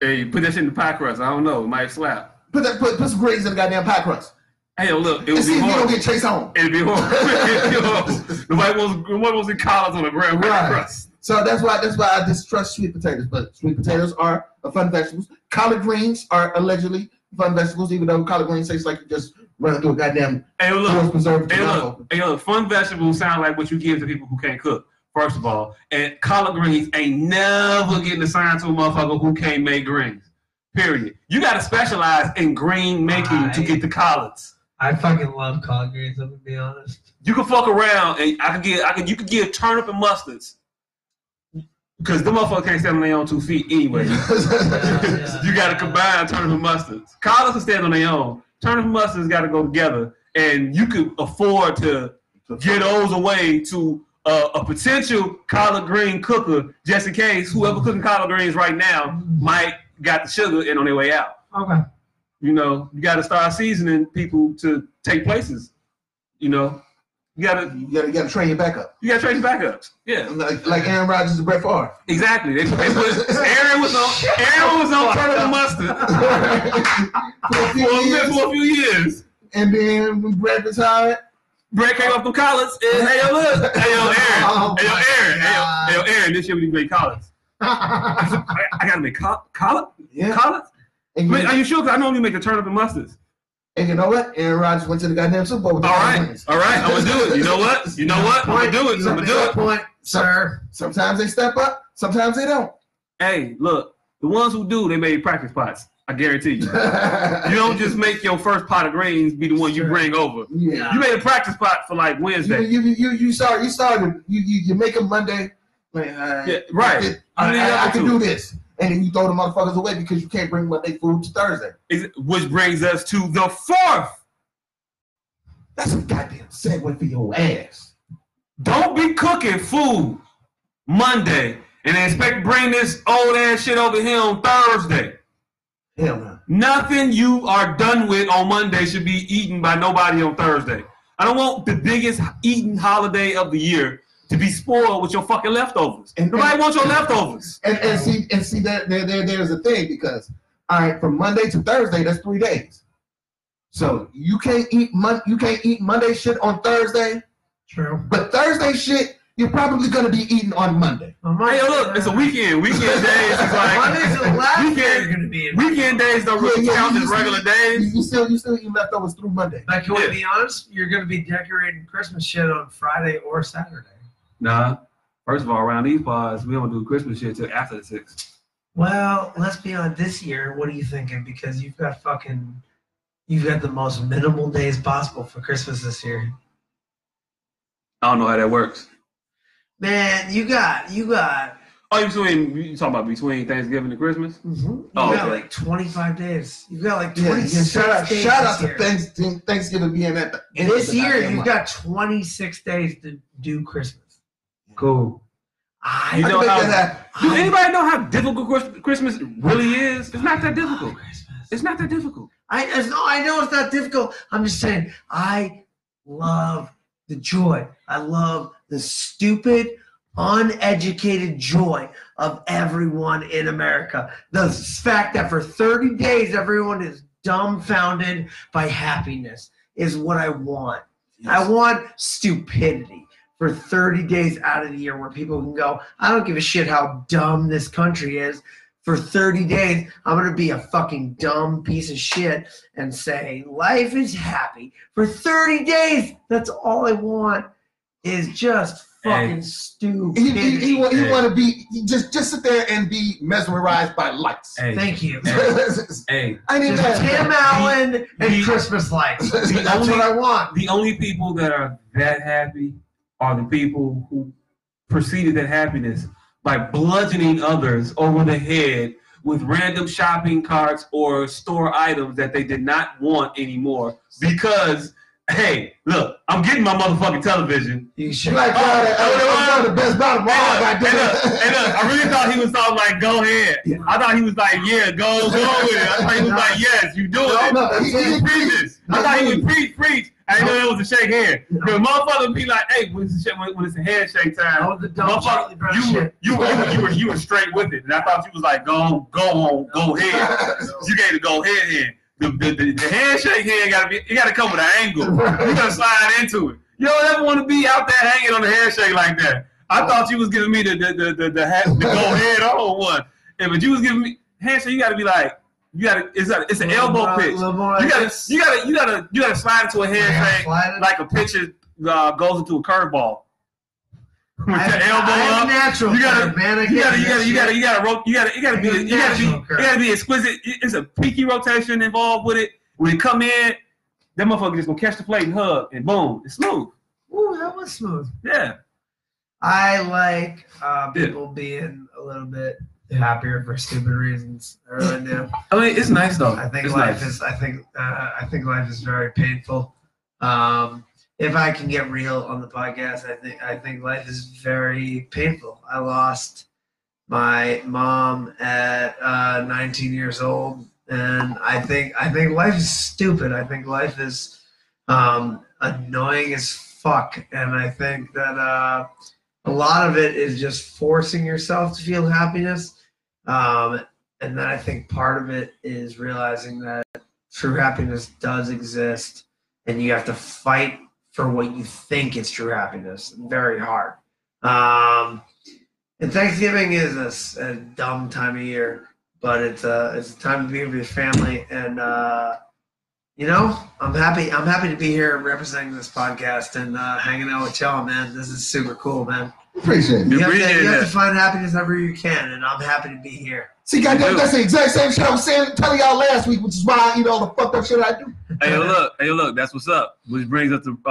Hey, you put that shit in the pie crust. I don't know. It might slap.
Put that put, put some grades in the goddamn pie crust.
Hey, look, it
And
would
see
be
if you don't
hard.
get Chase home.
It'd be hard. It'd be hard. Nobody wants nobody wants to collars on a grand
Right.
crust.
So that's why that's why I distrust sweet potatoes. But sweet potatoes are a fun vegetables. Collard greens are allegedly fun vegetables, even though collard greens taste like you just run through a goddamn
Hey, look.
forest preserve.
Hey, look. Hey, look. Fun vegetables sound like what you give to people who can't cook. First of all, and collard greens ain't never getting assigned to a motherfucker who can't make greens. Period. You got to specialize in green making to
Right.
get the collards.
I fucking love collard greens. I'm gonna be honest.
You can fuck around and I can get I can you can give turnip and mustards. Cause the motherfucker can't stand on their own two feet anyway.
Yeah.
you gotta combine turnip and mustards. Collards can stand on their own. Turnip and mustards gotta go together. And you could afford to get those away to uh, a potential collard green cooker just in case whoever cooking collard greens right now might got the sugar and on their way out
Okay.
you know, you got to start seasoning people to take places. You know, you got to
You gotta, you gotta train your backup.
you got to train your backups. Yeah,
Like, like Aaron Rodgers and Brett Favre.
exactly. They, they put, Aaron was on Aaron was on turtle and mustard
For a few
for a, bit-
years,
for a few years.
and then when Brett retired,
Brett came off from college and hey yo look, hey yo Aaron, hey yo Aaron, hey yo, hey, yo, Aaron. This year we make college.
yeah.
I, I gotta make col- college, college.
And you,
Wait, are you sure? 'Cause I normally make a turnip and mustards.
and you know what? Aaron Rodgers went to the goddamn Super Bowl. With
All
the
right,
Cowboys.
all right. I'm gonna do it. You know what? You know what? I'm gonna do it. I'm gonna do it.
Point, sir.
Sometimes they step up. Sometimes they don't.
Hey, look, the ones who do, they made practice pots. I guarantee you. You don't just make your first pot of greens be the one you
Sure.
bring over.
yeah.
You made a practice pot for like
You
Wednesday.
you you you start you started you you, you make them Monday. Like, all right,
Yeah, right.
I,
I
I,
need
I,
another
can
two.
do this, and then you throw the motherfuckers away because you can't bring Monday food to Thursday.
Is- Which brings us to the fourth.
That's a goddamn segue for your ass.
Don't be cooking food Monday and expect to bring this old ass shit over here on Thursday.
Hell no.
Nothing you are done with on Monday should be eaten by nobody on Thursday. I don't want the biggest eating holiday of the year to be spoiled with your fucking leftovers.
And-
Nobody
and-
wants your leftovers.
And and see and see that there, there there's a thing because all right from Monday to Thursday that's three days. So you can't eat mon- you can't eat Monday shit on Thursday,
True.
but Thursday shit you're probably gonna be eating on Monday.
I might-
Hey, yo, look, it's a weekend. Weekend days is like
Monday's the last day
Weekend-
you're gonna be in.
weekend days don't really
Yeah, yeah,
count
you
as
just-
regular
You,
days.
you still you still eat leftovers through Monday.
Like, can we be honest? You're gonna be decorating Christmas shit on Friday or Saturday.
Nah. First of all, around these pods, we don't do Christmas shit till after the six.
Well, let's be honest. This year, what are you thinking? Because you've got fucking, you've got the most minimal days possible for Christmas this year.
I don't know how that works.
Man, you got, you got,
Oh, you between you talking about between Thanksgiving and Christmas?
Mm-hmm. you
Oh,
got
okay.
like 25 days. You got like
Yeah,
26
yeah, shout out,
days
shout out
this year.
to Thanksgiving, Thanksgiving being at the end of
This
the
year,
goddamn
you've
month.
got 26 days to do Christmas.
Cool.
I
You
I
know
can make
how-
that happen.
Do anybody know how difficult Christ- Christmas really is? It's not that difficult.
Christmas.
It's not that difficult.
I as no, I know it's not difficult. I'm just saying I love the joy. I love the stupid, uneducated joy of everyone in America. The fact that for 30 days everyone is dumbfounded by happiness is what I want. I want stupidity for 30 days out of the year where people can go, I don't give a shit how dumb this country is. For 30 days, I'm going to be a fucking dumb piece of shit and say, life is happy. For 30 days, that's all I want is just fucking
He, he, he,
stupidity.
wa- he
Yeah.
want to be he just just sit there and be mesmerized by lights.
Thank you.
hey.
I need
Just Tim
that.
Allen
he-
and Christmas lights. That's
only-
what I want.
the only people that are that happy are the people who preceded that happiness by bludgeoning others over the head with random shopping carts or store items that they did not want anymore because hey look i'm getting my motfucking television
You should.
Black
Oh, uh,
Friday, I was one of the best buy of all
Hey, look, oh, hey, look, hey,
goddamn.
look, i really thought he was all like go ahead
Yeah.
i thought he was like yeah go go with it i thought he was like yes you doing it
No, no, he- he-
you preach this. I thought he would preach, preach. I didn't know it was a shake hand. The motherfucker be like, hey, when it's, a, sh- when, when it's a handshake time,
Oh, the dumb Charlie Brown
motherfucker, you were,
shit.
you, were, you, were, you, were, you were straight with it. And I thought you was like, go, go on, go ahead. You gave the go ahead hand. the, the, the, the handshake hand gotta be you gotta come with an angle. You gotta slide into it. You don't ever want to be out there hanging on the handshake like that. I thought you was giving me the the the the, the, ha- the go head on one, and but you was giving me handshake. You gotta be like you gotta it's a it's an elbow pitch. You gotta you gotta you gotta you gotta slide into a handshake like a pitcher uh, goes into a curveball. With your elbow up,
Natural.
You gotta-
curve, man. I
you gotta, you
can't
gotta,
do
you
that
gotta, you gotta, ro- you gotta, you gotta be, you gotta be,
International
you gotta be exquisite. It- It's a peaky rotation involved with it. When it come in, that motherfucker just gonna catch the plate and hug, and boom, it's smooth.
shit. Ooh, that was smooth.
Yeah,
I like uh,
Yeah.
people being a little bit happier for stupid reasons. I really do.
I mean, it's nice though.
I think
it's
life
nice.
is. I think. Uh, I think life is very painful. Um, if I can get real on the podcast, I think. I think life is very painful. I lost my mom at uh, 19 years old, and I think. I think life is stupid. I think life is um, annoying as fuck, and I think that. Uh, a lot of it is just forcing yourself to feel happiness. Um, and then I think part of it is realizing that true happiness does exist and you have to fight for what you think is true happiness very hard. Um, and Thanksgiving is a, s- a dumb time of year, but it's a, it's a time to be with your family. And, uh, you know, I'm happy. I'm happy to be here representing this podcast and uh, hanging out with y'all, man. This is super cool, man.
Appreciate it.
You have, to,
Appreciate
you have
that.
to find happiness everywhere you can, and I'm happy to be here.
See, goddamn, that's the exact same shit I was saying, telling y'all last week, which is why I eat all the fucked up shit I do.
Hey, look, hey, look, that's what's up. Which brings us to uh, uh,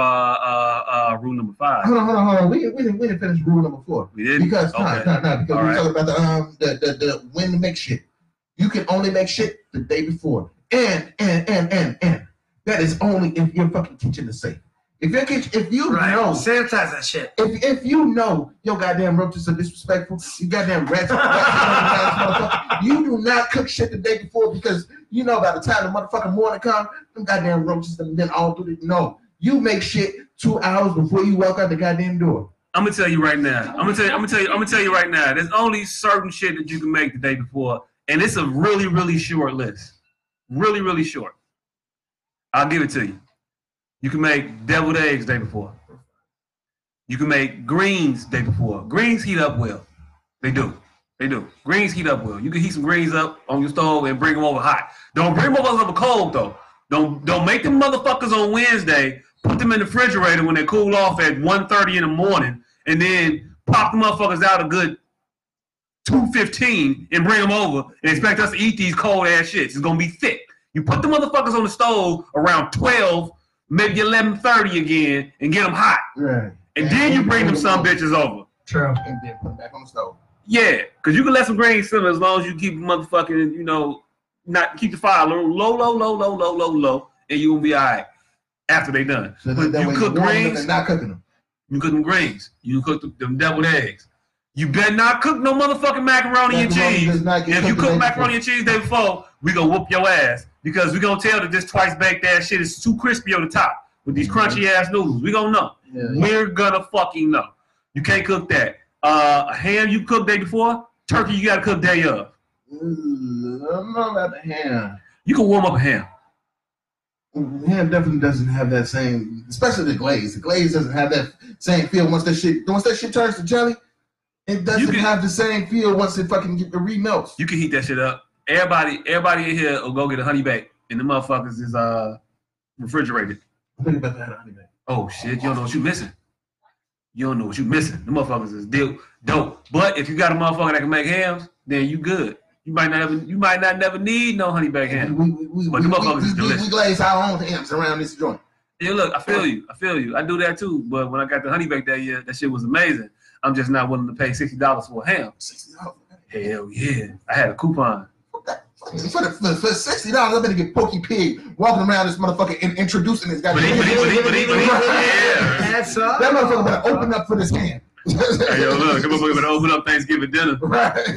uh, rule number five.
Hold on, hold on, hold on. We didn't, we didn't, we didn't finish rule number four.
We did
Because no,
Okay.
no, no, because we
All
were
right.
talking about the um the, the the when to make shit. You can only make shit the day before. And and and and and that is only if your fucking kitchen is safe. If your kitchen if you
Right.
know
Sanitize that shit.
if if you know your goddamn roaches are disrespectful, you goddamn rats, motherfucker, you do not cook shit the day before because you know by the time the motherfucking morning comes, them goddamn roaches have been all through the no. You make shit two hours before you walk out the goddamn door.
I'm gonna tell you right now. I'm gonna tell you. I'm gonna tell you. I'm gonna tell you right now. There's only certain shit that you can make the day before, and it's a really, really short list. Really, really short. I'll give it to you. You can make deviled eggs day before. You can make greens day before. Greens heat up well. They do. They do. Greens heat up well. You can heat some greens up on your stove and bring them over hot. Don't bring them over cold though. Don't don't make them motherfuckers on Wednesday. Put them in the refrigerator when they cool off at 1.30 in the morning, and then pop the motherfuckers out a good two fifteen and bring them over and expect us to eat these cold ass shits. It's gonna be thick. You put the motherfuckers on the stove around twelve, maybe eleven thirty again, and get them hot,
Right.
and then you bring them some bitches over.
True.
And then put them back on the stove.
Yeah, cause you can let some grains simmer as long as you keep motherfucking, you know, not keep the fire low, low, low, low, low, low, low, low, and you will be all right after they done.
So
But
that, that
you
way
cook
you're warming them
greens,
and not cooking them.
You cook them greens. You cook them, them deviled eggs. You better not cook no motherfucking macaroni, and
Macaroni
cheese.
does not get
If you
cooked the
cook
day
macaroni and cheese day before, we gonna whoop your ass because we gonna tell that this twice baked ass shit is too crispy on the top with
Mm-hmm.
these crunchy ass noodles. We gonna know.
before. Yeah.
We're gonna fucking know. You can't cook that. Uh, ham you cook day before. Turkey you gotta cook day of.
Ooh, I don't know about the ham.
You can warm up a ham.
Ham Mm-hmm. definitely doesn't have that same, especially the glaze. The glaze doesn't have that same feel once that shit. Once that shit turns to jelly, it doesn't
can-
have the same feel once it fucking get, it remelts.
You can heat that shit up. Everybody, everybody in here will go get a honey bake, and the motherfuckers is uh refrigerated.
I'm thinking about that honey bun.
Oh shit, you don't know what you missing. You don't know what you missing. The motherfuckers is deal dope. But if you got a motherfucker that can make hams, then you good. You might not ever, you might not never need no honey bag ham.
We, we, we,
But
we,
the motherfuckers
we-
is
we-
delicious.
we glaze our own hams around this joint.
Yeah, look, I feel you. I feel you. I do that too. But when I got the honey bag that year, that shit was amazing. I'm just not willing to pay sixty dollars for a ham.
$60.
Hell yeah. I had a coupon.
For, the, for, for sixty dollars, I better get Porky Pig walking around this motherfucker and introducing this guy.
But he, but he, but he, but he, but he, yeah.
That's all.
That motherfucker better open up for this hand.
Hey, yo, look, that motherfucker better open up Thanksgiving dinner.
Right.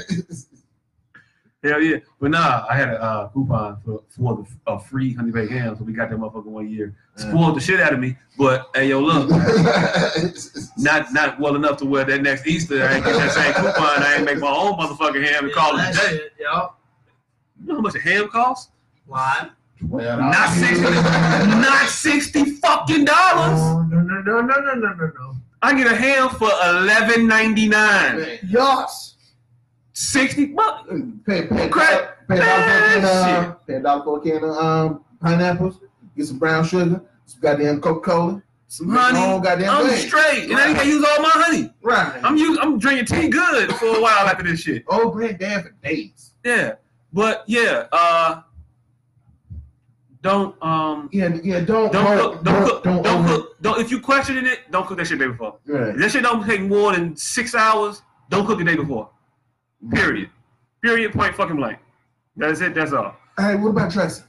Hell yeah. But nah, I had a uh, coupon for, for the a free honey baked ham, so we got that motherfucker one year. Spoiled the shit out of me, but hey yo, look, not not well enough to where that next Easter I ain't get that same coupon. I ain't make my own motherfucking ham and call it a
That
day.
shit, Yup.
You know how much a ham costs?
Lot.
Well,
Not sixty, not sixty fucking dollars.
Oh, No, no, no, no, no, no, no, no, no.
I get a ham for eleven ninety nine.
Man,
Yes.
Sixty bucks.
Pay, pay,
Crap.
pay a dollar for a can
Man,
of, pay a dollar for a can of um, pineapples. Get some brown sugar, some goddamn Coca Cola, some
Honey,
goddamn
I'm
thing.
straight, and I ain't gonna use all my honey.
Right.
I'm u- I'm drinking tea good for a while after this shit.
old granddad for days.
Yeah, but yeah, uh, don't um,
Yeah, yeah. Don't
don't
over-
cook, don't cook, don't,
over-
cook, don't. If you questioning it, don't cook that shit day before.
Right.
If that shit don't take more than six hours, don't cook the day before. Period. Period. Point fucking blank. That's it. That's all.
Hey, what about dressing?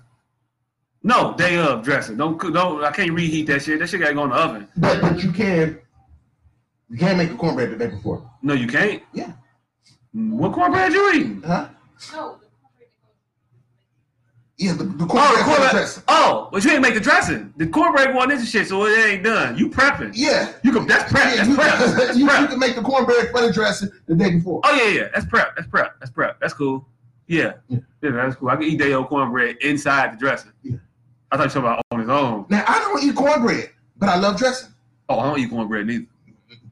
No day of dressing. Don't cook. Don't. I can't reheat that shit. That shit gotta go in the oven.
But but you can you can make a cornbread the day before.
No, you can't.
Yeah.
What cornbread you eating?
Huh?
No.
Yeah, the, the
Oh,
cornbread
the
for the
cornbread.
dressing.
Oh, but you ain't make the dressing. The cornbread one is shit, so it ain't done. You prepping.
Yeah.
You can. That's prep.
Yeah,
That's
you,
prep.
you,
That's
you
prep.
can make the cornbread for the dressing the day before.
Oh yeah, yeah. That's prep. That's prep. That's prep. That's cool. Yeah.
Yeah.
Yeah, that's cool. I can eat day old cornbread inside the dressing.
Yeah.
I thought you were talking about on his own.
Now I don't eat cornbread, but I love dressing.
Oh, I don't eat cornbread neither.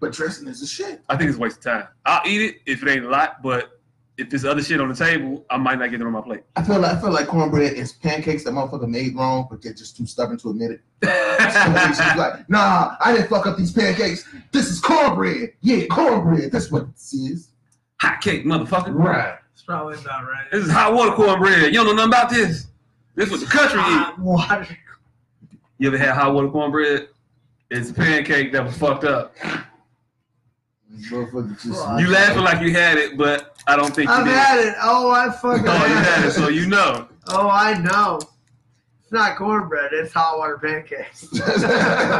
But dressing is a shit.
I think it's a waste of time. I'll eat it if it ain't a lot, but if there's other shit on the table, I might not get it on my plate.
I feel like I feel like cornbread is pancakes that motherfucker made wrong, but they're just too stubborn to admit it. So it's just like, nah, I didn't fuck up these pancakes. This is cornbread. Yeah, cornbread. That's what this is.
hot cake, motherfucker.
It's probably about right.
This is hot water cornbread. You don't know nothing about this. This was the country eat.
Hot water.
You ever had hot water cornbread? It's a pancake that was fucked up.
Motherfucker just-
You laughing like you had it, but I don't think you
I've
did.
had it. Oh, I
Oh,
fucking.
you had it, so you know.
Oh, I know. It's not cornbread. It's hot water pancakes.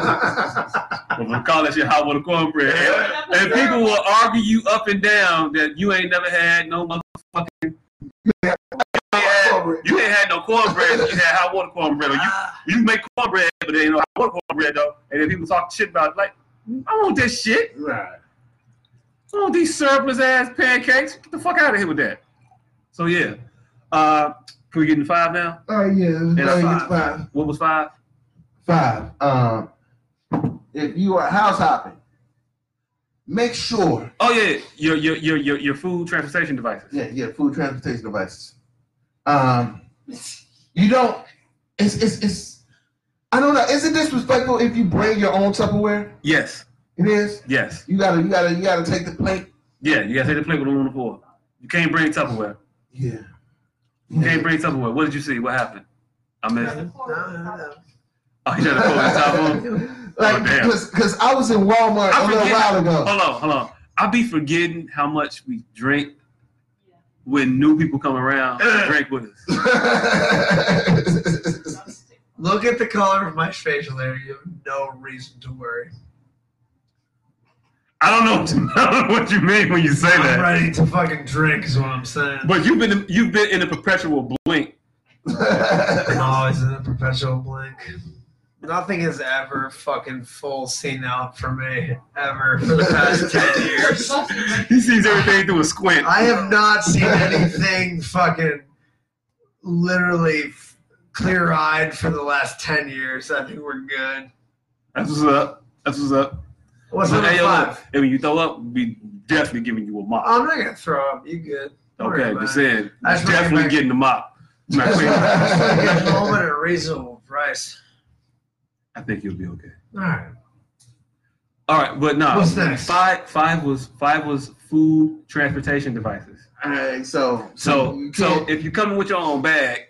Well, we call that shit hot water cornbread. And people will argue you up and down that you ain't never had no motherfucking. You ain't had, you ain't had no cornbread, but you had hot water cornbread. Or you
Ah,
you make cornbread, but they ain't no hot water cornbread though. And then people talk shit about it, like, I want this shit.
Right.
I want these surplus ass pancakes. Get the fuck out of here with that. So yeah, uh, can we get in five now?
Oh yeah.
a
Oh,
five.
it's five.
What was five?
Five. Um, if you are house hopping, make sure.
Oh yeah, your your your your, your food transportation devices.
Yeah, yeah. Food transportation devices. Um, you don't. It's it's it's. I don't know. Is it disrespectful if you bring your own Tupperware?
Yes,
It is.
yes,
You gotta you gotta you gotta take the plate.
yeah. You gotta take the plate with them on the floor. You can't bring Tupperware.
Yeah.
You can't bring Tupperware. What did you see? What happened? I missed it. Oh, you trying to pull the top on?
like,
Oh, damn.
cause, cause I was in Walmart
I
a little
forget-
while ago.
Hold on, hold on. I be forgetting how much we drink when new people come around and drink with us.
Look at the color of my facial hair. You have no reason to worry.
I don't know, what- I don't know what you mean when you say
I'm
that.
ready to fucking drink, is what I'm saying.
But you've been you've been in a perpetual blink.
I'm
Oh.
always in a perpetual blank. Nothing is ever fucking full seen out for me, ever, for the past 10 years.
He sees everything through a squint.
I have not seen anything fucking literally clear eyed for the last 10 years. I think we're good.
That's what's up. That's what's up.
What's
But,
number
hey, yo,
five?
And when you throw up, we definitely giving you a mop.
I'm not gonna throw up. You good. Don't worry
Okay,
about
just
it.
saying.
I just wanna get
Definitely
back-
getting the mop. I'm not cleaning.
Get a moment at a reasonable price.
I think you'll be okay.
All right.
All right, but no.
What's next?
Five five was five was food transportation devices.
Alright, so
So
you
so
can't-
if you're coming with your own bag,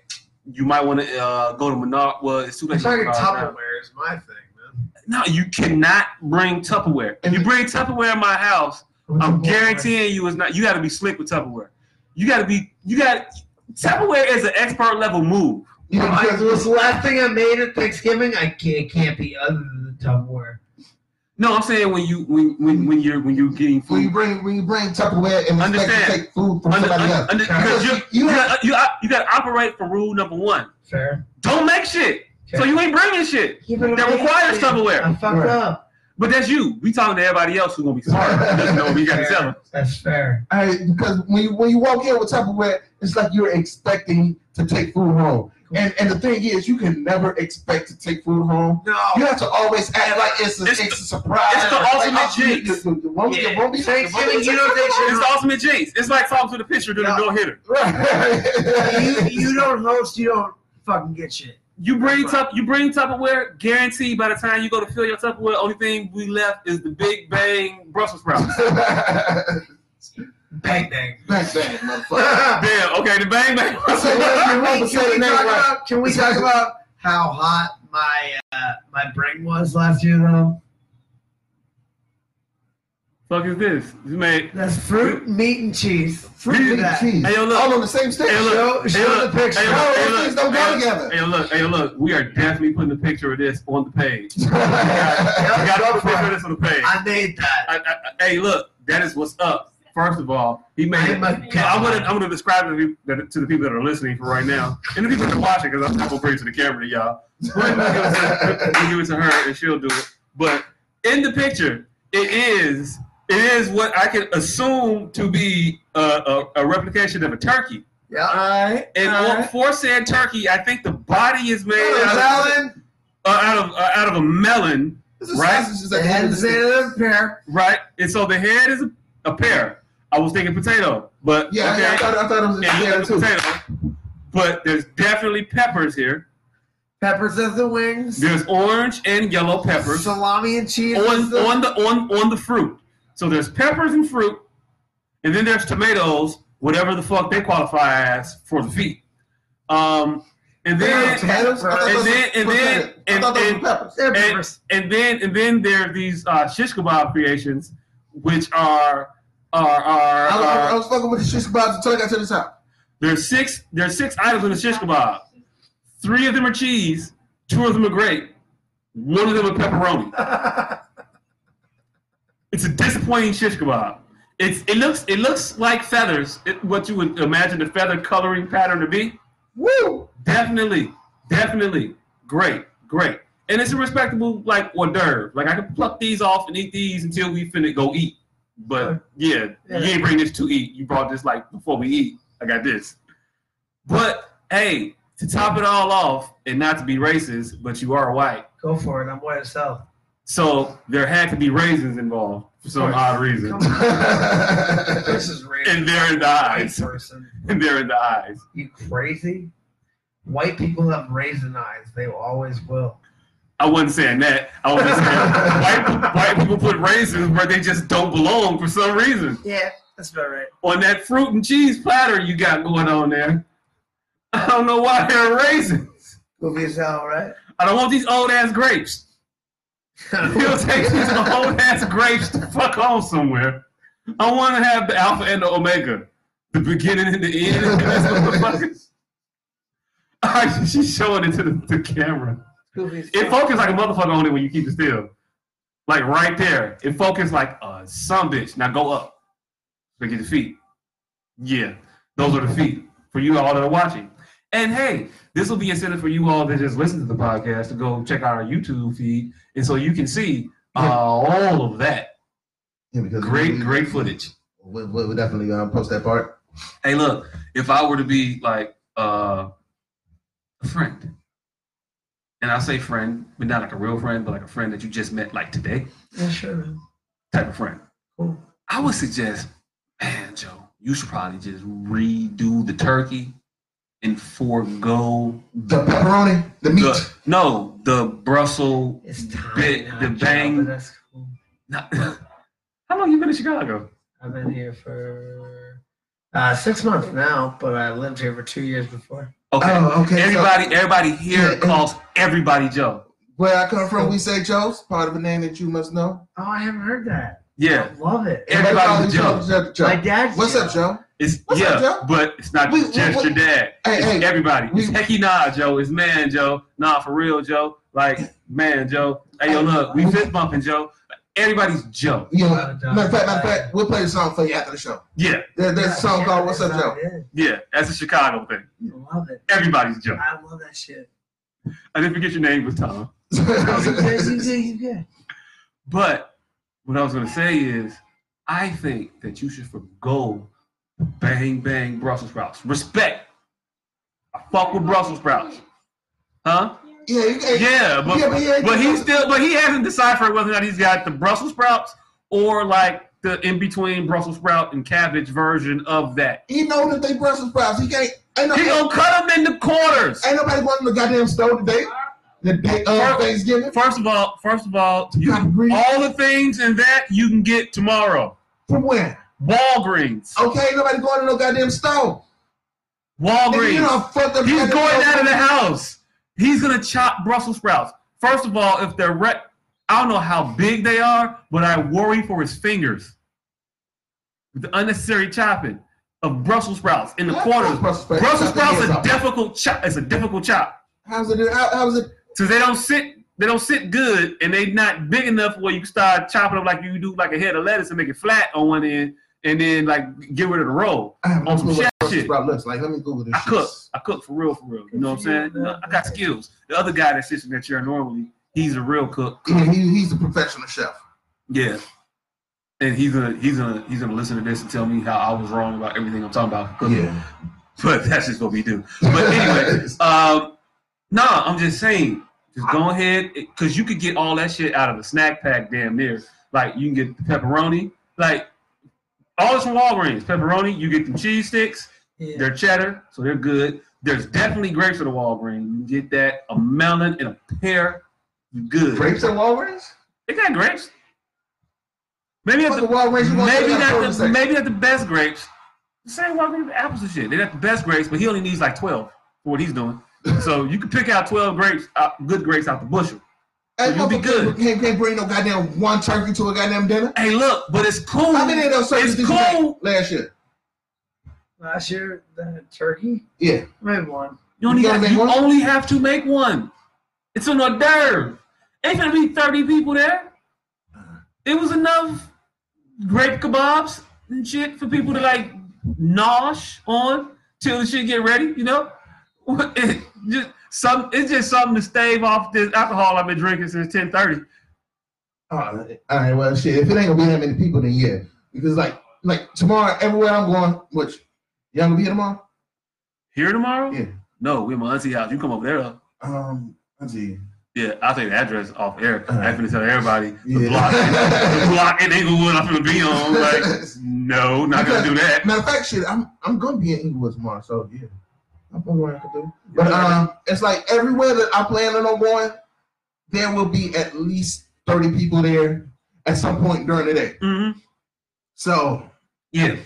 you might want to uh, go to Menard. Well, it's too late.
I'm
for
talking
Menards now.
Tupperware is my thing, man.
No, you cannot bring Tupperware. If you bring Tupperware in my house, I'm guaranteeing you it's not. You got to be slick with Tupperware. You got to be. You got Tupperware is an expert level move.
you know,
Because
because
it was the last thing I made at Thanksgiving. I can't, it can't be other than the Tupperware.
No, I'm saying when you when when, when you're when you're getting
when you
food.
bring when you bring Tupperware and expect
Understand.
to take food from
Under,
somebody
under,
else.
under, because you
you,
you
you have,
got you, got- you got to operate from rule number one.
Fair.
Don't make shit. So you ain't bringing shit
Keep it
that
amazing.
requires Tupperware.
I fucked
Right.
up.
But that's you. We talking to everybody else who gonna be smart. doesn't know what we got to tell them.
That's fair.
I, because when you when you walk in with Tupperware, it's like you're expecting to take food home. And and the thing is, you can never expect to take food home.
No.
You have to always act like it's a,
It's
it's
the-
a surprise.
it's the
Like,
ultimate
oh, you-
jinx.
you- you- you won't be- you
Yeah.
won't be- you won't be-
Thanksgiving, you don't take shit
It's the
home.
ultimate jinx. It's like falling through the picture during a
No.
door hitter.
You,
Right.
you don't host, you don't fucking get shit.
You bring
That's
tup, you bring Tupperware. Guaranteed, by the time you go to fill your Tupperware, only thing we left is the Big Bang Brussels sprouts.
Bang bang.
Back then, motherfucker.
Damn. Okay, the Bang Bang Brussels
Say
sprouts.
what?
Can we,
Say the
can we
name right.
talk about, can we talk about how hot my uh, my brain was last year though?
Fuck is this? You made.
That's fruit, meat, and cheese. Fruit
Meat
and
and
that.
Jeez.
Hey, yo, look.
All on the same stage.
Hey, look.
Show- show
hey, look.
the picture.
Hey,
No,
look. Hey,
these
look.
things don't
Hey,
go
look.
together.
Hey, look. Hey, look. We are definitely putting a picture of this on the page.
Yep.
I got to put a picture of this on the page.
I made that.
I, I, I- hey, look, that is what's up. First of all, he made.
I'm
It.
a
So I'm gonna
god.
I'm gonna describe it to the- to the people that are listening for right now and the people that are watching because I'm not gonna bring it to the camera, y'all. But we'll give, it to, we'll give it to her and she'll do it. But in the picture, it is it is what I can assume to be a, a, a replication of a turkey.
Yeah. All right.
And on- for said turkey, I think the body is made out of,
Alan,
uh, out of uh, out of a melon,
This is
Right?
sausages at the
the
end
head
of the
is
day.
in a pear.
right? And so the head is a, a pear. I was thinking potato, but
Yeah,
okay.
I, I, thought, I thought it was a
Yeah, you got
potato
the
too.
potato. But there's definitely peppers here.
Peppers as the wings.
There's orange and yellow peppers on
Salami and cheese. as
on
the,
the on on the fruit. So there's peppers and fruit, and then there's tomatoes, whatever the fuck they qualify as for the feet. Um, and
Yeah,
then
Potatoes? I thought
and
those
then-
were
and then-
potatoes. I thought those
and-
were peppers.
They're
and,
peppers.
and then and then there are these uh, shish kebab creations, which are are are,
I was, I
are
was fucking with the shish kebabs until I got to the top.
there's six there's six items in the shish kebab. Three of them are cheese, two of them are grape, one of them are pepperoni. It's a disappointing shish kebab. It's it looks it looks like feathers. It, what you would imagine the feather coloring pattern to be.
Woo!
Definitely, definitely, great, great. And it's a respectable like hors d'oeuvre. Like I can pluck these off and eat these until we finna go eat. But yeah,
Yeah.
you ain't bring this to eat. You brought this like before we eat. I got this. But hey, to top it all off, and not to be racist, but you are white.
Go for it. I'm white as hell.
So there had to be raisins involved for some
Of course.
odd reason.
Come on.
That's
This is racist.
And they're in the eyes.
Person.
And they're in the eyes.
You crazy? White people have raisin eyes. They always will.
I wasn't saying that. I was just saying white, white people put raisins where they just don't belong for some reason.
Yeah, that's about right.
On that fruit and cheese platter you got going on there, I don't know why there are raisins.
Goofy as hell, right?
I don't want these old ass grapes. He'll take these old ass grapes to fuck on somewhere. I want to have the alpha and the omega, the beginning and the end. of this motherfucker. She's showing it to the, the camera.
Goofy as
It
fuck.
focused like a motherfucker on it when you keep it still. Like right there. It focused like a some bitch. Now go up. Look at the feet. Yeah. Those are the feet for you all that are watching. And hey, this will be incentive for you all that just listen to the podcast to go check out our YouTube feed. And so you can see uh, all of that.
Yeah, because
Great,
we-
great footage.
We, we, we definitely um, post that part.
Hey, look, if I were to be like uh, a friend, and I say friend, but not like a real friend, but like a friend that you just met like today.
Yeah, sure, man.
type of friend.
Cool.
I would suggest, man, Joe, you should probably just redo the turkey and forego
The pepperoni, the meat.
the no the Brussels.
It's time.
Bit-
now,
the
Joe,
bang.
but That's cool.
Not, how long you been in Chicago?
I've been here for uh, six months now, but I lived here for two years before.
Okay,
Oh, okay. so
everybody, everybody here
Yeah,
calls everybody Joe.
where I come from, we say Joe's, part of a name that you must know.
Oh, I haven't heard that.
Yeah,
I love it.
Yeah. Everybody
calls
with
you
Joe.
Joe. Joe.
My dad's
What's up,
Joe?
Joe?
it's
What's
yeah,
up, Joe?
but it's not
We- we-
just
we-
your dad.
Hey,
it's
hey.
everybody.
we-
it's hecky nah, Joe. It's man, Joe. Nah, for real, Joe. Like man, Joe. Hey, yo, look, we fist bumping, Joe. Everybody's Joe.
You know,
Uh, Joe.
matter of fact, matter of fact, we'll play the song for you after the show.
Yeah,
There, there's
Yeah,
a song
yeah,
called What's Up,
that's
Joe?
how it is.
yeah. That's a Chicago thing.
I love it.
Everybody's Joe.
I love that shit. Oh,
I didn't forget your name was Tom.
you good? You good? You good?
But what I was gonna say is, I think that you should forgo bang bang Brussels sprouts. Respect. I fuck with Brussels sprouts, huh?
Yeah, you can't.
Yeah, but
Yeah, but he ain't-
but he still but he hasn't deciphered whether or not he's got the Brussels sprouts or like the in between Brussels sprout and cabbage version of that.
He know that they Brussels sprouts. He can't. Ain't, no,
He gonna
ain't,
cut them into quarters.
nobody going to the goddamn store today. The day of Thanksgiving.
First of all, first of all, you,
Got green-
all the things in that you can get tomorrow.
From where?
Walgreens.
Okay, ain't nobody going to no goddamn store. Nigga, you
Walgreens.
don't fuck up.
He's
goddamn
going out of the
Brussels-
house. He's gonna chop Brussels sprouts. First of all, if they're re- I don't know how big they are, but I worry for his fingers. With the unnecessary chopping of Brussels sprouts in the
That's
quarters.
Brussels sprouts.
Brussels
That's
sprouts
the
a
heads up.
difficult chop. It's a difficult chop.
How's it? How, how's it?
So they don't sit. They don't sit good, and they not big enough where you can start chopping them like you do like a head of lettuce and make it flat on one end, and then like get rid of the roll.
I have no
On some
clue what
Oh, shit
Brussels
shit.
sprout looks like. Let me Google this.
I
shit.
cook. I cook for real, for real. You know what I'm saying? You know, I got skills. The other guy that sits in that chair normally, he's a real cook.
Yeah, he, he's a professional chef.
Yeah. And he's gonna he's gonna he's gonna listen to this and tell me how I was wrong about everything I'm talking about cooking.
Yeah.
But that's just what we do. But anyway, um, no, I'm just saying, just go ahead, cause you could get all that shit out of a snack pack, damn near. Like you can get the pepperoni, like all this from Walgreens. Pepperoni, you get them cheese sticks.
Yeah.
They're cheddar, so they're good. There's definitely grapes at the Walgreens. You can get that a melon and a pear, you good.
grapes at Walgreens.
They got grapes. Maybe at
Fuck
the
the Walgreens. You want
maybe
to
not the,
the,
maybe not the best grapes. The same Walgreens with apples and shit. They're not the best grapes, but he only needs like twelve for what he's doing. So you can pick out twelve grapes, uh, good grapes out the bushel. you'll be good.
Can't, can't bring no goddamn one turkey to a goddamn dinner.
Hey, look, but it's cool.
How many of those turkeys
It's
did you make
cool.
last year?
Last year, the turkey.
Yeah.
I made one.
You only,
You gotta
have,
make
you
one?
only have to make one. It's an hors d'oeuvre. Ain't gonna be 30 people there. It was enough grape kebabs and shit for people to like nosh on till the shit get ready, you know? It just, some, it's just something to stave off this alcohol I've been drinking since 1030.
all right, well, shit. If it ain't gonna be that many people, then yeah. Because like, like tomorrow, everywhere I'm going, which y'all gonna be here tomorrow?
Here tomorrow?
Yeah.
No, we're at my auntie's house. You come over there though.
Um, let's see.
Yeah, I'll take the address off air.
All right.
I'm finna tell everybody the
Uh, Yeah.
block, the block in Inglewood I'm finna be on. Like, no, not gonna do that.
Matter of fact, shit, I'm I'm gonna be in Inglewood tomorrow, so yeah. I'm gonna work to do. But um, it's like everywhere that I plan on going, there will be at least thirty people there at some point during the day.
Mhm.
So
yeah,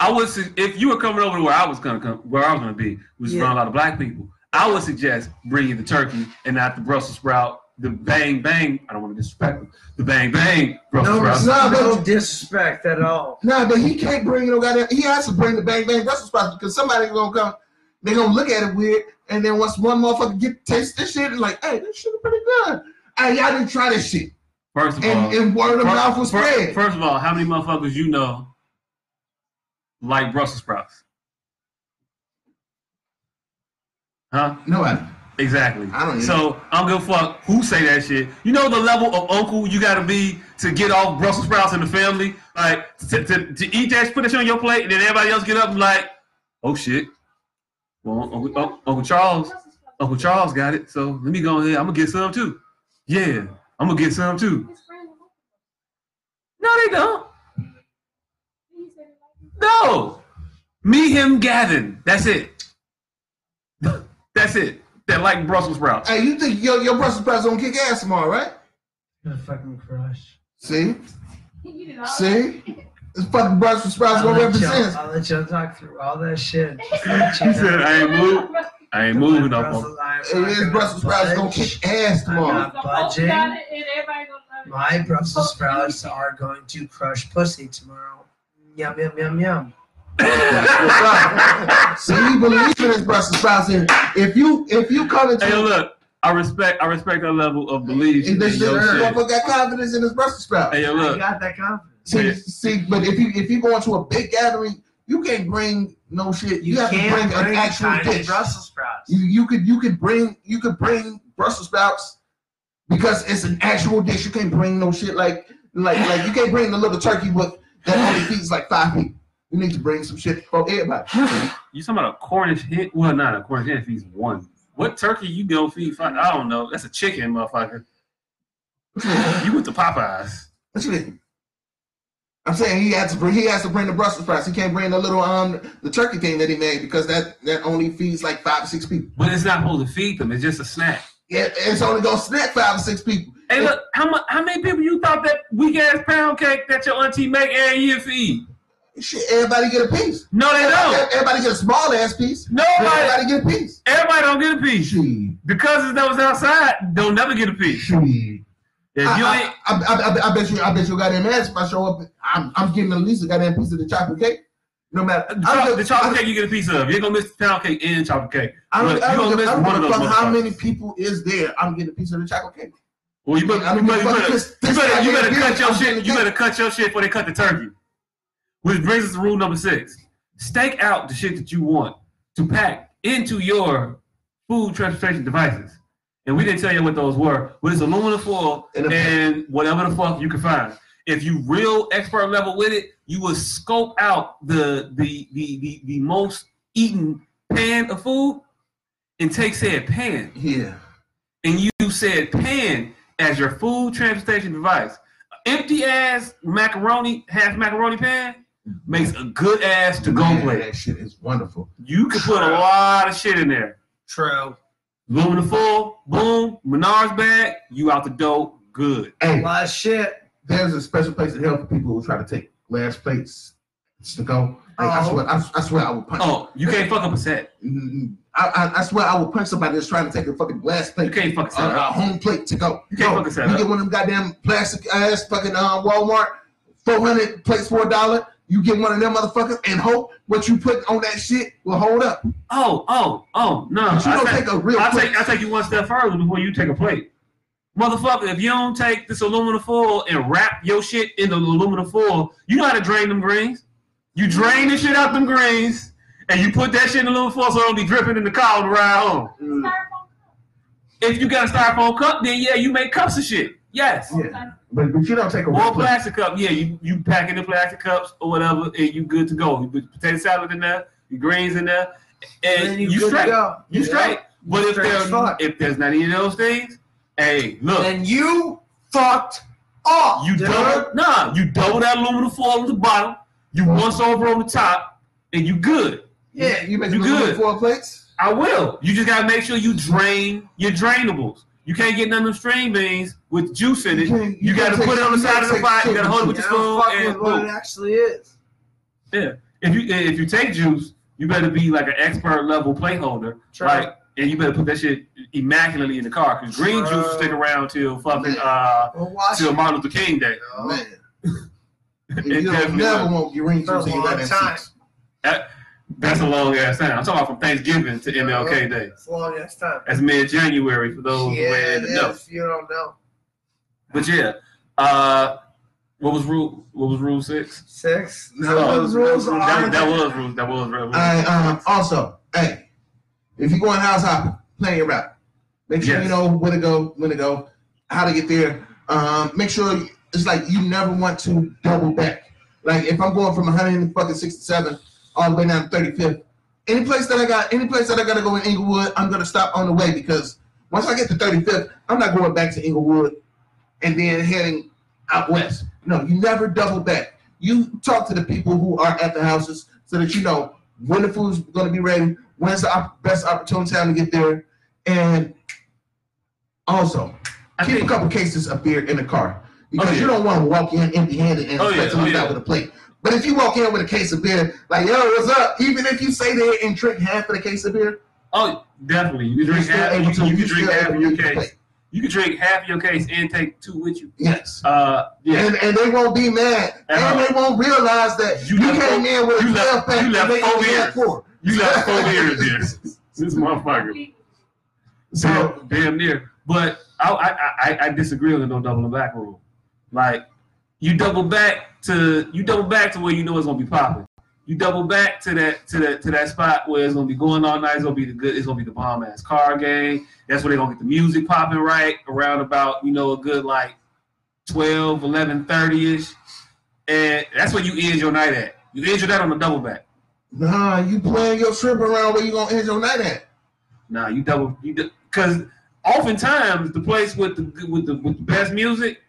I would. Su- if you were coming over to where I was gonna come, where I was gonna be, which is
Yeah.
around a lot of black people, I would suggest bringing the turkey and not the Brussels sprout, the bang bang. I don't want to disrespect them, the bang bang Brussels
No,
sprouts.
not-
no disrespect at all.
nah, but he can't bring no goddamn. He has to bring the bang bang Brussels sprouts because somebody gonna come. They gonna look at it weird, and then once one motherfucker get taste this shit, it's like, hey, this shit is pretty good. Hey, y'all didn't try this shit,
First of all,
and,
Uh,
and word of
fir-
mouth was
fir-
spread.
First of all, how many motherfuckers you know like Brussels sprouts? Huh?
Nobody.
Exactly.
I don't even-
so I don't give a fuck who say that shit. You know the level of uncle you gotta be to get off Brussels sprouts in the family, like to, to, to eat that, put that shit on your plate, and then everybody else get up and like, oh shit. Well, Uncle, Uncle- Uncle Charles, Uncle Charles got it. So let me go ahead. I'm gonna get some too. Yeah, I'm gonna get some too. No, they don't. No, me, him, Gavin. That's it. That's it. That like Brussels sprouts.
Hey, you think your your Brussels sprouts gonna kick ass tomorrow, right?
Gonna fucking crush.
See,
You did all
see, this fucking Brussels sprouts
I'll
gonna
let,
represent.
y'all,
us.
I'll let y'all talk through all that shit. Just
that.
let
He
you
said,
know.
I ain't moved. I ain't moving up on.
Brussels- I'm
Hey,
not
this
gonna
Brussels sprouts gonna
budge.
kick ass
I'm
tomorrow.
not budging.
And everybody gonna love it.
My Brussels sprouts are going to crush pussy tomorrow. Yum yum yum yum.
So you believe in this Brussels sprouts? And if you if you come into
Hey, look, I respect, I respect that level of belief.
if
in
this
your shit.
motherfucker got confidence in his Brussels sprout.
Hey, yo,
I
look,
got that confidence.
See,
Yeah.
see, but if you if you go into a big gathering, you can't bring no shit. You, have to bring,
can't
an actual
tiny
dish.
Brussels sprouts.
You you could you could bring you could bring Brussels sprouts because it's an actual dish. You can't bring no shit like like like you can't bring the little turkey book that only feeds like five people. You need to bring some shit for everybody.
You talking about a Cornish hen? Well, not a Cornish hen if he's one. What turkey you go feed? Fuck, I don't know. That's a chicken, motherfucker. You went to Popeyes.
Listen, I'm saying he has to bring he has to bring the Brussels sprouts. He can't bring the little um the turkey thing that he made because that that only feeds like five or six people.
But it's not supposed to feed them. It's just a snack.
Yeah, it's only gonna snack five or six people.
Hey, look, how much, how many people you thought that weak ass pound cake that your auntie make every year feed?
Shit, everybody get a piece.
No, they
Everybody,
don't.
everybody get a small ass piece.
Nobody,
Everybody get a piece.
everybody don't get a piece.
Shit,
The cousins that was outside don't never get a piece.
shit.
If you ain't,
I, I, I, I, I bet you, I bet you, a goddamn ass. If I show up, I'm, I'm getting at least a goddamn piece of the chocolate cake. No matter,
the
I
chocolate,
don't
the
give-
chocolate cake you get a piece of. You're gonna miss the pound cake and chocolate cake.
I don't,
Look,
I
you
don't,
gonna
give-
miss
I don't
one
give
of
a
those.
fuck how
motherfuckers.
many people is there. I'm getting a piece of the chocolate cake.
Well, you better,
I
you
don't
better,
give a
you
fuck
better,
this-
you
this
better, you better
goddamn
cut your
beer.
shit. You better cut your shit before they cut the turkey. Which brings us to rule number six: stake out the shit that you want to pack into your food transportation devices. And we didn't tell you what those were, but it's aluminum foil
And
and,
a-
whatever the fuck you can find. If you real expert level with it, you will scope out the the the the, the most eaten pan of food and take said pan
Yeah,
and you said pan as your food transportation device, empty ass macaroni, half macaroni pan makes a good ass to go
Man,
plate.
That shit is wonderful.
You can put a lot of shit in there.
True.
Aluminum foil, boom, Menards bag, you out the door, good.
A
Hey,
lot of shit.
there's a special place in hell for people who try to take glass plates to go. Like, I
Oh.
swear, I, I swear, I would punch.
Oh, you can't fuck up a set.
Mm, I, I, I swear, I would punch somebody that's trying to take a fucking glass plate.
You can't fuck a
a,
set
a
up.
home plate to go.
You can't
Yo,
fucking set
you
up.
get one of them goddamn plastic ass fucking uh, Walmart, four hundred plates for a dollar. You get one of them motherfuckers and hope what you put on that shit will hold up.
Oh, oh, oh, no.
But you
I
don't
said-
take a real
I'll
plate.
take, I'll take you one step further before you take a plate. Motherfucker, if you don't take this aluminum foil and wrap your shit in the aluminum foil, you know how to drain them greens. You drain the shit out them greens, and you put that shit in the aluminum foil so it don't be dripping in the car on the ride home.
Mm,
If you got a styrofoam cup, then yeah, you make cups of shit. Yes.
Yeah. But, but you don't take a
Or
real
a
plate.
plastic cup, yeah, you, you pack it in plastic cups or whatever, and you good to go. You put potato salad in there, your greens in there, and,
Then
you,
good to
straight.
go.
You
Yeah.
straight. But if
straight
there's
as fuck.
if there's not any of those things, hey, look,
Then you fucked
Oh,
off.
you
dude.
double nah, you double that aluminum foil on the bottom, you once over on the top, and you good.
Yeah.
you make
you good.
four plates.
I will. You just gotta make sure you drain your drainables. You can't get none of them string beans with juice in it.
You
You,
can't- you
gotta
can't
put it
take-
on the
you
side
can't
of the
take
pot. You
shit
gotta hold it
You
with
don't
your spoon.
fuck
And
with what it
boom.
actually is.
Yeah. If you eh, if you take juice, you better be like an expert level plate holder.
True.
Like, and you better put that shit immaculately in the car because green juice will stick around till fucking uh
Well, watch
till
it.
Martin Luther King Day.
Man,
It
you don't
definitely
never
will.
want your ring
For a
juice in your
long
goddamn
time.
six.
That's a long ass time. I'm talking about from Thanksgiving to MLK Day.
It's long ass time.
That's mid January for those who
yeah,
ain't
it
know.
is. You don't know.
But yeah, uh, what was rule? What was rule six?
Six.
No, those rules are-
That, that was rules. That was rule.
I, um, also, hey, if you're going house hopping, plan your route. Make sure
Yes.
you know where to go, when to go, how to get there. Um, make sure it's like you never want to double back. Like if I'm going from 167 all the way down to 35th, any place that I got, any place that I gotta go in Inglewood, I'm gonna stop on the way because once I get to 35th, I'm not going back to Inglewood and then heading out west. No, you never double back. You talk to the people who are at the houses so that you know when the food's going to be ready, when's the op- best opportune time to get there, and also
I
keep
think-
a couple cases of beer in the car because
Oh, yeah.
you don't want to walk in empty-handed and
Oh, yeah,
expect
oh,
somebody
yeah.
out with a plate. But if you walk in with a case of beer, like yo, what's up? Even if you stay there and drink half of the case of beer,
oh, definitely. You can drink
you're
half. You,
still able to.
you
you
can
still
drink half
able
of
to
your
eat the
case.
plate.
You can drink half your case and take two with you.
Yes.
Uh, yeah.
And, and they won't be mad,
At all.
and they won't realize that
You
you,
left
came in with
you
a
left-
twelve pack.
you
and
left
they
four
only
beers.
had four.
you got four beers there. This motherfucker.
So
Damn, damn near. But I, I, I, I disagree on the no doubling back rule. Like you double back to you double back to where you know it's gonna be popping. you double back to that to that to that spot where it's gonna be going all night. It's gonna be the good. It's gonna be the bomb ass car game. That's where they're gonna get the music popping right around about you know a good like 12, 11, 30 ish, and that's where you end your night at. You end your night on the double back.
Nah, you playing your trip around where you gonna end your night at?
Nah, you double you because oftentimes the place with the with the with the best music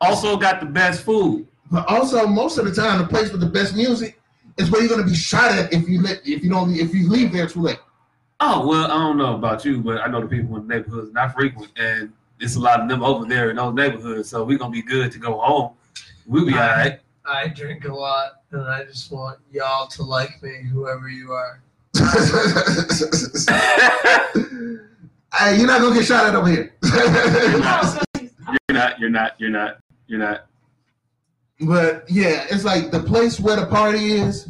also got the best food.
But also, most of the time, the place with the best music is where you're gonna be shot at if you let if you don't if you leave there too late.
Oh well, I don't know about you, but I know the people in the neighborhoods not frequent, and it's a lot of them over there in those neighborhoods. So we're gonna be good to go home. We'll be all right.
I drink a lot, and I just want y'all to like me, whoever you are.
hey, you're not gonna get shot at over here.
you're not. You're not. You're not. You're not.
but yeah, it's like the place where the party is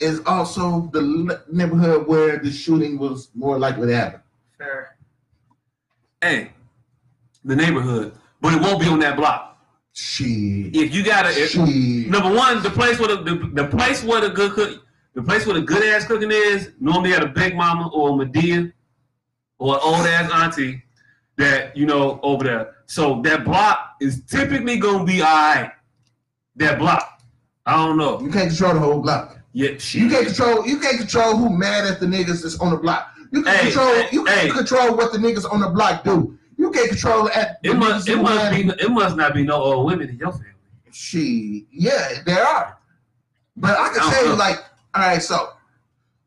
is also the le- neighborhood where the shooting was more likely to happen.
Fair.
Hey, the neighborhood, but it won't be on that block.
Shit.
If you gotta, if,
Shit.
Number one, the place where the, the, the place where the good cook, the place where the good ass cooking is normally at a big mama or a Medea or an old ass auntie that you know over there. So that block is typically gonna be alright. That block, I don't know.
You can't control the whole block.
Yeah, shit.
You can't control. You can't control who mad at the niggas that's on the block. You can
Hey,
control.
hey,
You can
hey.
control what the niggas on the block do. You can't control at.
It must
the
it
niggas who
must
mad
be it must not be no old women in your family.
She, yeah, there are. But I
I
can
don't
tell you,
know.
like, all right, so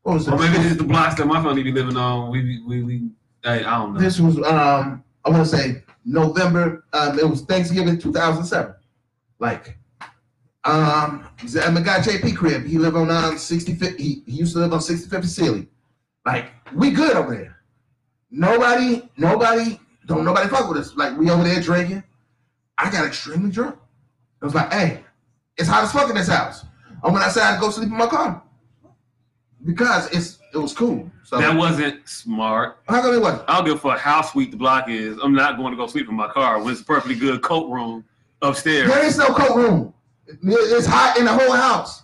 what was
Or maybe it's
this?
just the blocks that my family be living on. We be- we we. Hey, I don't know.
This was, um, I want to say November. Um, it was Thanksgiving, two thousand seven. Like, um, I'm a guy JP crib. He lived on um sixty fifth. He, he used to live on sixty fifth Sealy. Like, we good over there. Nobody, nobody, don't nobody fuck with us. Like, we over there drinking. I got extremely drunk. I was like, hey, it's hot as fuck in this house. I went outside to go sleep in my car because it's it was cool. So
That wasn't smart.
how come it wasn't?
I don't give a fuck how sweet the block is. I'm not going to go sleep in my car when it's a perfectly good coat room upstairs.
There is no coat room. It- It's hot in the whole house.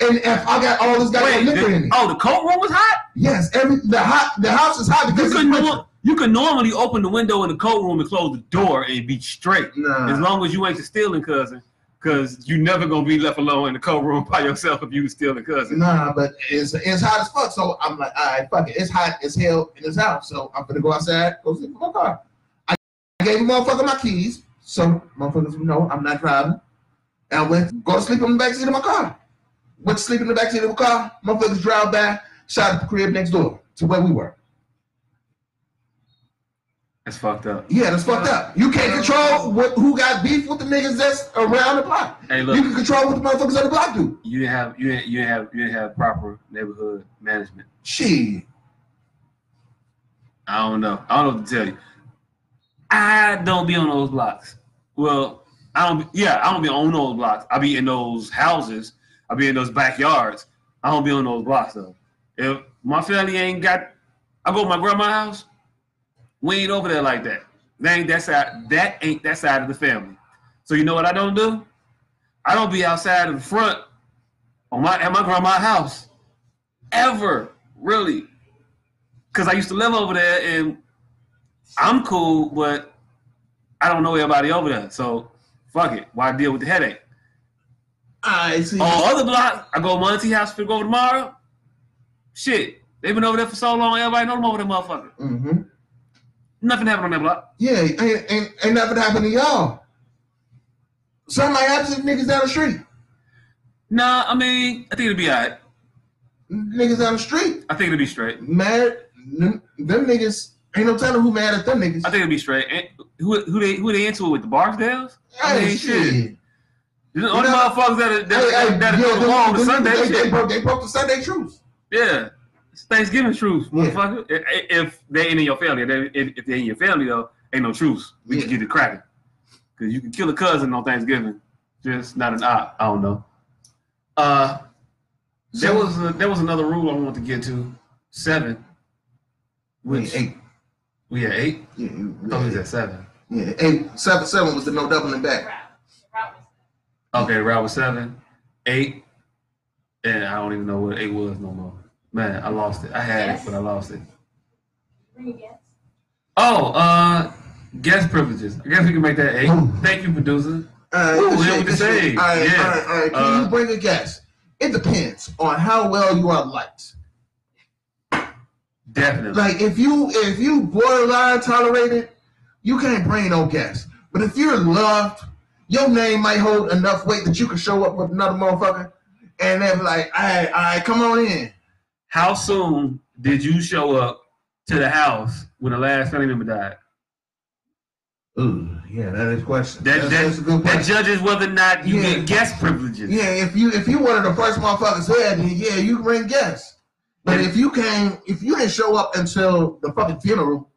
And if I got all this
Wait,
goddamn liquor
the-
in it,
oh, the coat room was hot.
yes, every the hot the house is hot
You
because
could
it's winter.
nor- you could normally open the window in the coat room and close the door and be straight, as
Nah.
long as you ain't the stealing cousin, because you never gonna be left alone in the coat room by yourself if you stealing cousin.
Nah, but it's it's hot as fuck. So I'm like, all right, fuck it. It's hot as hell in this house. So I'm gonna go outside, go sleep in my car. I I gave the motherfucker my keys, so motherfuckers know I'm not driving. And I went go to sleep in the backseat of my car. Went to sleep in the backseat of my car. Motherfuckers drive by, shot at the crib next door to where we were.
That's fucked up.
Yeah, that's fucked up. You can't control what who got beef with the niggas that's around the block.
Hey,
You
look,
can control what the motherfuckers on the block do.
you didn't have you didn't, you didn't have you didn't have proper neighborhood management.
She.
I don't know. I don't know what to tell you. I don't be on those blocks. Well, I don't. Be, yeah, I don't be on those blocks. I be in those houses. I be in those backyards. I don't be on those blocks though. If my family ain't got, I go to my grandma's house. We ain't over there like that. That ain't that side. That ain't that side of the family. So you know what I don't do? I don't be outside in front on my at my grandma's house ever really because I used to live over there and I'm cool, but I don't know everybody over there. So fuck it. Why deal with the headache?
I see.
On other blocks, I go to my auntie house for go tomorrow. Shit. They've been over there for so long, everybody know them over there, motherfucker.
hmm
Nothing happened on that block.
Yeah, ain't, ain't, ain't nothing happened to y'all. Something might happen to the niggas down the street.
Nah, I mean, I think it'll be all right.
Niggas down the street.
I think it'll be straight.
Mad. Them, them niggas. Ain't no telling who mad at them
I
niggas.
think it'll be straight. And who who they who they into it with the Barksdales? I
Hey,
mean, shit. The only
know-
motherfuckers that are, that
Hey,
are,
hey,
that are
yo, them-
on the
them
Sunday
niggas,
shit.
they, they broke, they broke the Sunday truce.
Yeah, it's Thanksgiving truce,
Yeah.
motherfucker. I- I- If they ain't in your family, they- if, if they in your family though, ain't no truce. We can
Yeah.
get it cracking, cause you can kill a cousin on Thanksgiving, just not an I. I don't know. Uh, there
So-
was a, there was another rule I wanted to get to seven. Which
Yeah, eight.
we at eight.
Yeah,
I thought we was
yeah,
at seven.
yeah. Eight, seven, seven was the no doubling back.
Route. The route was-
Okay, route was seven, eight, and I don't even know what it was no more. Man, I lost it. I had it, but I lost it.
Bring it.
Oh, uh, guest privileges. I guess we can make that eight.
Ooh.
Thank you, producer.
Alright,
Ooh,
this
it
shit-
was
this
the
shit-
same.
alright,
Yeah.
alright, alright. Can
Uh,
you bring a guess? It depends on how well you are liked.
Definitely.
Like if you if you borderline tolerated, you can't bring no guess. But if you're loved, your name might hold enough weight that you can show up with another motherfucker, and they're like, all right, all right, come on in.
How soon did you show up to the house when the last family member died?
Ooh, yeah, that is a question.
That
that's,
that,
that's a good
that
question.
judges whether or not you
Yeah.
get guest privileges.
yeah, if you if you one of the first motherfuckers there, then yeah, you can bring guests. But
Yeah.
if you came, if you didn't show up until the fucking funeral,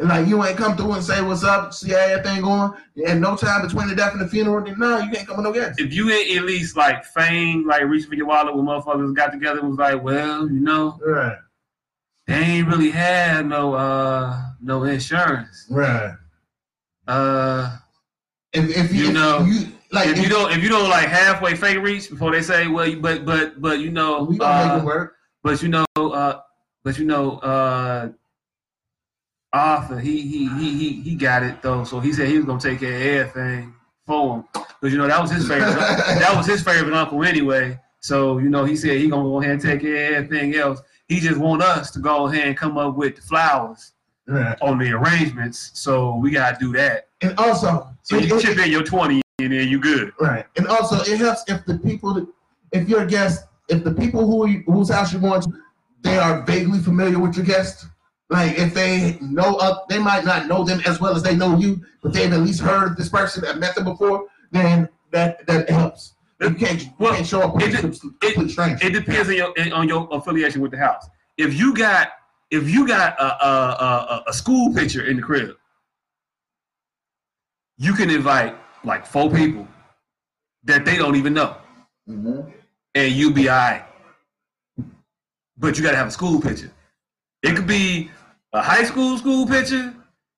and like you ain't come through and say what's up, see how everything going, and no time between the death and the funeral, then no, you can't come with no guests.
If you ain't at least like fame, like reach for your wallet when motherfuckers got together and was like, well, you know,
Right,
they ain't really had no uh no insurance.
right.
Uh
If if you,
You
if
know,
you like
if you
if-
don't if you don't like halfway fake reach before they say, well you but but but you know
we gonna make
uh,
it work.
but you know uh but you know uh Arthur he he he he he got it though so he said he was gonna take care of everything for him because you know that was his favorite that was his favorite uncle anyway so you know he said he gonna go ahead and take care of everything else he just want us to go ahead and come up with the flowers
Right.
on the arrangements so we gotta do that
And also,
so
it-
you
it-
chip in your twenty and then you good
Right, and also it helps if the people, that- if your guest, if the people who you- whose house you're going to, they are vaguely familiar with your guest. Like if they know up, they might not know them as well as they know you, but they've at least heard of this person and met them before. Then that that helps. You can't, you
Well,
can't show up with
it-
a complete stranger.
It depends on your on your affiliation with the house. If you got if you got a a, a, a- a school picture in the crib, you can invite like four people that they don't even know,
Mhm.
and you'll be all right. But you gotta have a school picture. It could be a high school school picture.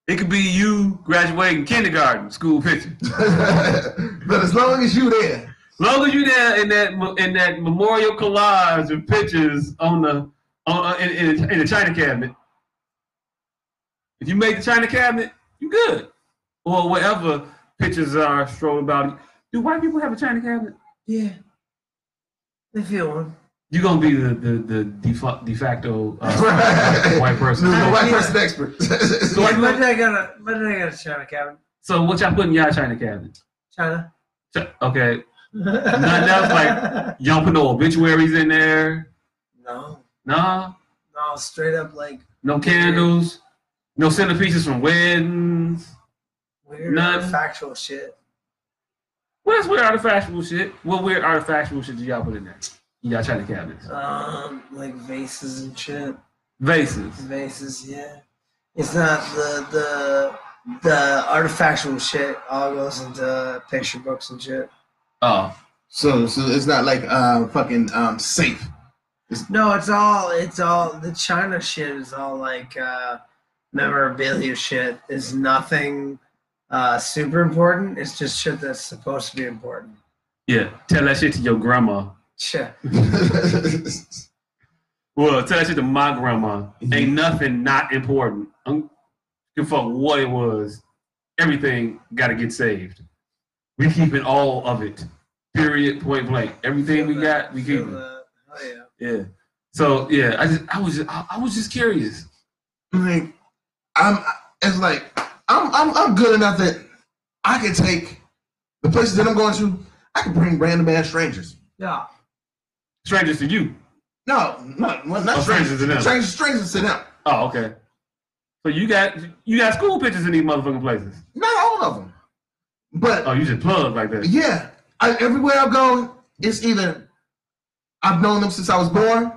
It could be you graduating kindergarten school picture.
but as long as you there,
Long as you there in that mo- in that memorial collage of pictures on the on uh, in, in, in the china cabinet, if you make the china cabinet, you good. Or whatever pictures are strolled about. Do white people have a china cabinet?
Yeah. They feel one.
You're gonna be the the the de, fa- de facto uh, white person.
the
No,
So,
white person expert.
So
Yeah,
what-
but they got a but they got a China cabin.
so what y'all put in y'all china cabinet?
China.
Ch- Okay, that's like- y'all put no obituaries in there.
No.
Nah,
No, straight up like
no candles, no centerpieces from weddings.
weird
None.
factual shit.
Well, that's weird artifactual shit. What weird artifactual shit did y'all put in there? In Y'all China cabinets.
Um, like vases and shit.
Vases.
Vases, yeah. It's not the the the artifactual shit all goes into picture books and shit.
Oh.
so so it's not like uh fucking um safe.
No, it's all it's all the China shit is all like uh memorabilia shit is nothing uh super important. It's just shit that's supposed to be important.
Yeah. Tell that shit to your grandma.
Shit.
Well, tell that shit to my grandma.
Mhm.
Ain't nothing not important. I'm give a fuck what it was. Everything gotta get saved. We keeping all of it. Period. Point blank. Everything we
Feel
got,
that,
we
feel
keeping.
that. Oh yeah.
Yeah. So yeah, I just I was just I, I was just curious.
like I'm it's like I'm I'm I'm good enough that I can take the places that I'm going to, I can bring random ass strangers.
Yeah.
Strangers to you.
No, no, well, not
Oh,
strangers.
strangers to them.
Strangers, strangers to them.
Oh, okay. So you got you got school pictures in these motherfucking places.
Not all of them. But
Oh, you just plug like that.
yeah, I, everywhere I go, it's either I've known them since I was born,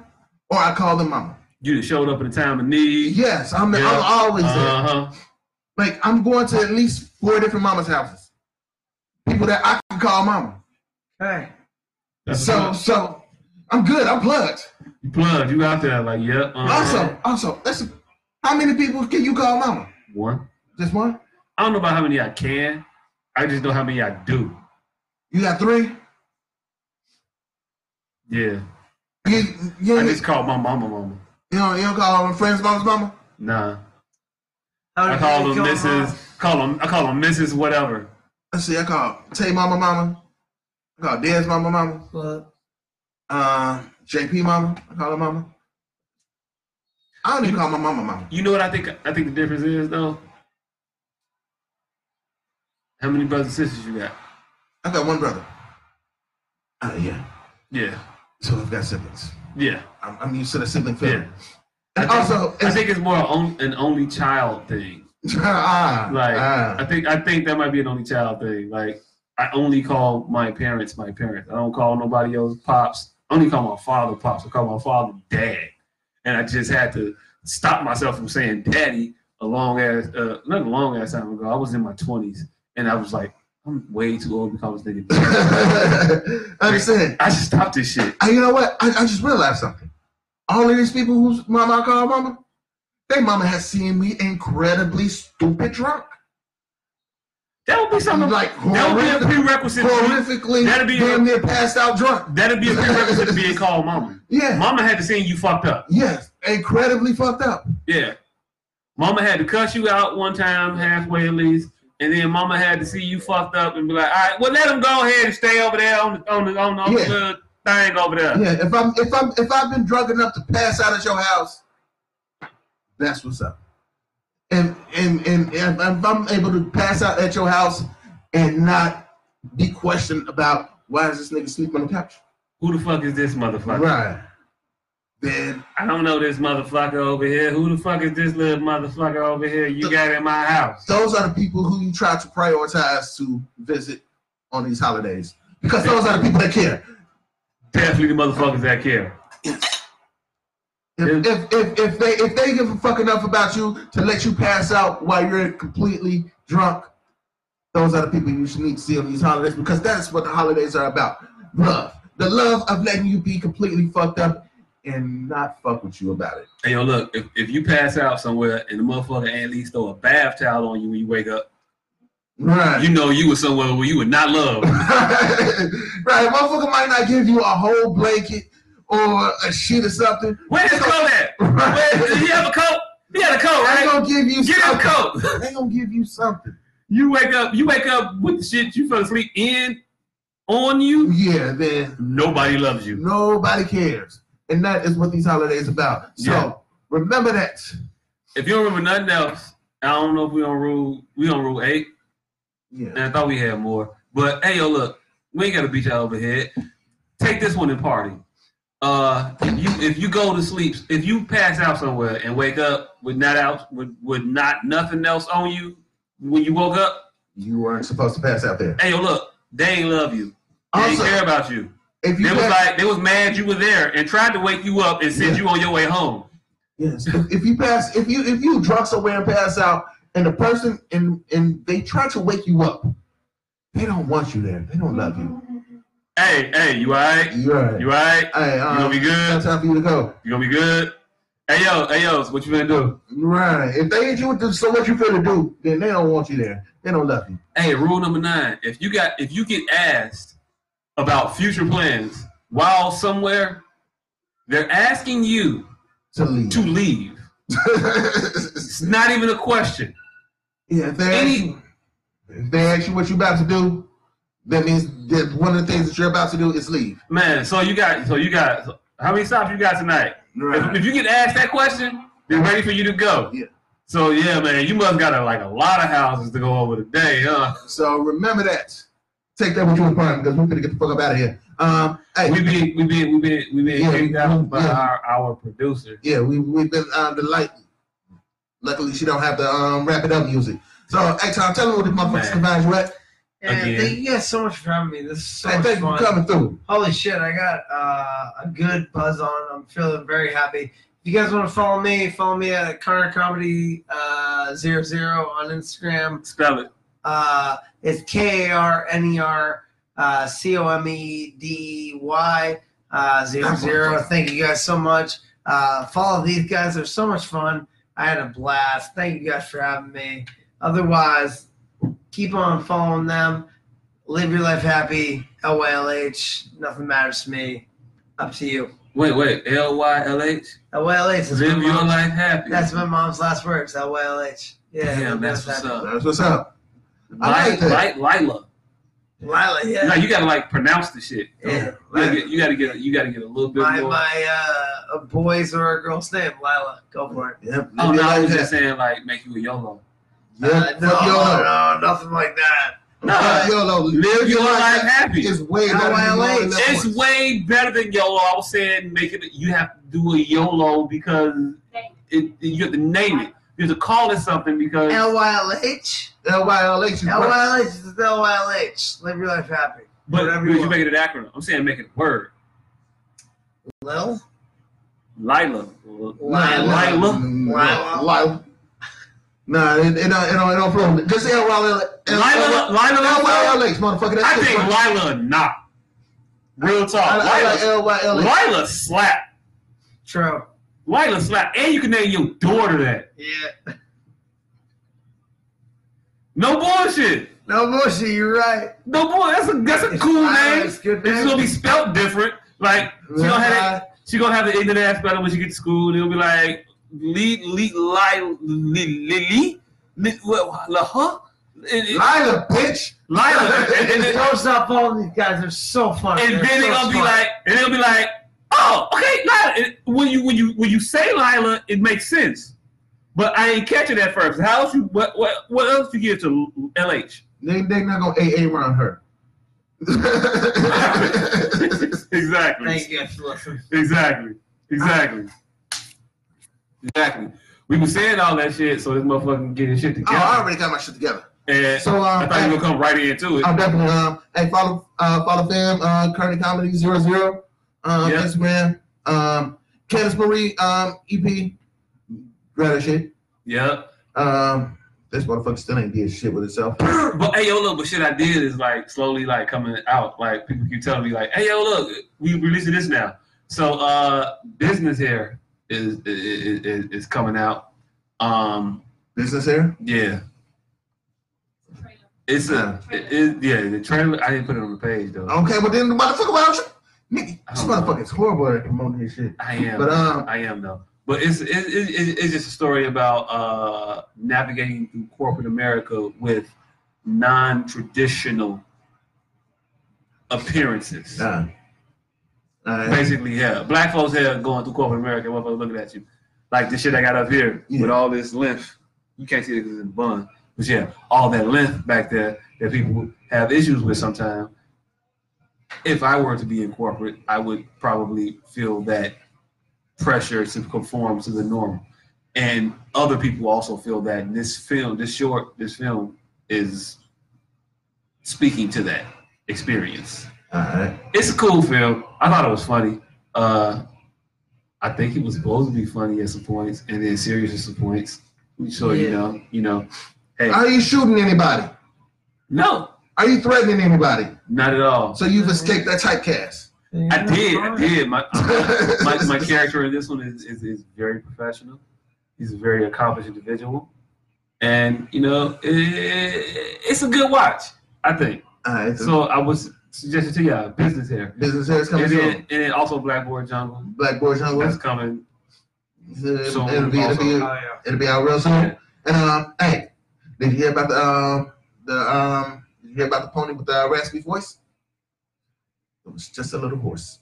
or I call them mama.
You just showed up at a time of need.
Yes, I'm,
Yeah.
I'm always there.
Uh huh.
Like I'm going to at least four different mama's houses. People that I can call mama.
Hey.
So so I'm good. I'm plugged.
you plugged. You out there like yep. Uh-huh.
Also, also, listen. How many people can you call mama?
one.
Just one?
I don't know about how many I can. I just know how many I do.
You got three?
Yeah.
You, you,
I
you,
just called my mama mama.
don't, you don't call all my friends mama's mama?
Nah.
How
I
did
call
you
them Mrs. Call them, I call them Mrs. Whatever.
Let's see, I call Tay mama mama. I call Dez mama mama.
Well,
Uh, JP mama. I call her mama. I don't even call my mama mama.
You know what I think? I think the difference is though. How many brothers and sisters you got?
I got one brother. Uh, yeah.
Yeah,
So I've got siblings.
yeah,
I'm, I'm used to the sibling
yeah.
feeling.
I
And
think,
also,
I
it's,
think it's more on, an only child thing.
ah,
Like,
ah.
I think I think that might be an only child thing. Like, I only call my parents my parents. I don't call nobody else pops. I only call my father pops. I call my father dad. And I just had to stop myself from saying daddy a long ass, uh, not a long ass time ago. I was in my twenties, and I was like, I'm way too old to call this nigga. daddy.
I understand.
I should stop this shit.
And you know what? I, I just realized something. All of these people whose mama I call mama, their mama has seen me incredibly stupid drunk.
That would be something like
Like
that would be a
horrific,
prerequisite. to
horrifically
That'd be-
damn near passed out drunk.
That'd be a prerequisite to being called mama.
Yeah.
Mama had to see you fucked up.
Yes. Incredibly fucked up.
Yeah. Mama had to cuss you out one time, halfway at least, and then Mama had to see you fucked up and be like, "All right, well, let him go ahead and stay over there on the on the on the, on the
Yeah.
little thing over there."
Yeah. If I'm if I'm if I've been drunk enough to pass out at your house, that's what's up. And and and if I'm if I'm able to pass out at your house and not be questioned about why is this nigga sleep on the couch?
Who the fuck is this motherfucker?
Right. Then
I don't know this motherfucker over here. Who the fuck is this little motherfucker over here? You got in my house.
those are the people who you try to prioritize to visit on these holidays because those are the people that care.
Definitely the motherfuckers that care.
If, if, if, if they if they give a fuck enough about you to let you pass out while you're completely drunk, those are the people you should need to see on these holidays because that's what the holidays are about. Love. The love of letting you be completely fucked up and not fuck with you about it.
Hey, yo, look, if, if you pass out somewhere and the motherfucker at least throw a bath towel on you when you wake up,
Right.
you know you were somewhere where you were not loved.
right. Motherfucker might not give you a whole blanket or a sheet or something.
Where his coat at? Where, did he have a coat? He had a coat, right?
They gonna give you
Get him a
something.
coat.
They gonna give you something.
You wake up, you wake up with the shit you fell asleep in on you.
Yeah, then
Nobody loves you.
nobody cares, and that is what these holidays about. So
Yeah.
remember that.
If you don't remember nothing else, I don't know if we on rule we on rule eight. And
Yeah.
I thought we had more. But hey yo, look, we ain't gotta beat y'all over the head. Take this one and party. Uh if you if you go to sleep, if you pass out somewhere and wake up with not out with, with not nothing else on you when you woke up,
You weren't supposed to pass out there.
hey yo look, they ain't love you. They
Also-
ain't care about you.
If you
They was
pass,
like they was mad you were there and tried to wake you up and send
Yeah.
you on your way home.
yes, if, if you pass, if you if you drunk somewhere and pass out, and the person and and they try to wake you up, they don't want you there. They don't love you.
Hey, hey, you alright?
You're right.
You alright?
Hey,
You gonna
um,
be good?
time for you to go.
You gonna be good? Hey yo, hey yo, so what you gonna do?
Right. If they ain't you with the, so what you finna do, then they don't want you there. They don't love you.
Hey, rule number nine. If you got if you get asked about future plans while somewhere, they're asking you
To leave.
to leave. It's not even a question.
yeah, if they
Any
If they ask you what you're about to do, that means that one of the things that you're about to do is leave.
man, so you got so you got so how many stops you got tonight? If, if you get asked that question, they're ready for you to go.
Yeah.
So yeah, man, you must got a, like a lot of houses to go over today, huh?
So remember that. Take that with you in mind because we're gonna get the fuck up out of here. Um, hey,
We been we been we been we been
Yeah,
kicked out by
yeah.
our our producer.
yeah, we we've been um, the light. Luckily, she don't have the um, wrap it up music. So, hey Tom, tell me what the motherfuckers
Man.
can find you at.
and
Again.
thank you guys so much for having me. This is so
Hey,
much
thank you
fun.
for coming through.
Holy shit, I got uh, a good buzz on. I'm feeling very happy. If you guys want to follow me, follow me at Connor Comedy uh, zero zero on Instagram.
Spell it.
Uh, it's K A R N E R uh, C O M E D Y uh, zero zero. Thank you guys so much. Uh, follow these guys. They're so much fun. I had a blast. Thank you guys for having me. Otherwise, keep on following them. Live your life happy. LYLH. Nothing matters to me. Up to you.
Wait, wait. L Y L H.
LYLH. That's, my
Live your
mom's-
life happy.
that's my mom's last words. LYLH. Yeah.
Damn, that's what's up.
That's what's up. I
Light,
like that.
light, Lila.
Lila, yeah.
No, you gotta like pronounce the shit.
yeah.
You gotta get, you gotta get, you gotta get a little bit
My
more.
my uh, a boy's or a girl's name, Lila. Go for it.
Yep.
oh no, I
Like
was
that.
just saying like make you a YOLO.
Yep.
Uh,
Fuck YOLO.
no, no, nothing like that.
No,
Fuck YOLO.
live your life happy.
It's way
Not
better than
YOLH.
all the other
It's
ones.
way better than YOLO. I was saying make it. You have to do a YOLO because it, you have to name it. You have to call it something because
LYLH.
LYLH is right.
LYLH is LYLH. Live your life happy.
but
whatever you
you, you
want.
make it an acronym. I'm saying make it a word.
Lil.
Lila.
Lila.
Lila.
Lila. Lila. Nah, it, it don't, it don't, it don't flow. Just say LYLH.
Lila. Lila.
LYLH, motherfucker. That's
I
it.
think Lila not. Real
I,
talk.
I like
Lila,
LYLH.
Lila slap.
True.
Lila slap. And you can name your daughter that.
Yeah.
No bullshit.
No bullshit. You're right.
No boy, that's a that's a cool name.
It's good
It's gonna be spelled different. Like she gonna have it, she gonna have the internet spelling when she gets to school. and It'll be like Lee Lee Li Lily La huh.
Lila, bitch.
Lila, and, and,
It
and,
throws up all these guys. They're so fun.
and then
so
they gonna be
smart.
like, and they'll be like, oh, okay, Lila. And when you when you when you say Lila, it makes sense. But I ain't catching that first. How else you what what what else you give to LH?
They, they not gonna AA around her.
exactly.
Thank you guys for listening.
Exactly. Exactly. Exactly. We been saying all that shit, so this motherfucker can get his shit
Oh, I
together.
already got my shit together.
And
So,
I
um,
thought you were gonna come right into it.
I'm definitely um hey follow uh follow fam uh current comedy zero zero um
Yeah.
Instagram um Candice Marie um EP rather shit
Yep.
um this motherfucker still ain't did shit with itself
But hey yo look, but shit I did is like slowly like coming out. Like people keep telling me like, hey yo look, we releasing this now. So uh business here is is, is, is coming out. Um
business here
yeah. It's a it, it- yeah, the trailer I didn't put it on the page though.
okay but then the motherfucker why don't you nigga this
I don't know.
motherfucker is horrible at promoting his shit
I am.
but um
I am though. But it's it's, it's, it's just a story about uh, navigating through corporate America with non-traditional appearances.
nah. Alright.
Basically, yeah, black folks here going through corporate America, motherfuckers looking at you like the shit I got up here
Yeah.
with all this lymph. You can't see it because it's in the bun, but yeah, all that lymph back there that people have issues with sometimes. If I were to be in corporate, I would probably feel that pressure to conform to the norm, and other people also feel that. And this film, this short, this film is speaking to that experience
Alright.
it's a cool film. I thought it was funny. Uh, I think it was supposed to be funny at some points, and then serious at some points. So you
Yeah.
know, you know, hey,
are you shooting anybody
no,
are you threatening anybody
not at all.
so you've escaped that typecast
I did, I did. My my, my character in this one is, is is very professional. He's a very accomplished individual, and you know, i i- it's a good watch. I think.
Alright, so
So I was suggesting to y'all business here,
business here is coming
and then,
soon
and then also Blackboard Jungle.
Black Boys Jungle
That's coming.
it'll,
So,
it'll be, it'll be
Oh, yeah.
It'll be out real
Yeah.
soon. And um, hey, did you hear about the um the um did you hear about the pony with the raspy voice? It was just a little horse.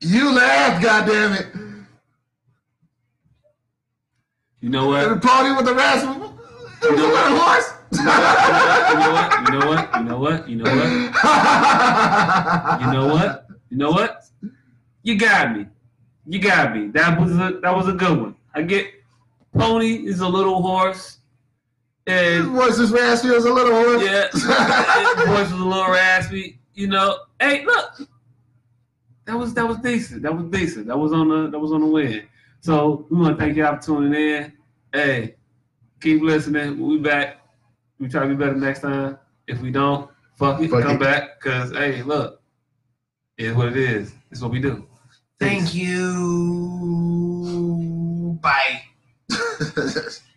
You laughed, goddamn it!
You know what?
The pony with the raspy. It was a little horse.
you know what? You know what? You know what? You know what? You know what? You know what? You got me. You got me. That was a that was a good one. I get pony is a little horse,
His
and
voice is raspy. It was a little horse.
yeah, his voice was a little raspy. You know, hey, look, that was that was decent. That was decent. That was on the that was on the win. So we want to thank y'all for tuning in. Hey, keep listening. We'll be back. We try to be better next time. If we don't, fuck it,
Fuck
come
it.
back. Cause hey, look, it's what it is. It's what we do.
Thank you. Bye.
Yeah.